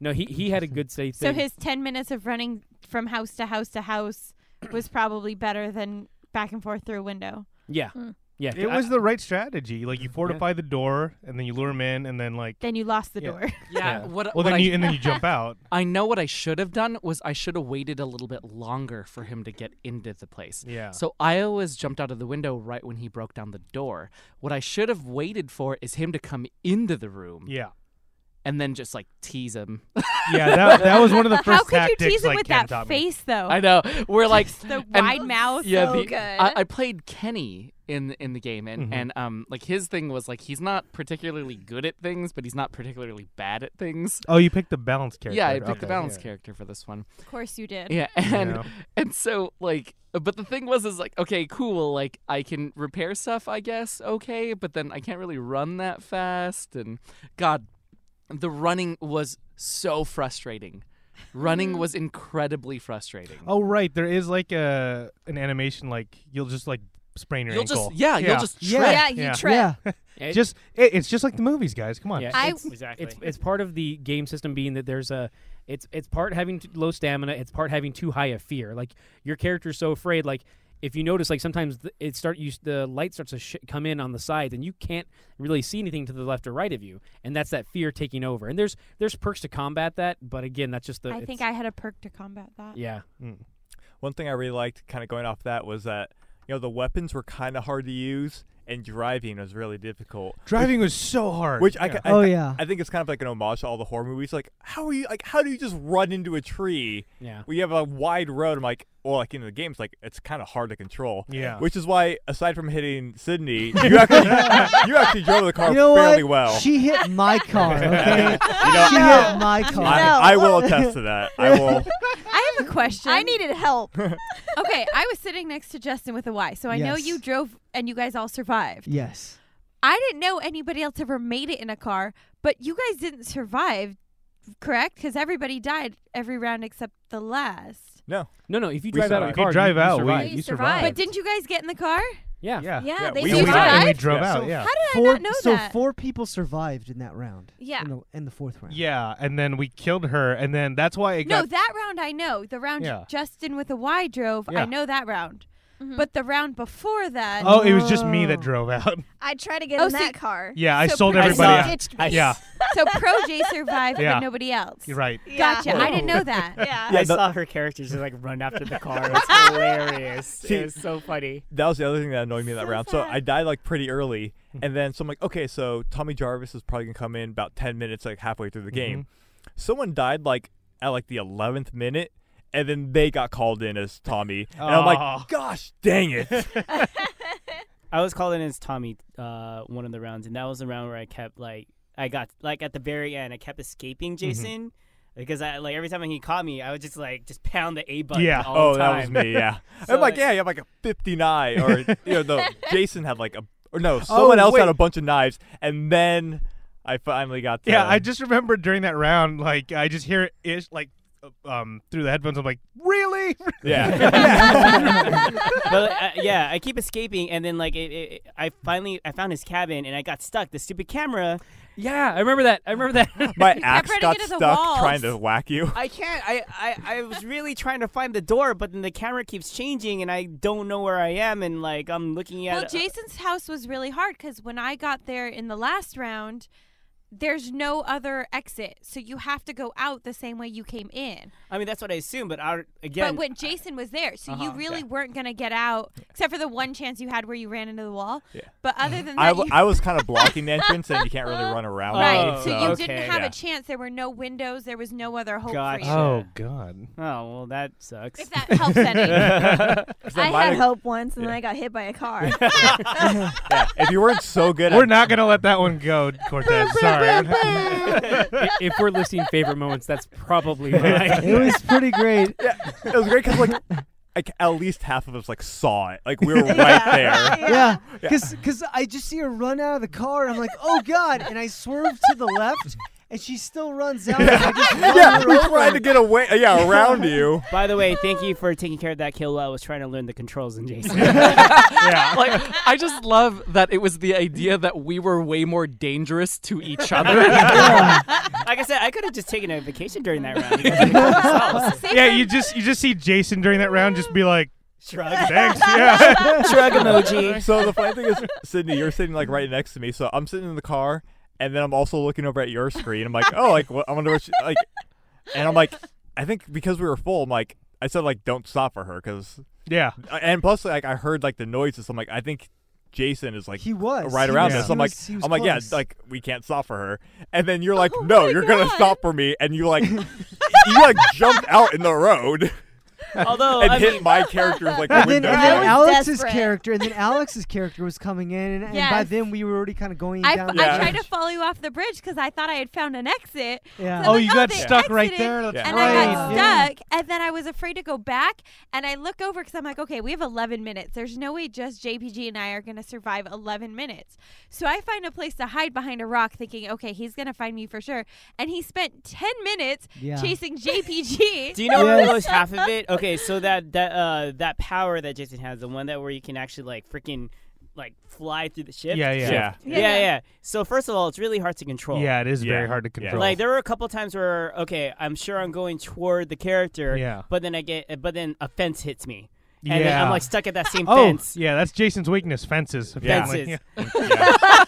S2: no, he he had a good safe.
S3: So
S2: thing.
S3: his 10 minutes of running from house to house to house was probably better than back and forth through a window.
S2: yeah
S8: Hmm.
S2: yeah
S1: It
S2: I-
S1: was the right strategy. Like you fortify the door, and then you lure him in, and then like,
S3: Then you lost the
S1: Yeah.
S3: door.
S1: Yeah.
S6: What,
S1: well,
S6: what I,
S1: then you and then you jump out.
S6: I know what I should have done was I should have waited a little bit longer for him to get into the place.
S1: Yeah.
S6: So I always jumped out of the window right when he broke down the door. What I should have waited for is him to come into the room
S1: Yeah,
S6: and then just like tease him.
S1: yeah. That, that was one of the first
S3: How could you
S1: tactics.
S3: tease him
S1: like
S3: with
S1: Ken
S3: that
S1: taught me.
S3: face though?
S6: I know. We're like
S3: the
S6: and-
S3: wide mouth.
S6: Yeah,
S8: Oh. so
S6: the,
S8: good.
S6: I, I played Kenny in in the game,
S1: Mm-hmm.
S6: and and um like his thing was like he's not particularly good at things, but he's not particularly bad at things.
S1: Oh, you picked the balance character.
S6: Yeah, I picked the
S1: Okay,
S6: balance
S1: yeah.
S6: character for this one.
S3: Of course you did.
S6: Yeah, and
S1: know.
S6: and so like, but the thing was is like, okay, cool, like I can repair stuff, I guess, okay, but then I can't really run that fast, and God, the running was so frustrating. Running was incredibly frustrating.
S1: Oh right, there is like a an animation like you'll just like sprain your
S6: you'll
S1: ankle.
S6: just yeah,
S1: Yeah.
S6: you'll just
S7: Yeah.
S6: trip.
S8: yeah, you
S1: Yeah.
S8: tripped.
S2: It-
S1: just it, it's just like the movies, guys. Come on.
S2: yeah,
S8: I-
S2: it's-
S5: Exactly.
S2: It's it's part of the game system being that there's a it's it's part having t- low stamina, it's part having too high a fear. Like your character's so afraid. Like if you notice, like sometimes th- it start you s- the light starts to sh- come in on the sides, and you can't really see anything to the left or right of you, and that's that fear taking over. And there's there's perks to combat that, but again, that's just the.
S3: I
S2: it's-
S3: think I had a perk to combat that.
S2: Yeah.
S4: one thing I really liked, kind of going off that, was that you know the weapons were kind of hard to use, and driving was really difficult.
S1: Driving was so hard.
S4: Which I,
S1: yeah.
S4: ca- I,
S7: oh yeah
S4: I think it's kind of like an homage to all the horror movies. Like, how are you like how do you just run into a tree?
S2: Yeah.
S4: We have a wide road. I'm like, well, like in the game, it's like it's kind of hard to control.
S2: Yeah.
S4: Which is why, aside from hitting Sydney, you actually you actually drove the car
S7: You know
S4: fairly
S7: what?
S4: well.
S7: She hit my car. Okay,
S4: You know,
S7: she hit my
S4: I,
S7: car.
S4: I will attest to that. I will.
S3: I have a question.
S8: I needed help.
S3: Okay, I was sitting next to Justin with a Y, so I know
S7: Yes.
S3: you drove and you guys all survived.
S7: Yes.
S3: I didn't know anybody else ever made it in a car, but you guys didn't survive, correct? Because everybody died every round except the last.
S4: No.
S2: No, no. If you
S4: We
S2: drive out of
S4: survived.
S2: the car,
S1: you drive
S2: you
S1: out,
S2: survive.
S1: We,
S8: You
S1: you survive.
S8: survived.
S3: But didn't you guys get in the car?
S2: yeah.
S1: yeah.
S8: Yeah,
S4: Yeah,
S8: they
S4: we-
S1: we,
S4: survived.
S1: dri- we drove
S8: survived.
S4: Yeah.
S1: out.
S7: So
S1: yeah.
S3: How did
S7: Four,
S3: I not know
S7: so
S3: that?
S7: four people survived in that round.
S8: Yeah.
S7: In the, in the fourth round.
S1: Yeah, and then we killed her, and then that's why it
S3: no,
S1: got.
S3: that round I know. The round
S1: Yeah.
S3: Justin with a Y drove,
S1: Yeah.
S3: I know that round.
S4: Mm-hmm.
S8: Mhm.
S3: But the round before that,
S1: oh, it was just me that
S7: Oh.
S1: drove out.
S8: I tried to get
S3: Oh,
S8: in
S3: see-
S8: that car.
S1: Yeah, I
S3: So
S1: sold
S3: pretty-
S5: I
S1: everybody.
S5: saw
S1: out.
S5: it. I-
S1: Yeah,
S3: so Pro J survived,
S1: Yeah.
S3: but nobody else.
S1: you're right.
S3: Gotcha. I didn't know
S8: Yeah.
S3: that.
S5: I
S8: Yeah.
S4: the-
S5: saw her character just like run after the car. It's hilarious.
S4: See-
S5: It was so funny.
S4: That was the other thing that annoyed me that
S3: So
S4: round. So I
S3: sad.
S4: died like pretty early,
S1: Mm-hmm.
S4: and then so I'm like, okay, so Tommy Jarvis is probably gonna come in about ten minutes, like halfway through the game.
S1: Mm-hmm.
S4: Someone died like at like the eleventh minute, and then they got called in as Tommy, and I'm
S1: Aw.
S4: like, gosh, dang it!
S5: I was calling in as Tommy uh, one of the rounds, and that was the round where I kept like I got like at the very end, I kept escaping Jason because I like every time he caught me, I would just like just pound the A button.
S1: Yeah.
S5: all
S4: oh,
S5: the
S4: that was
S5: time.
S4: me. Yeah,
S5: So,
S4: I'm like,
S5: like-
S4: yeah, you have like a 59, or you know, the Jason had like a, or no, someone else had
S1: Oh, wait.
S4: a bunch of knives, and then I finally got. The,
S1: Yeah, I just remember during that round, like I just hear ish like um through the headphones. I'm like, really?
S4: yeah.
S5: but uh, yeah, I keep escaping, and then like it, it, it- I finally I found his cabin, and I got stuck. The stupid camera.
S2: Yeah, I remember that. I remember that.
S4: My
S3: kept
S4: axe
S3: running
S4: got
S3: into the
S4: stuck
S3: walls.
S4: trying to whack you.
S5: I can't. I, I I was really trying to find the door, but then the camera keeps changing, and I don't know where I am, and like I'm looking at.
S3: Well, Jason's house was really hard because when I got there in the last round, there's no other exit, so you have to go out the same way you came in.
S5: I mean, that's what I assume, but I, again,
S3: but when Jason was there, so you
S5: Uh-huh.
S3: really weren't gonna get out, except for the one chance you had where you ran into the wall.
S4: Yeah.
S3: But other than that,
S4: I,
S3: you-
S4: w- I was kind of blocking the entrance, and you can't really run around.
S3: right,
S5: Oh,
S3: so you
S5: okay.
S3: didn't have
S4: Yeah.
S3: a chance. There were no windows. There was no other hope for you.
S5: Gotcha.
S1: Oh God.
S5: oh well, that sucks.
S3: If that helps any.
S8: I
S4: might
S8: had
S4: have-
S8: hope once, and then I got hit by a car.
S4: Yeah, If you weren't so good,
S1: We're
S4: at,
S1: not gonna let that one go, Cortez. Sorry.
S2: I- if we're listing favorite moments, that's probably right.
S7: It was pretty great.
S4: It was great because like, like at least half of us like saw it. Like we were right
S8: Yeah.
S4: there.
S7: Yeah, because I just see her run out of the car, and I'm like, oh god! And I swerve to the left, and she still runs out. and I just run
S4: Yeah,
S7: her
S4: we
S7: over.
S4: tried to get away. Yeah, around you.
S5: By the way, thank you for taking care of that kill while I was trying to learn the controls in Jason.
S6: like I just love that it was the idea that we were way more dangerous to each other.
S5: like I said, I could have just taken a vacation during that round. because I killed myself.
S1: yeah, you just you just see Jason during that round just be like,
S5: Shrug.
S1: thanks. Yeah.
S5: Shrug emoji.
S4: So the funny thing is, Sydney, you're sitting like right next to me. So I'm sitting in the car, and then I'm also looking over at your screen. I'm like, oh, like what, I wonder what she, like, and I'm like, I think because we were full, I'm like, I said like don't stop for her because,
S1: yeah.
S4: and plus like I heard like the noises. I'm like, I think Jason is like
S7: He was
S4: right
S7: he
S4: around this.
S7: was- he
S4: I'm like,
S7: was- he was
S4: I'm like, yeah,
S7: close.
S4: like we can't stop for her. And then you're like,
S3: Oh
S4: no,
S3: my
S4: you're gonna
S3: God.
S4: stop for me, and you like, you like jumped out in the road
S5: Although
S4: and
S5: Oh, I
S4: hit
S5: mean,
S4: my character with, like the
S7: And then,
S4: window.
S7: and
S8: I
S7: then
S8: was
S4: down.
S7: Alex's
S8: desperate.
S7: character, and then Alex's character was coming in, and, and by
S3: Yes.
S7: then we were already kind of going
S3: I,
S7: down.
S3: I
S7: the
S4: Yeah.
S3: tried to
S7: bridge.
S3: follow you off the bridge because I thought I had found an exit.
S7: Yeah.
S3: So
S1: Oh,
S3: I'm
S1: you
S3: like,
S1: got
S3: they
S1: stuck right
S3: exited,
S1: there. That's
S4: Yeah.
S3: and I got
S7: Right, yeah.
S3: stuck, and then I was afraid to go back. And I look over because I'm like, okay, we have 11 minutes. There's no way just JPG and I are going to survive 11 minutes. So I find a place to hide behind a rock, thinking, okay, he's going to find me for sure. And he spent 10 minutes
S7: Yeah.
S3: chasing JPG.
S5: do you know what
S7: Yes.
S5: was half of it? Okay, so that that uh that power that Jason has, the one that where you can actually like freaking like fly through the ship.
S1: Yeah, yeah.
S4: Yeah.
S5: Yeah, yeah. So first of all, it's really hard to control.
S1: Yeah, it is very
S4: Yeah.
S1: hard to
S4: Yeah.
S1: control.
S5: Like there were a couple times where okay, I'm sure I'm going toward the character,
S1: Yeah.
S5: but then I get but then a fence hits me. And then
S1: Yeah.
S5: I'm like stuck at that same
S1: oh,
S5: fence.
S1: yeah, that's Jason's weakness, fences. apparently.
S5: Fences.
S1: Yeah.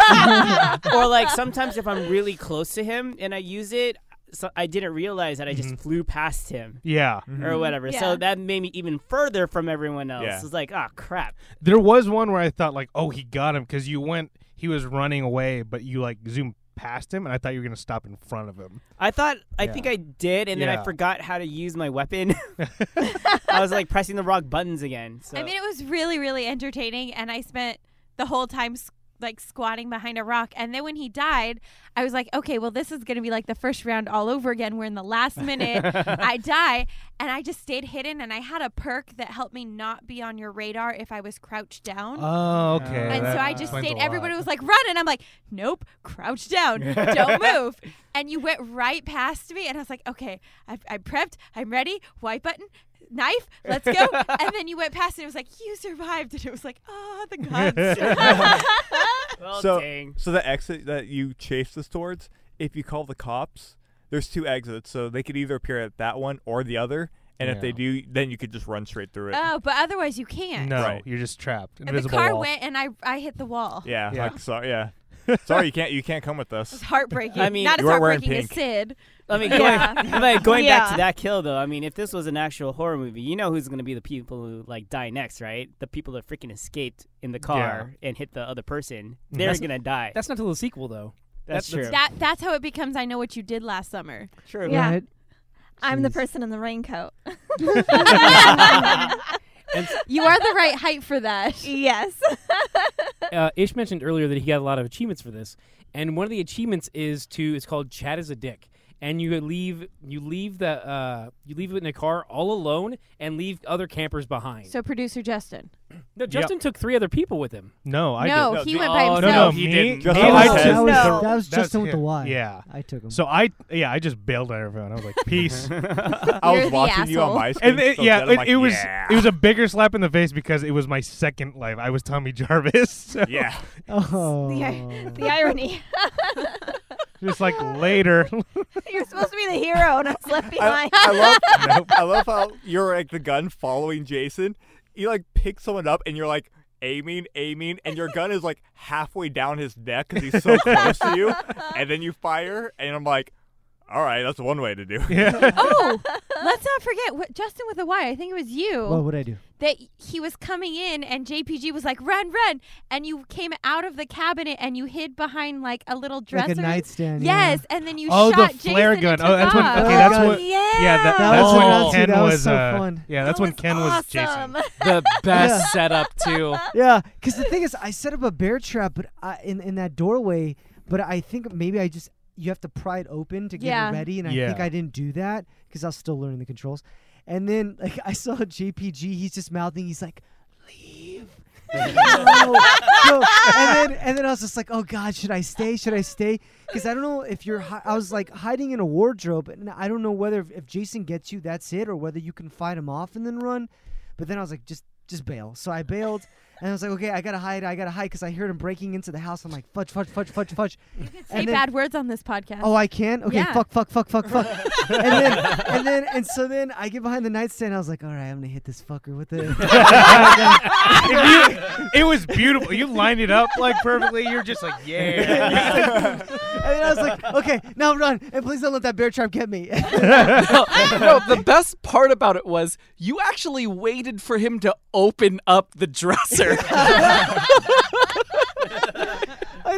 S5: or like sometimes if I'm really close to him and I use it, so I didn't realize that I
S1: Mm-hmm.
S5: just flew past him
S1: Yeah.
S5: or whatever.
S8: Yeah.
S5: So that made me even further from everyone else.
S4: Yeah.
S5: It's like, ah, crap.
S1: There was one where I thought like, oh, he got him because you went. He was running away, but you like zoomed past him, and I thought you were gonna stop in front of him.
S5: I thought I
S1: Yeah.
S5: think I did, and then
S1: Yeah.
S5: I forgot how to use my weapon. I was like pressing the wrong buttons again. So
S3: I mean, it was really, really entertaining, and I spent the whole time s- like squatting behind a rock. And then when he died, I was like, okay, well, this is going to be like the first round all over again. We're in the last minute. I die, and I just stayed hidden, and I had a perk that helped me not be on your radar if I was crouched down.
S1: Oh, okay.
S3: and so
S1: that
S3: I just
S1: explains
S3: stayed.
S1: a lot.
S3: Everybody was like, "Run!" and I'm like, "Nope, crouch down, don't move." And you went right past me, and I was like, "Okay, I've, I'm prepped, I'm ready. White button, knife, let's go." and then you went past, and it was like, "You survived," and it was like, "Ah, the gods."
S5: well,
S4: so-
S5: dang.
S4: So the exit that you chased us towards, if you call the cops, there's two exits, so they could either appear at that one or the other. And if they
S1: Yeah.
S4: do, then you could just run straight through it.
S3: oh, but otherwise you can't.
S1: No,
S4: Right.
S1: you're just trapped.
S3: And the
S1: Invisible
S3: car
S1: wall.
S3: went, and I I hit the wall.
S4: Yeah,
S1: Yeah.
S4: like sorry, yeah. sorry, you can't you can't come with
S3: It was
S4: us.
S3: heartbreaking.
S5: I mean,
S3: not as
S4: You weren't wearing
S3: heartbreaking as
S4: pink.
S3: Sid.
S5: I mean, going,
S3: Yeah.
S5: but going back
S3: Yeah.
S5: to that kill though. I mean, if this was an actual horror movie, you know who's going to be the people who like die next, right? The people that freaking escaped in the car and hit the other person. They're
S2: That's-
S5: going to die.
S2: That's not till the sequel, though.
S5: That's,
S2: that's-
S5: true.
S3: That that's how it becomes. I know what you did last summer.
S5: true.
S8: Yeah.
S7: Right?
S8: I'm the
S7: Jeez.
S8: person in the raincoat.
S3: You are the right height for that.
S8: yes.
S2: uh, Ish mentioned earlier that he got a lot of achievements for this, and one of the achievements is to it's called "Chad is a Dick," and you leave you leave the uh, you leave it in a car all alone and leave other campers behind.
S3: So producer Justin.
S2: no, Justin took three other people with him.
S1: No, I
S3: no,
S4: No,
S3: he
S4: the-
S3: went by
S5: oh,
S3: himself.
S1: did. No, no,
S4: he
S1: me-
S4: didn't.
S1: me,
S4: Just
S7: That
S4: Oh,
S1: I
S7: was,
S4: okay.
S7: that was,
S8: No.
S7: that was
S1: That's
S7: Justin with the
S1: him.
S7: Y.
S1: Yeah.
S7: I took him.
S1: So I, yeah, I just bailed on everyone. I was like, peace.
S4: I
S3: You're
S4: was
S3: the
S4: watching you on
S3: asshole.
S4: my screen.
S1: and it,
S4: so
S1: yeah,
S4: dead, I'm
S1: it,
S4: like,
S1: it was
S4: yeah.
S1: it was a bigger slap in the face because it was my second life. I was Tommy Jarvis. So
S4: yeah.
S7: oh.
S8: The, the irony.
S1: just like later.
S8: You're supposed to be the hero, and I was left
S4: I,
S8: behind.
S4: I love I love how you're like the gun following Jason. You like pick someone up and you're like aiming, aiming, and your gun is like halfway down his neck because he's so close to you, and then you fire, and I'm like, all right, that's one way to do. it.
S1: yeah.
S3: oh, let's not forget what Justin with a Y. I think it was you
S7: What would I do?
S3: that he was coming in, and JPG was like, "Run, run!" And you came out of the cabinet and you hid behind like a little dresser.
S7: Like a nightstand. yeah.
S3: yes, and then you
S1: Oh, the
S3: shot
S1: flare
S3: Jason
S1: gun.
S3: and
S1: Oh,
S3: took
S1: that's when.
S3: off.
S1: Okay,
S7: Oh,
S1: that's
S7: God.
S1: when.
S8: yeah.
S1: Yeah, that,
S7: Oh. That
S1: that's
S7: was
S1: when
S7: awesome.
S1: Ken
S7: That was
S1: was.
S7: so
S1: uh,
S7: fun.
S1: Yeah, that's
S8: That
S1: when Ken was Jason.
S8: awesome.
S6: the best
S7: Yeah.
S6: setup too.
S7: Yeah, because the thing is, I set up a bear trap, but I, in in that doorway. But I think maybe I just you have to pry it open to get
S3: Yeah.
S7: it ready, and I think
S1: Yeah.
S7: I didn't do that because I was still learning the controls. And then like I saw JPG, he's just mouthing, he's like, "Leave." Like, no, no. And then and then I was just like, "Oh God, should I stay? Should I stay?" Because I don't know if you're. Hi- I was like hiding in a wardrobe, and I don't know whether if, if Jason gets you, that's it, or whether you can fight him off and then run. But then I was like, just just bail. So I bailed. And I was like, okay, I gotta hide, I gotta hide, because I heard him breaking into the house. I'm like, fudge, fudge, fudge, fudge, fudge.
S3: You can say
S7: and then-
S3: bad words on this podcast.
S7: Oh, I can. Okay,
S3: Yeah.
S7: fuck, fuck, fuck, fuck, fuck. and then, and then, and so then I get behind the nightstand. I was like, all right, I'm gonna hit this fucker with it.
S1: It was beautiful. You lined it up like perfectly. You're just like, yeah.
S7: and then I was like, okay, now run, and please don't let that bear trap get me.
S6: no, no, the best part about it was you actually waited for him to open up the dresser.
S7: I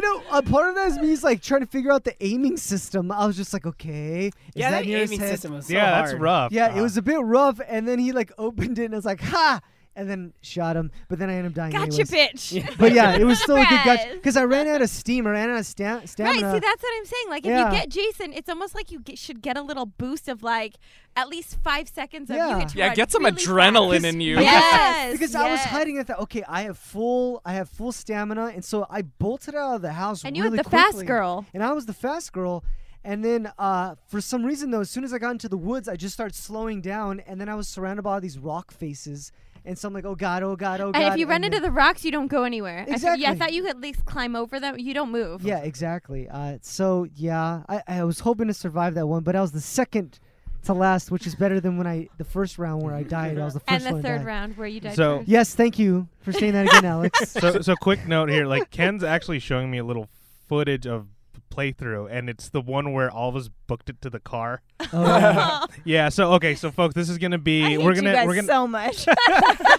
S7: know. A part of that is me just like trying to figure out the aiming system. I was just like, okay, is
S5: yeah, that,
S7: near his
S5: aiming
S7: head?
S5: system was so
S1: yeah,
S5: hard.
S1: that's rough.
S7: Yeah, it was a bit rough. And then he like opened it and I was like, ha, and then shot him. But then I ended up dying.
S3: gotcha,
S7: anyways.
S3: bitch.
S7: But yeah, it was still a good gotcha
S3: Yes.
S7: because I ran out of steam. I ran out of sta-
S3: Right,
S7: stamina.
S3: see, that's what I'm saying. Like, if
S7: uh, Yeah.
S3: you get Jason, it's almost like you get, should get a little boost of like at least five seconds of you
S7: Yeah.
S3: get to
S6: yeah,
S3: run
S6: get some
S3: really
S6: adrenaline
S3: fast.
S6: in you.
S3: Yes,
S7: because I was
S3: yes.
S7: hiding at that. Okay, I have full, I have full stamina, and so I bolted out of the house.
S3: And you
S7: really
S3: were the
S7: quickly.
S3: fast girl.
S7: and I was the fast girl. And then, uh, for some reason, though, as soon as I got into the woods, I just started slowing down, and then I was surrounded by all these rock faces, and so I'm like, oh god, oh god, oh god.
S3: and if you run into
S7: then-
S3: the rocks, you don't go anywhere. I thought- yeah, I
S7: Exactly.
S3: thought you could at least climb over them. You don't move.
S7: yeah, exactly. Uh, so yeah, I, I was hoping to survive that one, but I was the second to last, which is better than when I the first round where I died. I was the first
S3: And the
S7: one to
S3: third
S7: die.
S3: round where you died
S1: So-
S3: first.
S7: Yes, thank you for saying that again, Alex.
S1: So, so quick note here. Like Ken's actually showing me a little footage of playthrough, and it's the one where all of us booked it to the car.
S7: Oh,
S1: Yeah. So okay, so folks, this is gonna be
S8: I hate
S1: we're gonna
S8: you guys
S1: we're gonna
S8: so much.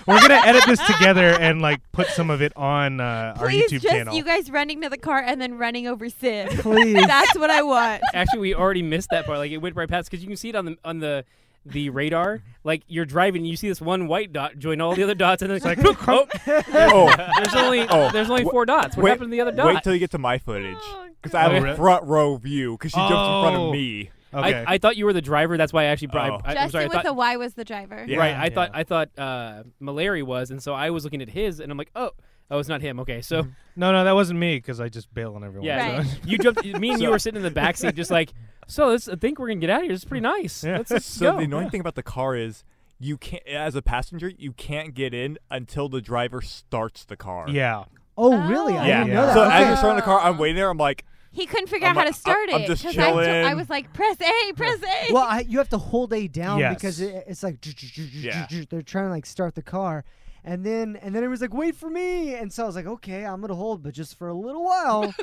S1: we're gonna edit this together and like put some of it on uh, our
S3: Please,
S1: YouTube
S3: just
S1: channel.
S3: you guys running to the car and then running over Sid.
S7: please.
S3: That's what I want.
S2: Actually, we already missed that part. Like it went right past because you can see it on the on the the radar. Like you're driving, you see this one white dot join all the other dots, and then it's like, oh,
S4: oh,
S2: there's only
S4: Oh.
S2: there's only
S4: Wh-
S2: four dots. What
S4: wait-
S2: happened to the other dot?
S4: wait till you get to my footage because I
S1: Oh,
S4: have
S1: really?
S4: a front row view because she jumps in front
S1: Oh.
S4: of me.
S1: okay.
S2: I, I thought you were the driver. That's why I actually. brought.
S4: Oh.
S2: I, am
S3: Justin
S2: sorry. I
S3: with
S2: thought,
S3: a Y was the driver.
S4: Yeah.
S2: Right. I thought
S1: yeah.
S2: I thought uh, Malari was, and so I was looking at his, and I'm like, oh, oh, it's not him. Okay, so
S1: no, no, that wasn't me because I just bail on everyone.
S2: yeah,
S3: Right.
S1: so-
S2: you jumped. Me and you
S4: So-
S2: were sitting in the back seat, just like, so let's, I think we're gonna get out of here. It's pretty nice.
S1: Yeah.
S2: Let's just
S4: So
S2: go.
S4: the annoying thing about the car is you can't, as a passenger, you can't get in until the driver starts the car.
S1: yeah.
S7: Oh, really? I
S4: Yeah.
S7: didn't know that. Ah.
S4: So as
S7: okay.
S4: you're starting the car, I'm waiting there. I'm like,
S3: He couldn't figure
S4: I'm
S3: out how
S4: like,
S3: to start
S4: I- I'm
S3: it
S4: just
S3: I, ju-
S4: chilling.
S3: I was like, press A, press A.
S7: well, I, you have to hold A down
S1: Yes.
S7: because it, it's like j- j- j- j-
S4: Yeah.
S7: j- j- they're trying to like start the car, and then and then it was like wait for me, and so I was like okay I'm gonna hold, but just for a little while.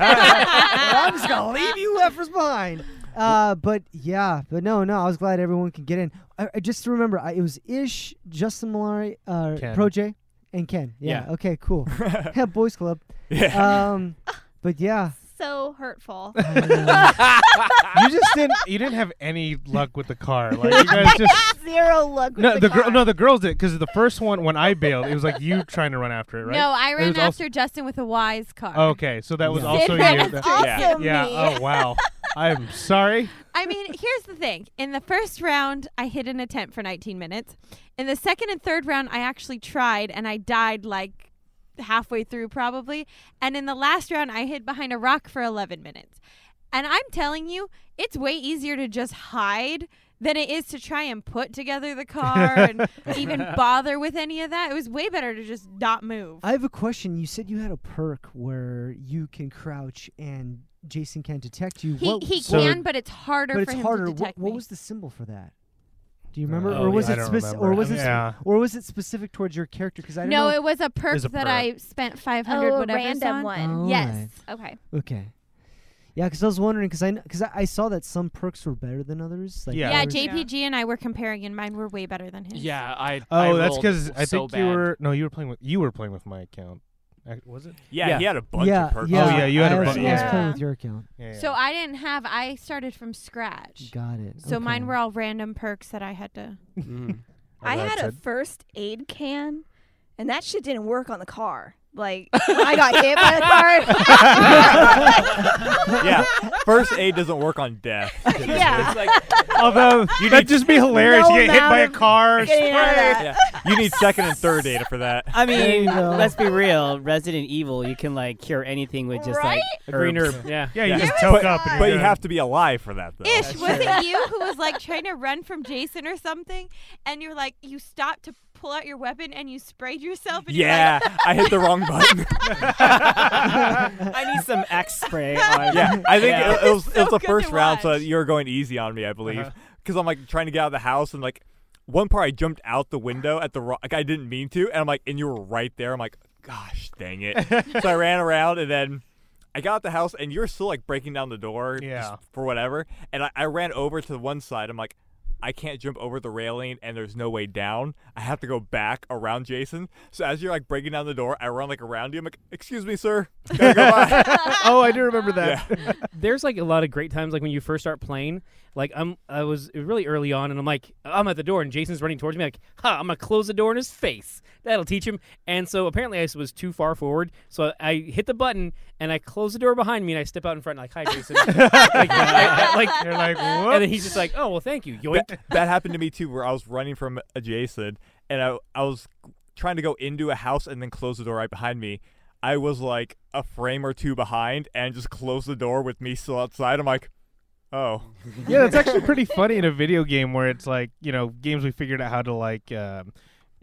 S7: I'm just gonna leave you heifers behind. Uh, but yeah, but no, no, I was glad everyone could get in. I, I just remember I, it was Ish, Justin Malari, uh,
S1: Ken.
S7: Proj, and Ken. Yeah.
S2: Yeah.
S7: Okay. Cool. yeah, boys club.
S4: yeah.
S7: Um, but yeah,
S8: so hurtful.
S7: I know.
S1: you just didn't. You didn't have any luck with the car. Like you guys just.
S8: Zero luck. with
S1: No, the, girl.
S8: car.
S1: No, the girls did because the first one when I bailed, it was like you trying to run after it, right?
S3: No, I
S1: It
S3: ran
S1: was also-
S3: after Justin with a Y's car.
S7: Oh,
S1: Okay, so that was
S7: Yeah.
S1: also you.
S3: Sid was
S1: That-
S3: also
S4: Yeah.
S3: me.
S1: yeah. Oh wow. I'm sorry.
S3: I mean, here's the thing. In the first round, I hid in a tent for 19 minutes. In the second and third round, I actually tried and I died like halfway through probably. And in the last round, I hid behind a rock for 11 minutes. And I'm telling you, it's way easier to just hide than it is to try and put together the car and even bother with any of that. It was way better to just not move.
S7: I have a question. You said you had a perk where you can crouch and Jason can detect you.
S3: he
S7: what,
S3: he
S1: so-
S3: can, but it's harder
S7: but
S3: for
S7: it's
S3: him
S7: harder.
S3: to
S7: What,
S3: detect
S7: what
S3: me.
S7: was the symbol for that? Do you remember,
S2: Oh,
S7: or
S2: yeah.
S7: was
S1: I
S7: it
S1: don't
S7: specific, or
S1: remember.
S7: was it,
S1: Yeah.
S7: or was it specific towards your character? Because I don't
S3: no,
S7: know.
S3: it was a perk
S1: was a
S3: that
S1: perk.
S3: I spent 500
S8: oh, a
S3: whatever
S8: random
S3: on.
S8: one.
S7: Oh,
S8: yes. Okay.
S7: okay. Yeah, because I was wondering, because I because I, I saw that some perks were better than others. Like
S1: Yeah.
S3: Yeah,
S7: others-
S3: JPG and I were comparing, and mine were way better than his.
S6: Yeah, I.
S1: Oh,
S6: I
S1: that's
S6: rolled
S1: because I
S6: so
S1: think
S6: bad.
S1: you were. No, you were playing with. You were playing with my account. Ac- Was it?
S4: yeah,
S2: Yeah.
S4: He had a bunch
S7: yeah,
S4: of perks.
S7: yeah.
S1: Oh, yeah, you had
S7: I
S1: it
S7: was,
S1: right.
S7: I was
S8: Yeah.
S7: playing with your account.
S1: Yeah.
S3: So I didn't have. I started from scratch.
S7: Got it.
S3: So mine
S7: okay.
S3: were all random perks that I had to.
S6: Mm.
S8: I had a first aid can, and that shit didn't work on the car. Like when I got hit by the car.
S4: yeah. First aid doesn't work on death.
S8: yeah.
S1: Although that'd just be hilarious.
S8: no
S1: you get hit by a
S8: amount of
S1: car.
S8: Getting out of that.
S4: yeah. You need second and third aid for that.
S5: I mean,
S7: you go.
S5: let's be real. Resident Evil, you can like cure anything with just like
S2: A green
S5: herbs.
S2: herb. Yeah.
S1: Yeah, you
S4: Yeah.
S1: just
S4: But-
S1: choke up. And
S4: But you have to be alive for that, though.
S3: Ish, was it you who was like trying to run from Jason or something? And you're like, you stopped to pull out your weapon and you sprayed yourself. And
S4: Yeah, I hit the wrong button.
S5: I need some X spray. On.
S4: yeah, I think
S5: Yeah.
S4: it, it was it was
S3: So
S4: the
S3: good
S4: first
S3: to
S4: round, so
S3: watch.
S4: you were going easy on me, I believe, because I'm like trying to get out of the house and like one part I jumped out the window at the wrong, like I didn't mean to, and I'm like, and you were right there. I'm like, gosh, dang it! so I ran around and then. I got out the house and you're still like breaking down the door just
S1: Yeah.
S4: for whatever. And I, I ran over to the one side. I'm like, I can't jump over the railing and there's no way down. I have to go back around Jason. So as you're like breaking down the door, I run like around you. I'm like, excuse me, sir. Gotta go by.
S1: oh, I do remember that.
S2: there's like a lot of great times like when you first start playing like i'm i was really early on and i'm like i'm at the door and jason's running towards me like ha i'm gonna close the door in his face that'll teach him and so apparently i was too far forward so i hit the button and i close the door behind me and i step out in front like hi jason like, I- I- like
S1: You're like,
S2: and then
S1: what?
S2: he's just like oh well thank you yoink
S4: that, that happened to me too, where I was running from a Jason and I I was trying to go into a house and then close the door right behind me. I was like a frame or two behind and just closed the door with me still outside. I'm like, oh,
S1: Yeah, that's actually pretty funny in a video game where it's like, you know, games we figured out how to like um,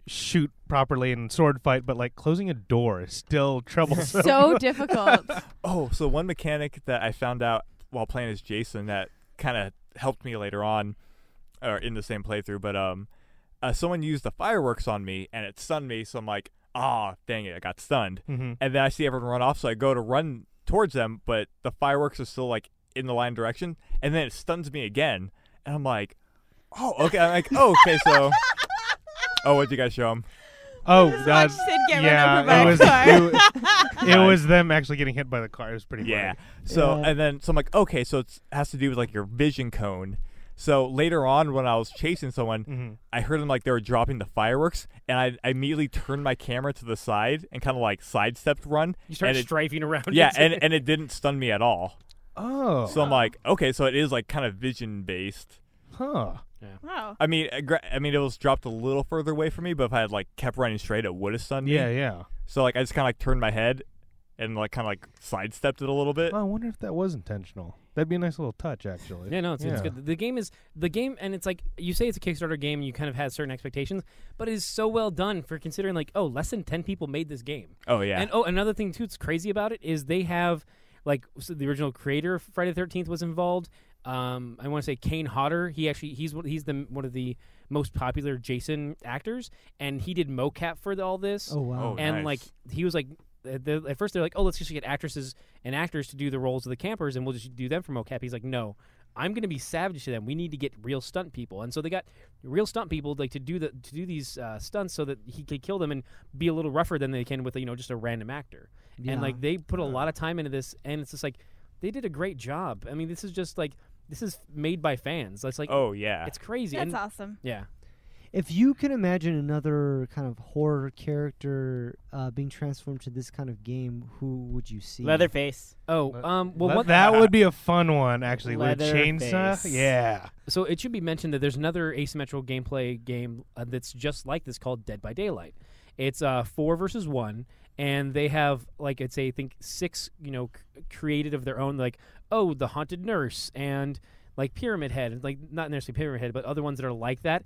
S1: shoot properly and sword fight, but like closing a door is still troublesome.
S3: So difficult.
S4: oh. So one mechanic that I found out while playing as Jason that kind of helped me later on, or in the same playthrough, but um, uh, someone used the fireworks on me and it stunned me. So I'm like, ah, dang it, I got stunned.
S1: Mhm.
S4: And then I see everyone run off, so I go to run towards them, but the fireworks are still like in the line direction, and then it stuns me again, and I'm like, oh, okay. I'm like, oh, okay, so. Oh, what'd you guys show him?
S9: Oh,
S3: Just watch
S9: that's
S3: Sid get
S9: yeah.
S3: run over by
S9: it
S3: a
S9: was
S3: car.
S9: it, wa- it was them actually getting hit by the car. It was pretty.
S4: Yeah.
S9: funny.
S4: So
S7: Yeah.
S4: and then so I'm like, okay, so it has to do with like your vision cone. So later on, when I was chasing someone,
S1: Mm-hmm.
S9: Mhm.
S4: I heard them like they were dropping the fireworks, and I, I immediately turned my camera to the side and kind of like sidestepped run.
S2: You start
S4: and it-
S2: strafing around.
S4: yeah,
S2: it.
S4: and, and it didn't stun me at all.
S9: Oh.
S4: So I'm like, okay, so it is like kind of vision based.
S1: Oh,
S9: huh.
S3: Wow.
S4: I mean, I gra- I mean, it was dropped a little further away from me, but if I had like kept running straight, it would have stunned me.
S9: Yeah. Yeah.
S4: So like I just kind of like turned my head and like kind of like sidestepped it a little bit.
S9: Well, I wonder if that was intentional. That'd be a nice little touch, actually.
S2: Yeah, no, it's, it's
S9: Yeah.
S2: good. The game is the game, and it's like you say it's a Kickstarter game, and you kind of had certain expectations, but it is so well done for considering like oh, less than ten people made this game.
S4: Oh yeah.
S2: And oh, another thing too that's crazy about it is they have like so the original creator of Friday the Thirteenth was involved. Um, I want to say Kane Hodder. He actually he's one- he's the one of the most popular Jason actors, and he did mocap for the, all this.
S7: Oh wow.
S4: Oh,
S2: and
S4: nice.
S2: like he was like at the- at first they're like oh let's just get actresses and actors to do the roles of the campers and we'll just do them for mocap he's like no i'm going to be savage to them we need to get real stunt people and so they got real stunt people like to do the to do these uh, stunts so that he could kill them and be a little rougher than they can with you know just a random actor
S7: Yeah.
S2: and like they put a lot of time into this and it's just like they did a great job i mean this is just like this is made by fans that's like
S4: oh yeah.
S2: it's crazy
S3: That's
S2: and
S3: awesome.
S2: yeah
S7: If you can imagine another kind of horror character uh, being transformed to this kind of game, who would you see?
S5: Leatherface.
S2: oh um well
S9: Let-
S2: one,
S9: that would be a fun one, actually. With a
S5: Leatherface.
S9: chainsaw. Yeah.
S2: So it should be mentioned that there's another asymmetrical gameplay game uh, that's just like this called Dead by Daylight. It's uh, four versus one, and they have like it's a I think six you know c- created of their own like oh the haunted nurse and like Pyramid Head and like not necessarily Pyramid Head but other ones that are like that.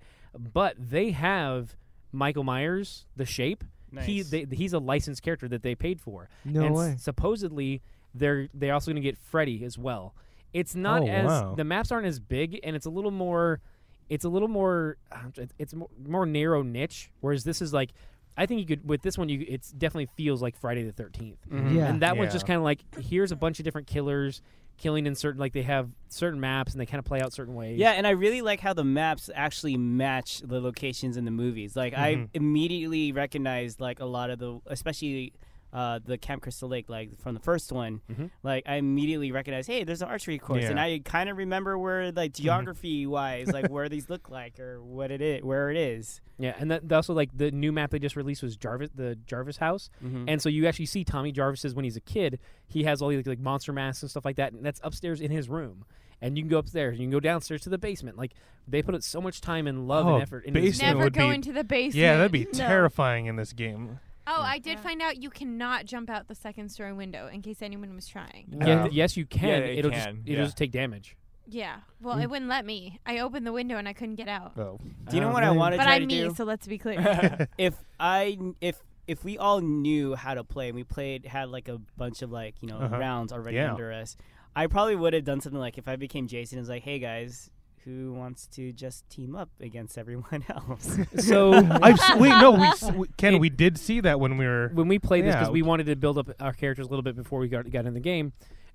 S2: But they have Michael Myers the Shape. He
S5: Nice.
S2: they, he's a licensed character that they paid for.
S7: No
S2: and s-
S7: way.
S2: supposedly they're they're also going to get Freddy as well. It's not
S9: Oh,
S2: as
S9: wow.
S2: the maps aren't as big, and it's a little more. It's a little more. um, it- It's more, more narrow niche. Whereas this is like, I think you could with this one. You it's definitely feels like Friday the 13th
S7: Yeah.
S2: Mm-hmm. and that one's just
S9: Yeah.
S2: kind of like here's a bunch of different killers killing in certain like they have certain maps and they kind of play out certain ways.
S5: Yeah, and I really like how the maps actually match the locations in the movies. Like I
S9: Mhm.
S5: immediately recognized like a lot of the, especially uh, the Camp Crystal Lake, like from the first one.
S2: Mhm.
S5: Like I immediately recognized, hey, there's an archery course, and
S9: Yeah.
S5: I kind of remember where like geography wise, like where these look like or what it is, where it is.
S2: yeah, and that, that also like the new map they just released was Jarvis the Jarvis House,
S5: Mm-hmm.
S2: and so you actually see Tommy Jarvis's when he's a kid. He has all these like, like monster masks and stuff like that, and that's upstairs in his room. And you can go upstairs, you can go downstairs to the basement. Like they put so much time and love
S9: Oh,
S2: and effort into this
S9: basement
S2: game.
S9: would
S10: Never go
S9: be-
S10: into the basement.
S9: Yeah, that'd be
S10: No.
S9: terrifying in this game.
S10: Oh, I did
S3: Yeah.
S10: find out you cannot jump out the second story window in case anyone was trying.
S2: Yeah,
S9: Uh,
S2: yes, you can.
S4: they
S2: it'll
S4: can,
S2: just it'll
S4: yeah.
S2: just take damage.
S10: Yeah. Well, it wouldn't let me. I opened the window and I couldn't get out.
S9: Oh.
S5: Do you know
S7: Oh,
S5: what I
S7: man.
S5: want to
S3: But
S5: try
S3: I'm
S5: to do?
S3: me, so let's be clear.
S5: if I if if we all knew how to play and we played had like a bunch of like you know
S9: Uh-huh.
S5: rounds already
S9: Yeah.
S5: under us, I probably would have done something like if I became Jason and was like, hey guys, who wants to just team up against everyone else?
S2: So
S9: I've s- wait, no, we, s- we Ken, we did see that when we were.
S2: when we play this
S9: Yeah,
S2: because
S9: we
S2: we wanted to build up our characters a little bit before we got, got in the game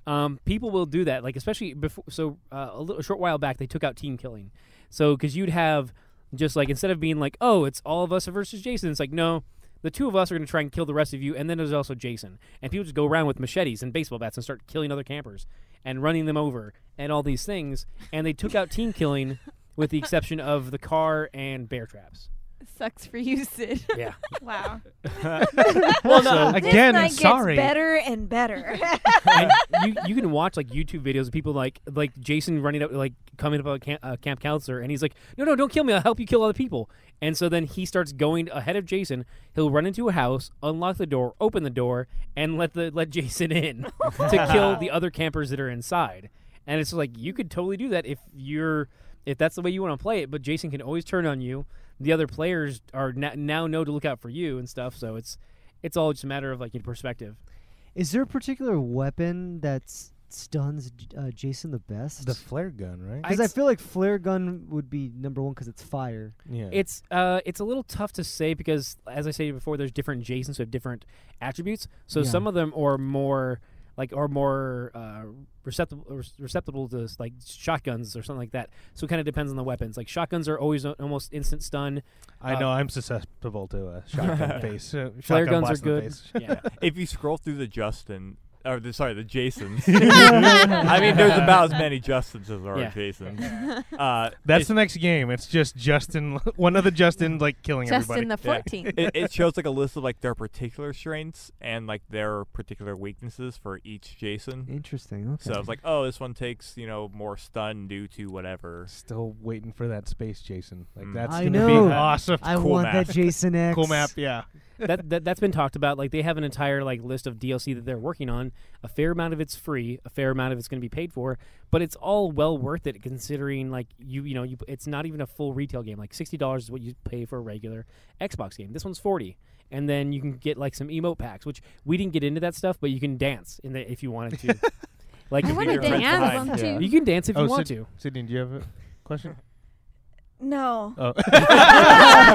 S2: um, people will do that like especially before so uh, a, little, a short while back they took out team killing so because you'd have just like instead of being like oh it's all of us versus jason it's like no the two of us are going to try and kill the rest of you and then there's also jason and people just go around with machetes and baseball bats and start killing other campers and running them over and all these things and they took out team killing with the exception of the car and bear traps
S3: Sucks for you, Sid.
S2: yeah
S3: Wow.
S5: well, no,
S9: Again,
S8: this night
S9: sorry.
S8: gets better and better.
S2: And you, you can watch like YouTube videos of people like like Jason running up like coming up a camp, uh, camp counselor and he's like no no don't kill me I'll help you kill other people and so then he starts going ahead of Jason he'll run into a house unlock the door open the door and let the let Jason in to kill the other campers that are inside and it's like you could totally do that if you're if that's the way you want to play it but Jason can always turn on you the other players are na- now know to look out for you and stuff so it's it's all just a matter of like your perspective.
S7: Is there a particular weapon that s- stuns J- uh, Jason the best?
S9: The flare gun, right?
S7: Because I feel like flare gun would be number one because it's fire.
S9: yeah.
S2: It's uh, it's a little tough to say because, as I stated before, there's different Jasons who have different attributes. So
S7: Yeah.
S2: some of them are more like are more uh, receptible or receptible to like shotguns or something like that. So it kind of depends on the weapons. Like shotguns are always a- almost instant stun.
S1: I
S2: Uh,
S1: know I'm susceptible to a shotgun face. uh, shotgun
S2: Flare guns
S1: blast
S2: are
S1: in the
S2: good.
S1: face.
S2: Yeah,
S4: if you scroll through the Justin, or the, sorry, the Jasons. I mean, there's about as many Justins as there are
S2: Yeah.
S4: Jasons. Uh,
S1: That's
S4: it,
S1: the next game. It's just Justin, one of the Justin like killing
S11: Justin
S1: everybody.
S11: the
S4: Yeah.
S11: 14th.
S4: it, it shows like a list of like their particular strengths and like their particular weaknesses for each Jason.
S7: Interesting. Okay.
S4: So it's like, oh, this one takes you know more stun due to whatever.
S1: Still waiting for that space, Jason. Like
S4: Mm.
S1: that's
S7: I
S1: gonna
S7: know.
S1: be awesome.
S7: I
S4: cool
S7: want
S4: map.
S7: that Jason X.
S1: cool map. Yeah.
S2: that, that that's been talked about. Like they have an entire like list of DLC that they're working on. A fair amount of it's free. A fair amount of it's going to be paid for. But it's all well worth it considering like you you know you it's not even a full retail game. Like sixty dollars is what you pay for a regular Xbox game. This one's forty, and then you can get like some emote packs, which we didn't get into that stuff, but you can dance in the, if you wanted to. like
S11: I
S4: if
S11: want to
S4: you're friends
S11: dance.
S4: behind-
S11: too.
S2: you can dance if
S1: Oh,
S2: you want
S1: Sid-
S2: to.
S1: Sydney, do you have a question?
S8: No.
S1: Oh,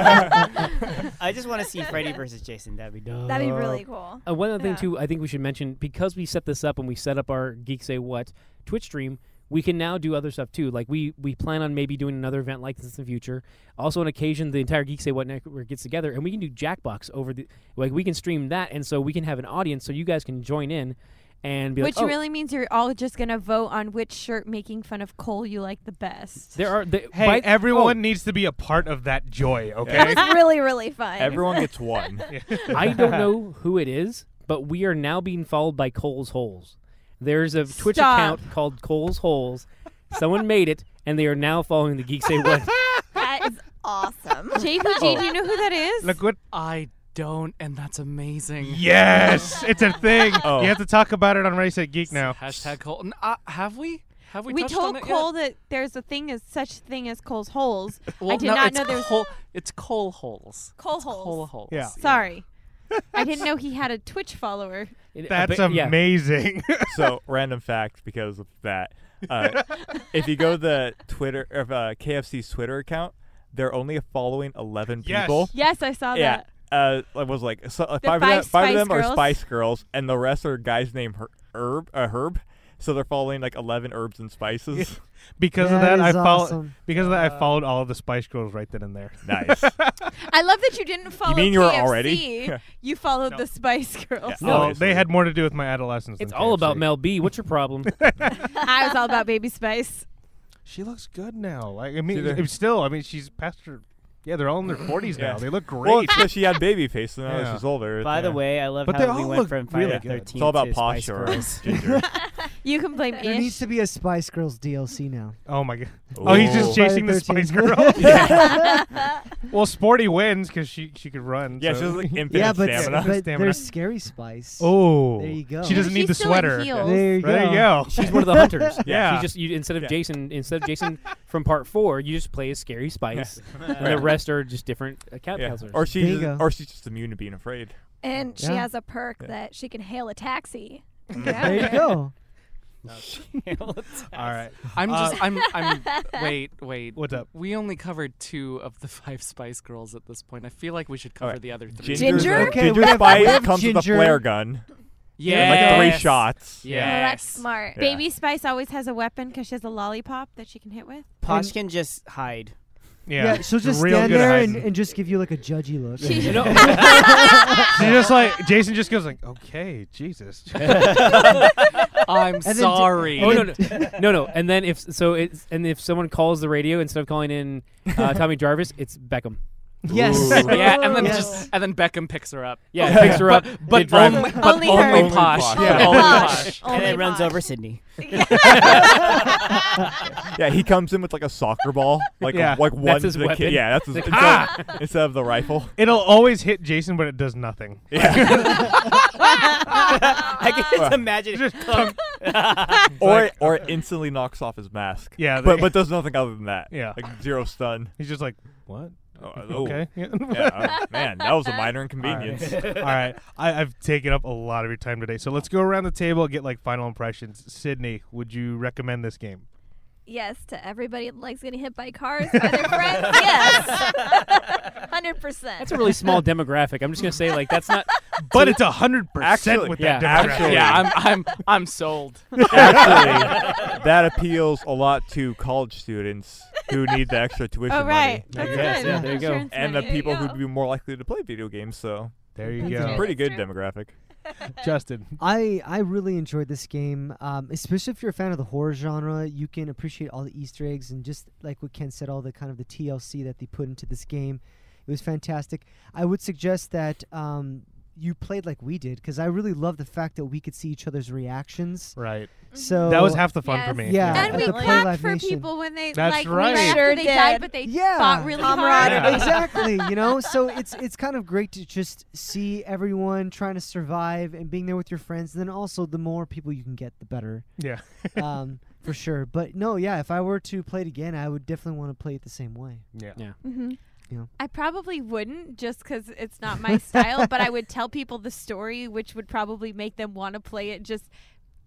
S5: I just want to see Freddy versus Jason. That'd be dope.
S8: That'd be really cool.
S2: Uh, one other thing
S8: Yeah.
S2: too, I think we should mention because we set this up and we set up our Geek Say What Twitch stream, we can now do other stuff too. Like we we plan on maybe doing another event like this in the future. Also, on occasion, the entire Geek Say What network gets together and we can do Jackbox over the like we can stream that, and so we can have an audience, so you guys can join in and be
S3: Which
S2: like, oh,
S3: really means you're all just gonna vote on which shirt making fun of Cole you like the best.
S2: there are the,
S1: hey,
S2: by-
S1: everyone needs to be a part of that joy.
S4: Yeah.
S1: Okay.
S8: It was really, really fun.
S4: Everyone gets one.
S2: oh, I don't know who it is, but we are now being followed by Cole's Holes. There's a Twitch
S3: Stop.
S2: account called Cole's Holes. Someone made it, and they are now following the Geek Say What.
S8: That is awesome.
S3: JVG, do you know who that is?
S1: Look what.
S6: I don't, and that's amazing.
S1: Yes, it's a thing.
S4: Oh.
S1: You have to talk about it on Race at Geek now.
S6: Hashtag Cole. N- Uh, have we? Have we?
S3: we
S6: touched on
S3: told
S6: it
S3: Cole that there's a thing as such thing as Cole's holes.
S6: Yet? Well,
S3: I did
S6: no,
S3: not
S6: it's
S3: know there was-
S6: Cole, It's Cole holes.
S3: Cole
S6: It's
S3: holes.
S6: Cole holes.
S1: Yeah.
S3: Sorry. I didn't know he had a Twitch follower.
S2: It- uh,
S1: That's
S2: but- yeah.
S1: amazing.
S4: so random fact because of that uh, if you go to the twitter of uh, kfc's twitter account they're only following 11
S1: Yes.
S4: people
S3: Yes, I saw
S4: yeah
S3: that.
S4: uh, I was like so, uh,
S3: The
S4: five,
S3: five
S4: of them, five of
S3: Spice
S4: them are
S3: Girls.
S4: Spice Girls, and the rest are guys named Her- Herb. Uh, Herb, so they're following like eleven herbs and spices.
S1: because of
S7: That
S1: that, I
S7: is
S1: follow.
S7: awesome.
S1: Because of that, I followed all of the Spice Girls right then and there.
S4: nice.
S3: I love that you didn't follow.
S4: you mean you were
S3: KFC.
S4: already?
S3: You followed
S1: No.
S3: the Spice Girls.
S4: Yeah.
S1: Oh,
S4: Obviously.
S1: they had more to do with my adolescence.
S2: It's
S1: than
S2: all
S1: KFC.
S2: about Mel B. What's your problem?
S3: I was all about Baby Spice.
S1: She looks good now. Like I mean,
S4: they're-
S1: if- still, I mean, she's past her. Yeah, they're all in their forties
S4: Yeah.
S1: now. They look great.
S4: well, because she had baby face, so now
S1: Yeah.
S4: she's older.
S5: By the
S4: yeah.
S5: way, I love
S1: But they
S5: how we
S1: all
S5: went
S1: look
S5: from Friday
S1: really
S5: the
S1: good.
S5: 13th
S1: It's
S4: it's all about
S5: to Spice
S4: posture.
S5: Girls.
S4: Ginger.
S3: You can blame
S7: There needs
S3: Ish.
S7: to be a Spice Girls DLC now.
S1: oh my god. Oh, he's
S4: Ooh.
S1: just
S7: Friday
S1: chasing the
S7: 13.
S1: Spice Girl. well, Sporty wins because she she could run.
S4: yeah, she
S1: so-
S4: has like infinite
S7: yeah, but,
S4: stamina.
S7: but
S1: Stamina.
S7: there's Scary Spice.
S1: oh,
S7: There you go.
S1: She doesn't need
S3: She's
S1: the
S3: still in
S1: sweater.
S3: heels.
S7: There you go.
S1: There you go.
S2: She's one of the hunters.
S1: Yeah.
S2: She just you instead of
S4: Yeah.
S2: Jason instead of Jason from part four, you just play as Scary Spice, and the rest are just different account
S4: Yeah.
S2: counselors.
S4: Or
S7: There you
S4: she's
S7: go.
S4: or she's just immune to being afraid.
S8: And she
S7: Yeah.
S8: has a perk
S4: Yeah.
S8: that she can hail a taxi.
S7: There you go.
S1: All right.
S6: I'm
S1: Uh,
S6: just. I'm. I'm. Wait. Wait.
S1: What's up?
S6: We only covered two of the five Spice Girls at this point. I feel like we should cover
S4: right.
S6: the other three.
S4: Ginger's
S7: Ginger?
S4: a-
S7: Okay,
S4: Ginger
S7: we have- we
S4: Spice
S7: have
S4: comes with a
S7: Ginger.
S4: flare gun. and,
S6: Yeah.
S4: Like three shots.
S6: Yes.
S8: Oh, that's smart.
S4: Yeah.
S3: Baby Spice always has a weapon because she has a lollipop that she can hit with.
S5: Potch can just hide.
S1: Yeah,
S7: she'll just
S1: real
S7: stand
S1: good
S7: there
S1: hiding.
S7: and, and just give you like a judgy look.
S2: You
S3: She,
S2: know,
S1: She just like Jason just goes like, okay, Jesus.
S6: I'm
S7: then d-
S6: sorry.
S2: oh no, no, no, no. And then if so, it's and if someone calls the radio instead of calling in uh, Tommy Jarvis, it's Beckham.
S7: Yes.
S4: Ooh.
S6: Yeah, and then
S7: Yes.
S6: just and then Beckham picks her up.
S2: Yeah, picks her up. they
S6: But
S2: drive-
S6: only, but
S3: Only
S6: only,
S3: her.
S4: Only
S6: posh.
S4: Posh.
S6: Yeah,
S4: Yeah.
S6: only
S8: Posh.
S6: posh.
S3: Oh
S8: Only
S5: and then runs
S8: Potch.
S5: over Sydney.
S4: Yeah, he comes in with like a soccer ball, like
S1: Yeah.
S4: like one
S2: his
S4: the
S2: weapon.
S4: kid. Yeah, that's his instead, of, instead of the rifle.
S1: It'll always hit Jason, but it does nothing.
S5: I can just imagine.
S1: Just thunk.
S4: or or it instantly knocks off his mask.
S1: Yeah,
S4: but
S1: they-
S4: but does nothing other than that.
S1: Yeah.
S4: like zero stun.
S1: He's just like, what?
S4: Oh, oh.
S1: Okay. Yeah.
S4: Yeah, oh, man, that was a minor inconvenience.
S1: All right. I, I've taken up a lot of your time today, so let's go around the table and get like final impressions. Sydney, would you recommend this game?
S8: Yes, to everybody that likes getting hit by cars by their friends. Yes. 100%.
S2: That's a really small demographic. I'm just gonna say like that's not
S1: but it's a hundred percent
S4: Actually-
S1: with
S6: yeah,
S1: that demographic.
S6: actually, yeah, I'm, I'm, I'm sold.
S4: Actually, that appeals a lot to college students who need the extra tuition
S2: Oh, right. That's
S4: money.
S5: guess,
S2: good.
S5: yeah, there you go.
S2: Insurance
S4: And the
S2: money.
S8: There you
S4: people
S8: go.
S4: who'd be more likely to play video games, so
S1: There you
S7: That's
S1: go,
S8: Yeah,
S4: pretty
S8: that's
S4: good
S8: true.
S4: demographic.
S1: Justin.
S7: I I really enjoyed this game, um, especially if you're a fan of the horror genre. You can appreciate all the Easter eggs and just like what Ken said, all the kind of the TLC that they put into this game. It was fantastic. I would suggest that um, you played like we did because I really love the fact that we could see each other's reactions.
S1: Right.
S7: So
S1: That was half the fun
S3: Yes.
S1: for me.
S7: Yeah.
S3: and
S7: at
S3: we
S7: the Play
S3: clapped
S7: Live
S3: for
S7: Nation.
S3: people when they
S1: That's
S3: like
S1: right.
S3: right after
S8: Sure
S3: they died,
S8: did.
S3: but they
S7: Yeah.
S3: fought really hard.
S8: Comrade.
S1: Yeah.
S7: exactly you know so it's it's kind of great to just see everyone trying to survive and being there with your friends and then also the more people you can get the better
S1: Yeah.
S7: um, for sure but no yeah if i were to play it again i would definitely want to play it the same way
S1: Yeah.
S8: Mm-hmm.
S3: I probably wouldn't just because it's not my style, but I would tell people the story, which would probably make them want to play it just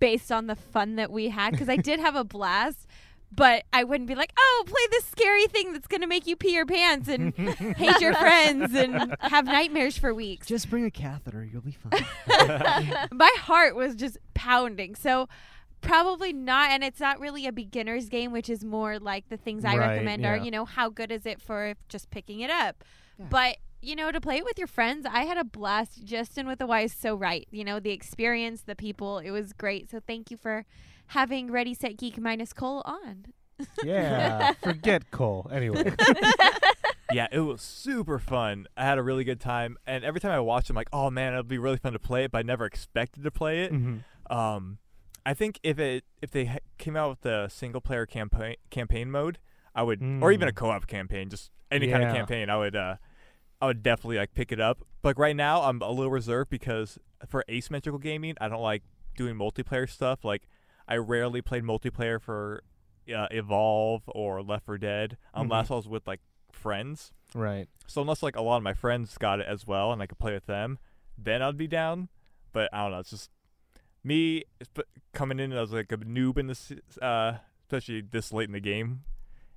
S3: based on the fun that we had. Because I did have a blast, but I wouldn't be like, oh, play this scary thing that's going to make you pee your pants and hate your friends and have nightmares for weeks.
S7: just bring a catheter you'll be fine
S3: my heart was just pounding. So probably not and it's not really a beginner's game which is more like the things i
S1: Right,
S3: recommend are
S1: yeah.
S3: you know how good is it for just picking it up
S7: Yeah.
S3: but you know to play it with your friends i had a blast justin with the y is so right you know the experience the people it was great so thank you for having ready set geek minus cole on
S1: Yeah. Forget Cole. Anyway.
S4: yeah, it was super fun. I had a really good time, and every time I watched, it, I'm like, oh man, it'll be really fun to play it, but I never expected to play it.
S1: Mhm.
S4: Um, I think if it if they ha- came out with a single player campaign campaign mode, I would, or even a
S1: Mm.
S4: co op campaign, just any kind
S1: Yeah.
S4: of campaign, I would. Uh, I would definitely like pick it up. But right now, I'm a little reserved because for asymmetrical gaming, I don't like doing multiplayer stuff. Like, I rarely played multiplayer for uh, Evolve or Left 4 Dead unless I was with like friends.
S1: Right.
S4: So unless like a lot of my friends got it as well and I could play with them, then I'd be down. But I don't know. It's just me sp- coming in as like a noob in this, uh, especially this late in the game,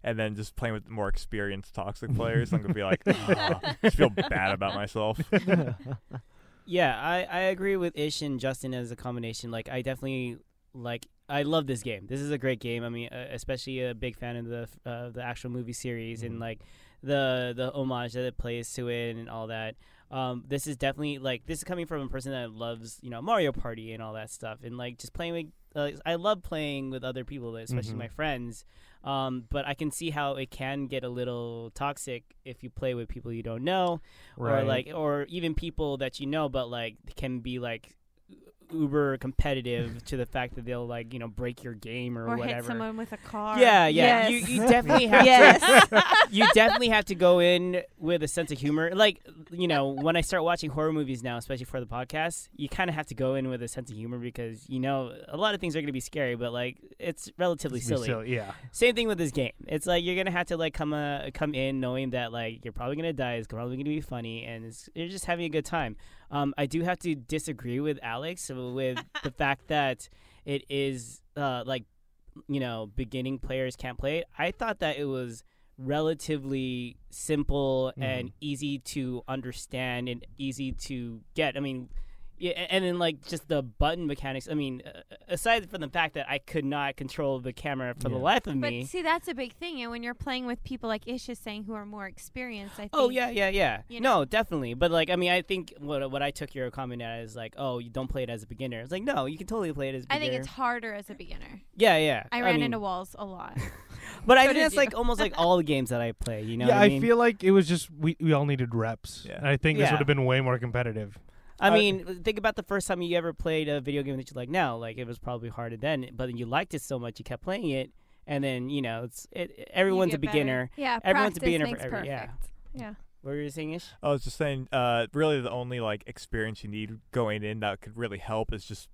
S4: and then just playing with more experienced toxic players. I'm gonna be like, "Ugh," just feel bad about myself.
S5: Yeah, I, I agree with Ish and Justin as a combination. Like, I definitely like. I love this game. This is a great game. I mean, uh, especially a big fan of the uh, the actual movie series and like the the homage that it plays to it and all that. Um, this is definitely like this is coming from a person that loves you know Mario Party and all that stuff and like just playing with. Uh, I love playing with other people, especially
S1: Mhm.
S5: my friends. Um, but I can see how it can get a little toxic if you play with people you don't know
S1: Right.
S5: or like or even people that you know but like can be like uber competitive to the fact that they'll like you know break your game or,
S3: or
S5: whatever
S3: hit someone with a car
S5: yeah yeah
S8: Yes.
S5: you, you definitely have
S8: Yes.
S5: to, you definitely have to go in with a sense of humor like you know when i start watching horror movies now especially for the podcast you kind of have to go in with a sense of humor because you know a lot of things are going to be scary but like it's relatively
S1: Be
S5: silly
S1: Yeah.
S5: same thing with this game. It's like you're gonna have to like come uh, come in knowing that like you're probably gonna die. It's probably gonna be funny, and it's, you're just having a good time. Um, I do have to disagree with Alex with the fact that it is uh, like you know beginning players can't play it. I thought that it was relatively simple and easy to understand and easy to get. I mean. Yeah, a- and then like just the button mechanics. I mean, uh, aside from the fact that I could not control the camera for the
S1: Yeah.
S5: life of
S3: but
S5: me.
S3: see that's a big thing and when you're playing with people like ish is saying who are more experienced i think
S5: Oh yeah, yeah, yeah.
S3: you
S5: No, definitely. But like, I mean, I think what what I took your comment as like, oh, you don't play it as a beginner. It's like, no, you can totally play it as. a
S3: i
S5: beginner.
S3: think it's harder as a beginner
S5: yeah, yeah.
S3: i ran
S5: mean,
S3: into walls a lot
S5: But I
S3: So
S5: think
S3: did
S5: that's
S3: you.
S5: like almost like all the games that I play. You know
S1: yeah,
S5: what
S1: I
S5: I mean?
S1: feel like it was just we, we all needed reps.
S4: Yeah.
S1: And I think this
S5: Yeah.
S1: would have been way more competitive.
S5: I
S1: I-
S5: mean, think about the first time you ever played a video game that you like now. Like it was probably harder then, but then you liked it so much you kept playing it, and then you know it's it, everyone's
S3: get
S5: a
S3: better.
S5: beginner.
S3: yeah
S5: Everyone's a
S3: practice
S5: beginner for
S3: makes
S5: every- yeah.
S3: perfect.
S5: What were you saying, Ish?
S4: I was just saying, uh, really the only like experience you need going in that could really help is just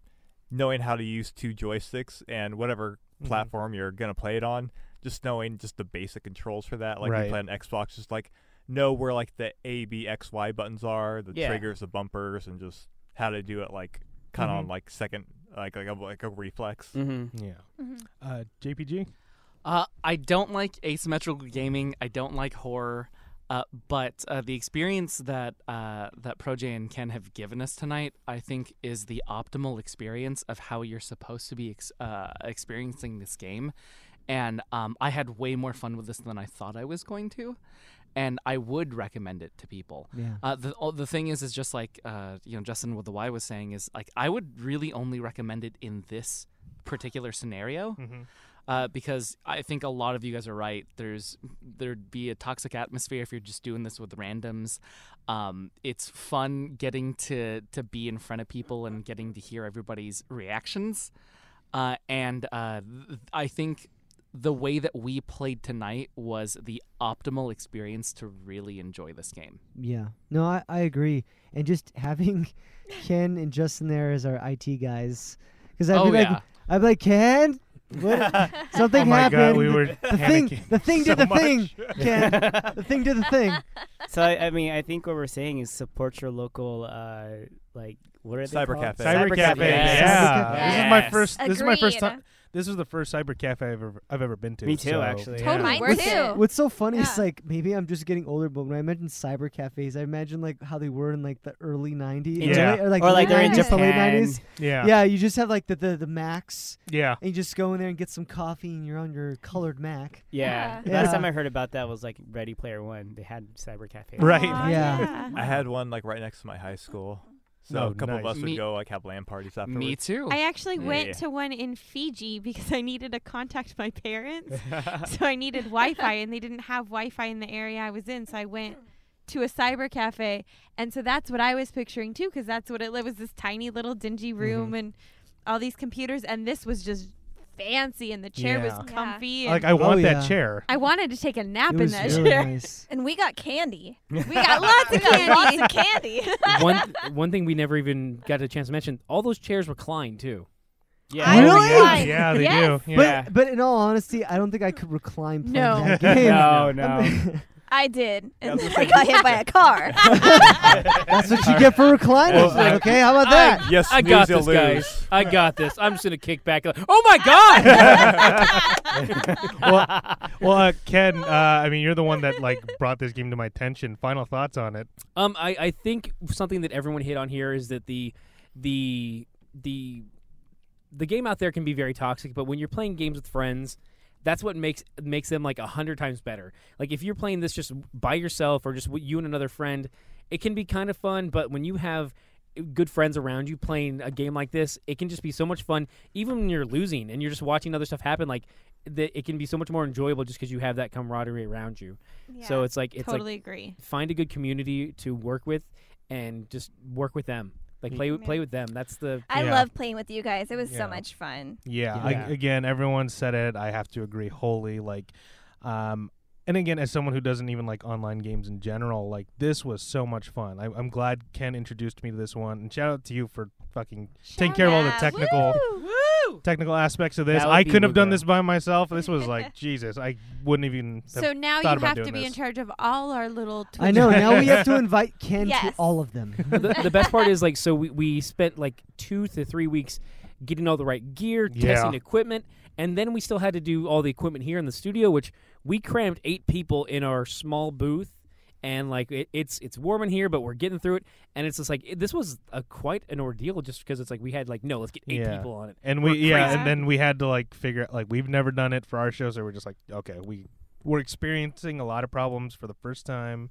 S4: knowing how to use two joysticks and whatever
S1: Mhm.
S4: platform you're gonna play it on. Just knowing just the basic controls for that, like
S1: Right.
S4: you play on Xbox, just like know where like the A, B, X, Y buttons are, the
S5: Yeah.
S4: triggers, the bumpers, and just how to do it like kind of on like second, like like a, like a reflex.
S5: Mm-hmm.
S1: Yeah.
S3: Mhm.
S1: Uh, JPG.
S6: Uh, I don't like asymmetrical gaming. I don't like horror. Uh, but uh, the experience that uh, that ProJ and Ken have given us tonight, I think, is the optimal experience of how you're supposed to be ex- uh, experiencing this game. And um, I had way more fun with this than I thought I was going to, and I would recommend it to people.
S7: Yeah.
S6: Uh, the all, the thing is, is just like uh, you know Justin with the Y was saying is like I would really only recommend it in this particular scenario uh, because I think a lot of you guys are right. There's there'd be a toxic atmosphere if you're just doing this with randoms. Um, it's fun getting to to be in front of people and getting to hear everybody's reactions. Uh, and uh, th- I think the way that we played tonight was the optimal experience to really enjoy this game.
S7: Yeah. No, I, I agree. And just having Ken and Justin there as our IT guys, because I'd
S6: Oh,
S7: be like,
S6: yeah.
S7: I'd be like, Ken, what? something
S1: oh my
S7: happened.
S1: god, we were
S7: the thing,
S1: panicking.
S7: the thing
S1: so
S7: did the
S1: much.
S7: thing, Ken. the thing did the thing.
S5: So I, I mean, I think what we're saying is support your local, uh, like what are they
S4: Cyber
S5: called?
S4: cafe.
S1: Cyber,
S5: Cyber
S1: cafe.
S5: cafe.
S1: Yeah.
S7: Cyber
S1: This
S4: cafe.
S1: is my
S4: Yes.
S1: first. This is my first
S12: Agreed.
S1: time. This was the first cyber cafe I've ever I've ever been to.
S5: Me too,
S1: so-
S5: actually. yeah.
S12: Totally
S8: Mine
S12: worth
S8: too.
S3: Oh,
S12: it.
S7: What's so funny is
S12: Yeah.
S7: like maybe I'm just getting older, but when I imagine cyber cafes, I imagine like how they were in like the early '90s,
S5: In
S7: or
S1: Ja-
S7: late- or like,
S5: Or like they're in
S7: 90s, the
S5: Japan.
S7: late '90s.
S1: Yeah.
S7: Yeah, you just have like the, the the Macs,
S1: Yeah.
S7: and you just go in there and get some coffee, and you're on your colored Mac.
S5: Yeah.
S7: Yeah.
S5: Last
S7: Yeah.
S5: time I heard about that was like Ready Player One. They had cyber cafe.
S1: Right.
S3: Aw,
S7: Yeah.
S4: I had one like right next to my high school. So
S1: Oh,
S4: a couple of
S1: nice.
S4: us would
S6: Me-
S4: go like have land parties afterwards.
S6: Me too.
S3: I actually went
S4: Yeah.
S3: to one in Fiji because I needed to contact my parents. so I needed Wi Fi, and they didn't have Wi Fi in the area I was in. So I went to a cyber cafe. And so that's what I was picturing too, because that's what it, it was this tiny little
S5: Mm-hmm.
S3: dingy room and all these computers. And this was just fancy, and the chair
S1: Yeah.
S3: was
S8: Yeah.
S3: comfy.
S1: Like
S3: and
S1: I want
S7: yeah.
S1: that chair.
S3: I wanted to take a
S7: It
S3: nap in
S7: was
S3: that
S7: really
S3: chair.
S7: nice.
S8: And we got candy.
S5: We
S8: We got lots of candy. lots of candy.
S2: one one thing we never even got a chance to mention: all those chairs reclined too.
S5: Yeah.
S7: I
S1: Oh,
S7: really?
S1: yeah.
S8: Like,
S1: Yeah, they
S8: yes.
S1: do. Yeah.
S5: Yeah.
S7: But but in all honesty, I don't think I could recline playing
S3: No.
S7: that game.
S5: No, no.
S8: I did.
S4: Yeah,
S8: And
S4: I was
S8: then I
S4: gonna
S8: got hit by a car.
S7: That's what you get for reclining.
S4: Well, I-
S7: okay, how about that?
S2: I,
S4: Yes,
S2: I got
S4: snooze,
S2: this,
S4: you'll
S2: guys.
S4: lose.
S2: I got this. I'm just gonna kick back. Like, oh my god!
S1: well, well, uh, Ken. Uh, I mean, you're the one that like brought this game to my attention. Final thoughts on it?
S2: um, I, I think something that everyone hit on here is that the the the the game out there can be very toxic, but when you're playing games with friends, that's what makes makes them like a hundred times better. Like if you're playing this just by yourself or just with you and another friend, it can be kind of fun. But when you have good friends around you playing a game like this, it can just be so much fun. Even when you're losing and you're just watching other stuff happen, like that, it can be so much more enjoyable just because you have that camaraderie around you. So it's like it's like
S3: totally agree.
S2: find a good community to work with and just work with them.
S1: Mm.
S2: Like play play with them. That's the
S8: I
S1: Yeah.
S8: love playing with you guys. It was
S1: Yeah.
S8: so much fun.
S1: Yeah, I,
S2: Yeah.
S1: again, everyone said it. I have to agree wholly. Like, um, and again, as someone who doesn't even like online games in general, like this was so much fun. I, I'm glad Ken introduced me to this one, and shout out to you for fucking taking care of all the
S8: out.
S1: technical technical aspects of this.
S5: That would
S1: I
S5: be
S1: couldn't have done
S5: Luca.
S1: this by myself. This was like Jesus. I wouldn't have even. have-
S3: So now
S1: thought
S3: you
S1: about
S3: have to
S1: doing
S3: be in
S1: this.
S3: charge of all our little.
S7: I know. Now we have to invite Ken to
S8: Yes.
S7: all of them.
S2: the, the best part is like so we, we spent like two to three weeks getting all the right gear
S1: Yeah.
S2: testing equipment and then we still had to do all the equipment here in the studio which we crammed eight people in our small booth and like it, it's it's warm in here but we're getting through it and it's just like it- this was a quite an ordeal just because it's like we had like no let's get eight
S1: Yeah.
S2: people on it
S1: and we
S2: We're
S1: yeah,
S2: crazy.
S1: and then we had to like figure out like we've never done it for our show, so we're just like okay, we we're experiencing a lot of problems for the first time.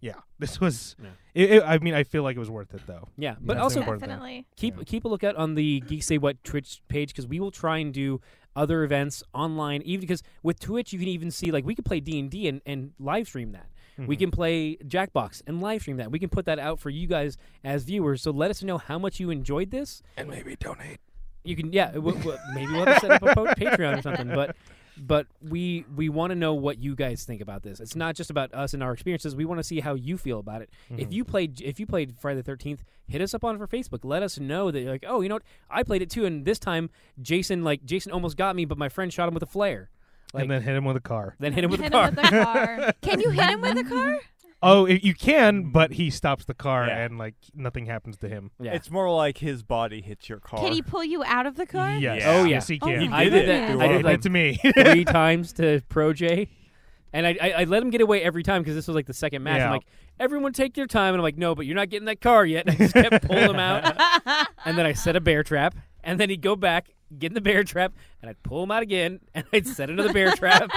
S1: Yeah, this was.
S2: Yeah.
S1: It, it, I mean, I feel like it was worth it though.
S2: yeah but
S1: That's
S2: also
S1: important. thing.
S8: Definitely.
S2: keep
S1: Yeah.
S2: keep a lookout on the Geek Say What Twitch page because we will try and do other events online. Even because with Twitch, you can even see like we could play D and D and live stream that. We
S1: Mhm.
S2: can play Jackbox and live stream that. We can put that out for you guys as viewers. So let us know how much you enjoyed this.
S1: and maybe donate.
S2: You can yeah, w- w- maybe we'll have to set up a po- Patreon or something, but. But we we want to know what you guys think about this. It's not just about us and our experiences. We want to see how you feel about it. If you played if you played Friday the Thirteenth, hit us up on for Facebook. Let us know that you're like, oh, you know what, I played it too, and this time Jason like Jason almost got me, but my friend shot him with a flare. Like
S1: and then hit him with a car.
S2: then hit him with a
S12: Hit
S2: car.
S12: him with a car.
S3: Can you hit him with a car?
S1: Oh, i you can, but he stops the car
S4: Yeah.
S1: and like nothing happens to him.
S2: yeah.
S4: It's more like his body hits your car.
S3: Can he pull you out of the car?
S1: Yes.
S4: Yeah. Oh,
S2: yeah.
S1: Yes, he
S3: Oh
S1: can.
S4: He
S3: my
S4: did
S2: did
S4: it.
S2: that.
S4: through
S2: I
S4: all
S2: did
S4: of
S1: He
S2: like-
S4: them.
S1: did it to me.
S2: Three times to Pro J, And I, I, I let him get away every time because this was like the second match.
S9: Yeah.
S2: I'm like, everyone take their time. And I'm like, no, but you're not getting that car yet. And I just kept pulling him out. And then I set a bear trap. And then he'd go back, get in the bear trap, and I'd pull him out again. And I'd set another bear trap.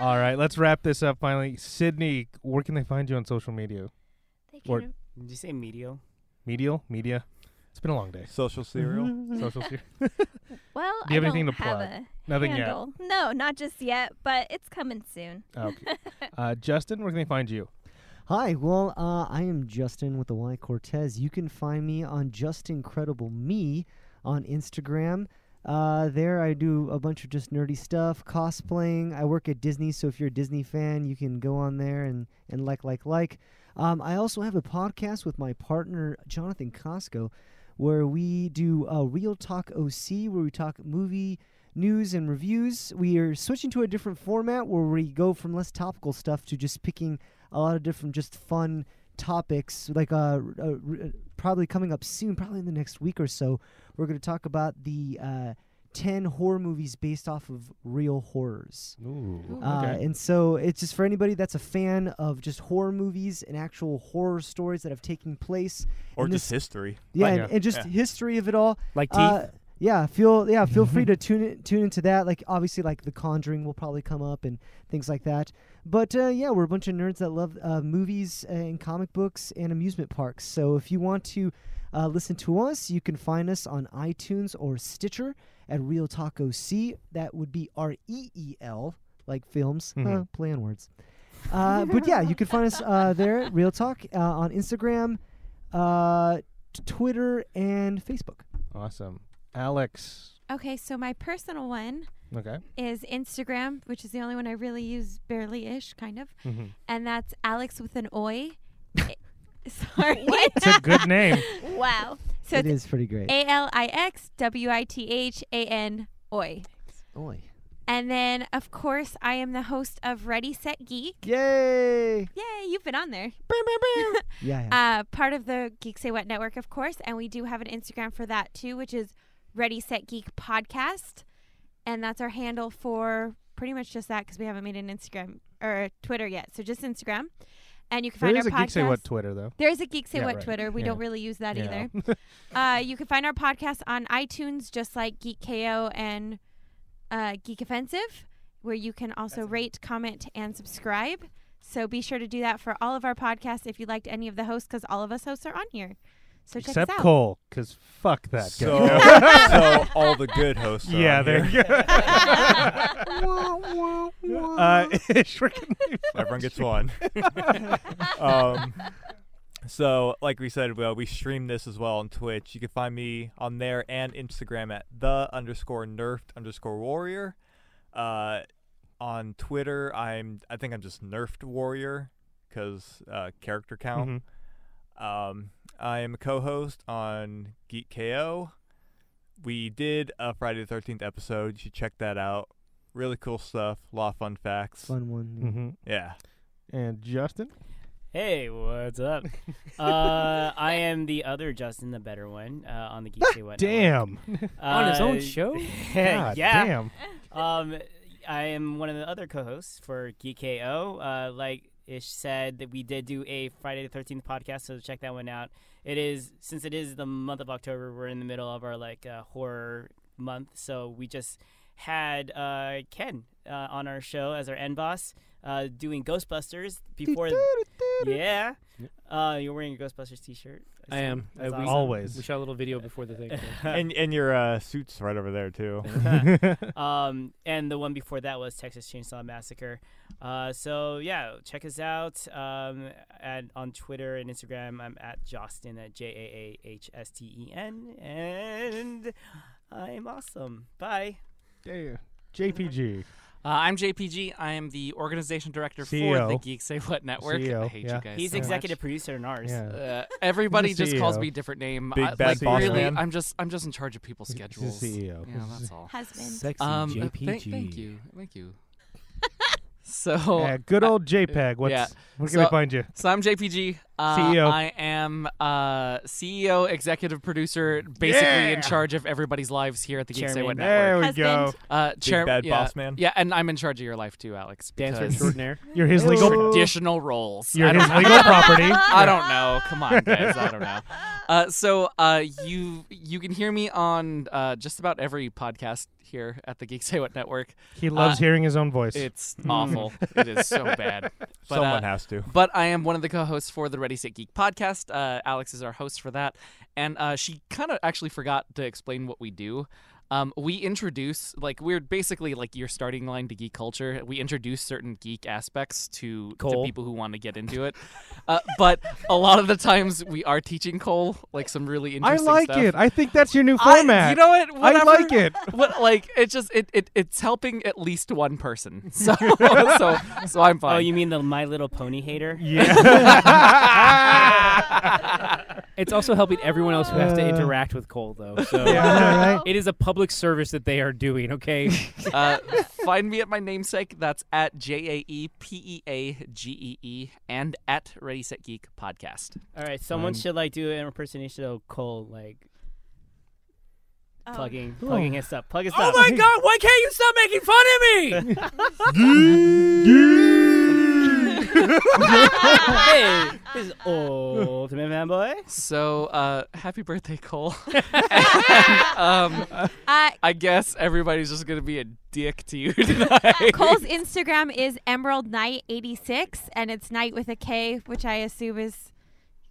S9: All right, let's wrap this up finally. Sydney, where can they find you on social media?
S8: They
S9: Or-
S8: can-
S5: Did you say medial?
S9: Medial? Media? It's been a long day.
S4: Social
S2: Mm-hmm.
S4: cereal.
S9: Social ser-
S8: well,
S9: Do you
S8: I
S9: have anything
S8: don't
S9: to
S8: have
S9: plug?
S8: a
S9: Nothing
S8: handle. No, not just yet, but it's coming soon.
S9: yet. Okay. Uh, Justin, where can they find you?
S7: Hi, well, uh, I am Justin with the Y Cortez. You can find me on Just Incredible Me on Instagram. Uh, there, I do a bunch of just nerdy stuff, cosplaying. I work at Disney, so if you're a Disney fan, you can go on there and, and like, like, like. Um, I also have a podcast with my partner, Jonathan Costco, where we do uh, Real Talk OC, where we talk movie news and reviews. We are switching to a different format where we go from less topical stuff to just picking a lot of different just fun topics like uh, r- uh, r- uh, probably coming up soon probably in the next week or so we're going to talk about the uh, 10 horror movies based off of real horrors
S9: Ooh.
S7: uh, and so it's just for anybody that's a fan of just horror movies and actual horror stories that have taken place
S4: Or
S7: And
S4: just
S7: this-
S4: history.
S7: yeah,
S9: Like-
S7: and, and just
S4: Yeah.
S7: history of it all
S2: like teeth.
S7: uh, yeah, feel yeah, feel free to tune in, tune into that. Like obviously, like The Conjuring will probably come up and things like that. But uh, yeah, we're a bunch of nerds that love uh, movies and comic books and amusement parks. So if you want to uh, listen to us, you can find us on iTunes or Stitcher at Real Taco C. That would be R E E L, like films,
S9: Mhm.
S7: huh, play on words. Uh, but yeah, you can find us uh, there, at Real Talk, uh, on Instagram, uh, t- Twitter, and Facebook.
S9: Awesome. Alex.
S3: Okay, so my personal one
S9: Okay.
S3: is Instagram, which is the only one I really use, barely ish, kind of,
S4: Mm-hmm.
S9: Mhm.
S3: and that's Alex with an oi. I- Sorry,
S9: It's a good name.
S8: Wow.
S3: so
S7: it
S3: it's
S7: is pretty great.
S3: A L I X W I T H A N oi.
S7: Oy.
S3: And then, of course, I am the host of Ready Set Geek.
S7: Yay!
S3: Yay, you've been on there.
S7: Yeah. yeah.
S3: uh, part of the Geek Say What network, of course, and we do have an Instagram for that too, which is Ready Set Geek Podcast, and that's our handle for pretty much just that because we haven't made an Instagram or a Twitter yet. So just Instagram, and you can
S9: There
S3: find
S9: is
S3: our
S9: a
S3: podcast.
S9: Geek Say What Twitter, though.
S3: there is a Geek Say
S9: Yeah,
S3: What
S9: right.
S3: Twitter. We
S9: Yeah.
S3: don't really use that
S9: Yeah.
S3: either. Uh, you can find our podcast on iTunes, just like Geek KO and uh, Geek Offensive, where you can also rate, comment, and subscribe. So be sure to do that for all of our podcasts if you liked any of the hosts, because all of us hosts are on here. So check
S9: Except
S3: us out.
S9: Cole, because fuck that
S4: So,
S9: guy.
S4: so all the good hosts. Are
S9: yeah,
S4: on
S9: there
S4: here.
S9: you go. uh, Ish, where can they
S4: Everyone
S9: find
S4: gets
S9: you?
S4: one. um, so, like we said, well, we stream this as well on Twitch. You can find me on there and Instagram at the underscore nerfed underscore warrior. Uh, on Twitter, I'm I think I'm just nerfed warrior because uh, character
S9: Mhm.
S4: count. Um, I am a co-host on Geek KO. We did a Friday the Thirteenth episode. You should check that out. Really cool stuff. A lot of fun facts.
S7: Fun one.
S6: Mm-hmm.
S9: Mhm.
S4: Yeah.
S9: And Justin?
S5: Hey, what's up? uh, I am the other Justin, the better one, uh, on the Geek Say What. Network.
S9: Ah, Damn.
S2: On his own
S5: Uh,
S2: show?
S5: yeah.
S9: God Damn.
S5: Um, I am one of the other co-hosts for GKO. Uh, like Ish said, that we did do a Friday the Thirteenth podcast, so check that one out. It is since it is the month of October, we're in the middle of our like uh, horror month, so we just had uh, Ken uh, on our show as our end boss, uh, doing Ghostbusters before. yeah, uh, you're wearing a Ghostbusters t-shirt.
S2: I am.
S5: That's
S2: I-
S5: awesome.
S9: Always.
S2: We shot a little video before the thing.
S4: and and your uh, suits right over there too.
S5: um, and the one before that was Texas Chainsaw Massacre. Uh, so yeah, check us out um, at, on Twitter and Instagram. I'm at Jostin at J A A H S T E N, and I'm awesome. Bye.
S9: Damn. JPG.
S6: Uh, I'm JPG. I am the organization director for the
S9: CEO.
S6: Geek Say What network. I
S9: CEO,
S6: hate
S9: yeah.
S6: you guys.
S5: He's
S6: so
S5: executive
S6: much.
S5: producer in ours.
S9: Yeah.
S6: Uh, everybody
S9: He's the
S6: just calls
S9: CEO.
S6: me different name.
S4: Big
S6: I,
S4: bad
S6: like,
S4: boss
S6: really,
S4: man.
S6: I'm just I'm just in charge of people's
S9: He's the
S6: schedules.
S9: CEO.
S6: Yeah,
S9: He's
S6: that's all.
S3: Husband.
S2: Sexy
S6: Um, uh,
S2: JPG.
S6: thank, thank you, thank you. so,
S5: Uh,
S9: Yeah, good old JPEG. What's, Where can
S6: So-
S9: I find you?
S6: so I'm JPG. Uh,
S9: CEO.
S6: I am uh, CEO, executive producer, basically
S9: Yeah.
S6: in charge of everybody's lives here at the Geek Say
S5: Chairman.
S6: What
S9: There
S6: Network.
S9: we go.
S3: Husband.
S6: Uh, chair-
S4: bad
S6: yeah.
S4: boss man.
S6: Yeah, and I'm in charge of your life too, Alex.
S2: Dancer
S6: because
S2: extraordinaire.
S5: Oh,
S9: You're his legal.
S6: Traditional roles. I
S9: You're
S6: don't
S9: his
S6: know.
S9: legal property.
S6: I don't know. Come on, guys. I don't know. Uh, so uh, you you can hear me on uh, just about every podcast here at the Geek Say What Network.
S9: He loves
S6: Uh,
S9: hearing his own voice.
S6: It's awful. it is so bad. But,
S4: Someone
S6: uh,
S4: has to.
S6: but I am one of the co-hosts for the Ready Set Geek podcast. Uh, Alex is our host for that, and uh, she kind of actually forgot to explain what we do. Um, we introduce like we're basically like your starting line to geek culture. We introduce certain geek aspects to, to
S2: Cole.
S6: people who want to get into it, uh, but a lot of the times we are teaching Cole like some
S9: I
S6: really interesting.
S9: like
S6: stuff.
S9: it. I think that's your new
S6: I-
S9: format.
S6: you know what?
S9: I
S6: Whatever.
S9: like it.
S6: What like it just it, it it's helping at least one person. So so so I'm fine.
S5: Oh, you mean the My Little Pony hater?
S2: It's also helping everyone else who has to
S7: Uh.
S2: interact with Cole, though. So
S7: Yeah, right?
S2: it is a public service that they are doing. Okay,
S6: uh, find me at my namesake. That's at J A E P E A G E E and at Ready Set Geek Podcast.
S5: All right, someone
S9: I'm-
S5: should like do an impersonation of Cole, like
S3: Oh,
S5: plugging, plugging his stuff, plug his
S2: Oh
S5: stuff.
S2: my god, why can't you stop making fun of me?
S5: hey, this is Ultimate Fanboy.
S6: So uh, happy birthday, Cole. And, um,
S10: Uh,
S6: I guess everybody's just going to be a dick to you tonight.
S10: Cole's Instagram is Emerald Knight eighty six, and it's Knight with a K, which I assume is,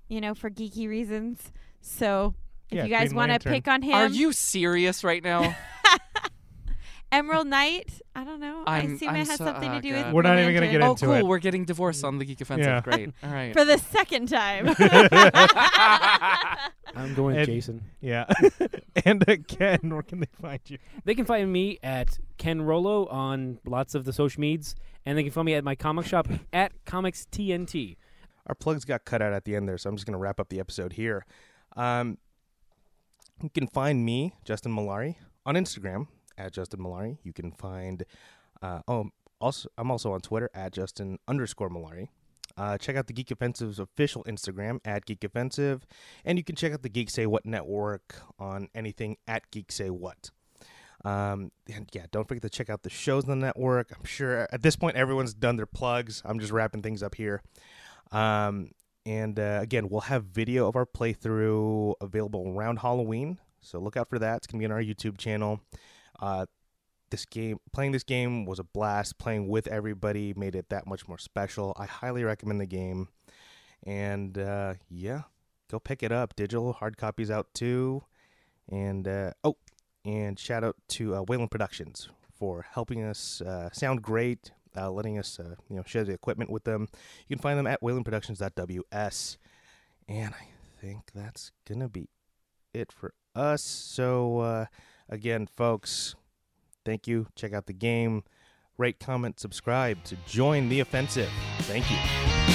S10: you know, for geeky reasons. So if
S9: Yeah,
S10: you guys
S9: Green
S10: want to
S9: Lantern.
S10: pick on him,
S6: Are you serious right now?
S10: Emerald Knight? I don't know. i
S6: I'm-
S10: assume
S6: I'm
S10: it has
S6: so-
S10: something
S6: oh,
S10: to do
S6: God.
S10: with.
S9: We're
S10: Green
S9: not even gonna get
S10: Lantern. Oh,
S6: oh,
S9: into
S6: cool.
S9: it.
S6: We're getting divorced on the Geek Offensive.
S9: Yeah.
S6: Great. All right.
S10: for the second time.
S2: I'm going
S9: And-
S2: Jason.
S9: yeah. and uh, Ken, where can they find you?
S2: They can find me at Ken Rolo on lots of the social medias, and they can find me at my comic shop at Comics TNT.
S1: Our plugs got cut out at the end there, so I'm just going to wrap up the episode here. Um, you can find me, Justin Malari, on Instagram at Justin Malari. You can find, uh, oh, also I'm also on Twitter at Justin underscore Malari. Uh, check out the Geek Offensive's official Instagram at Geek Offensive, and you can check out the Geek Say What network on anything at Geek Say What. Um, and yeah, don't forget to check out the shows on the network. I'm sure at this point everyone's done their plugs. I'm just wrapping things up here. Um, and uh, again, we'll have video of our playthrough available around Halloween, so look out for that. It's gonna be on our YouTube channel. Uh, this game, playing this game was a blast. Playing with everybody made it that much more special. I highly recommend the game, and uh, yeah, go pick it up. Digital hard copies out too, and uh, oh, and shout out to uh, Wayland Productions for helping us uh, sound great, uh, letting us uh, you know share the equipment with them. You can find them at whalenproductions.ws. And I think that's going to be it for us. So, uh, again, folks, thank you. Check out the game. Rate, comment, subscribe to join the offensive. Thank you.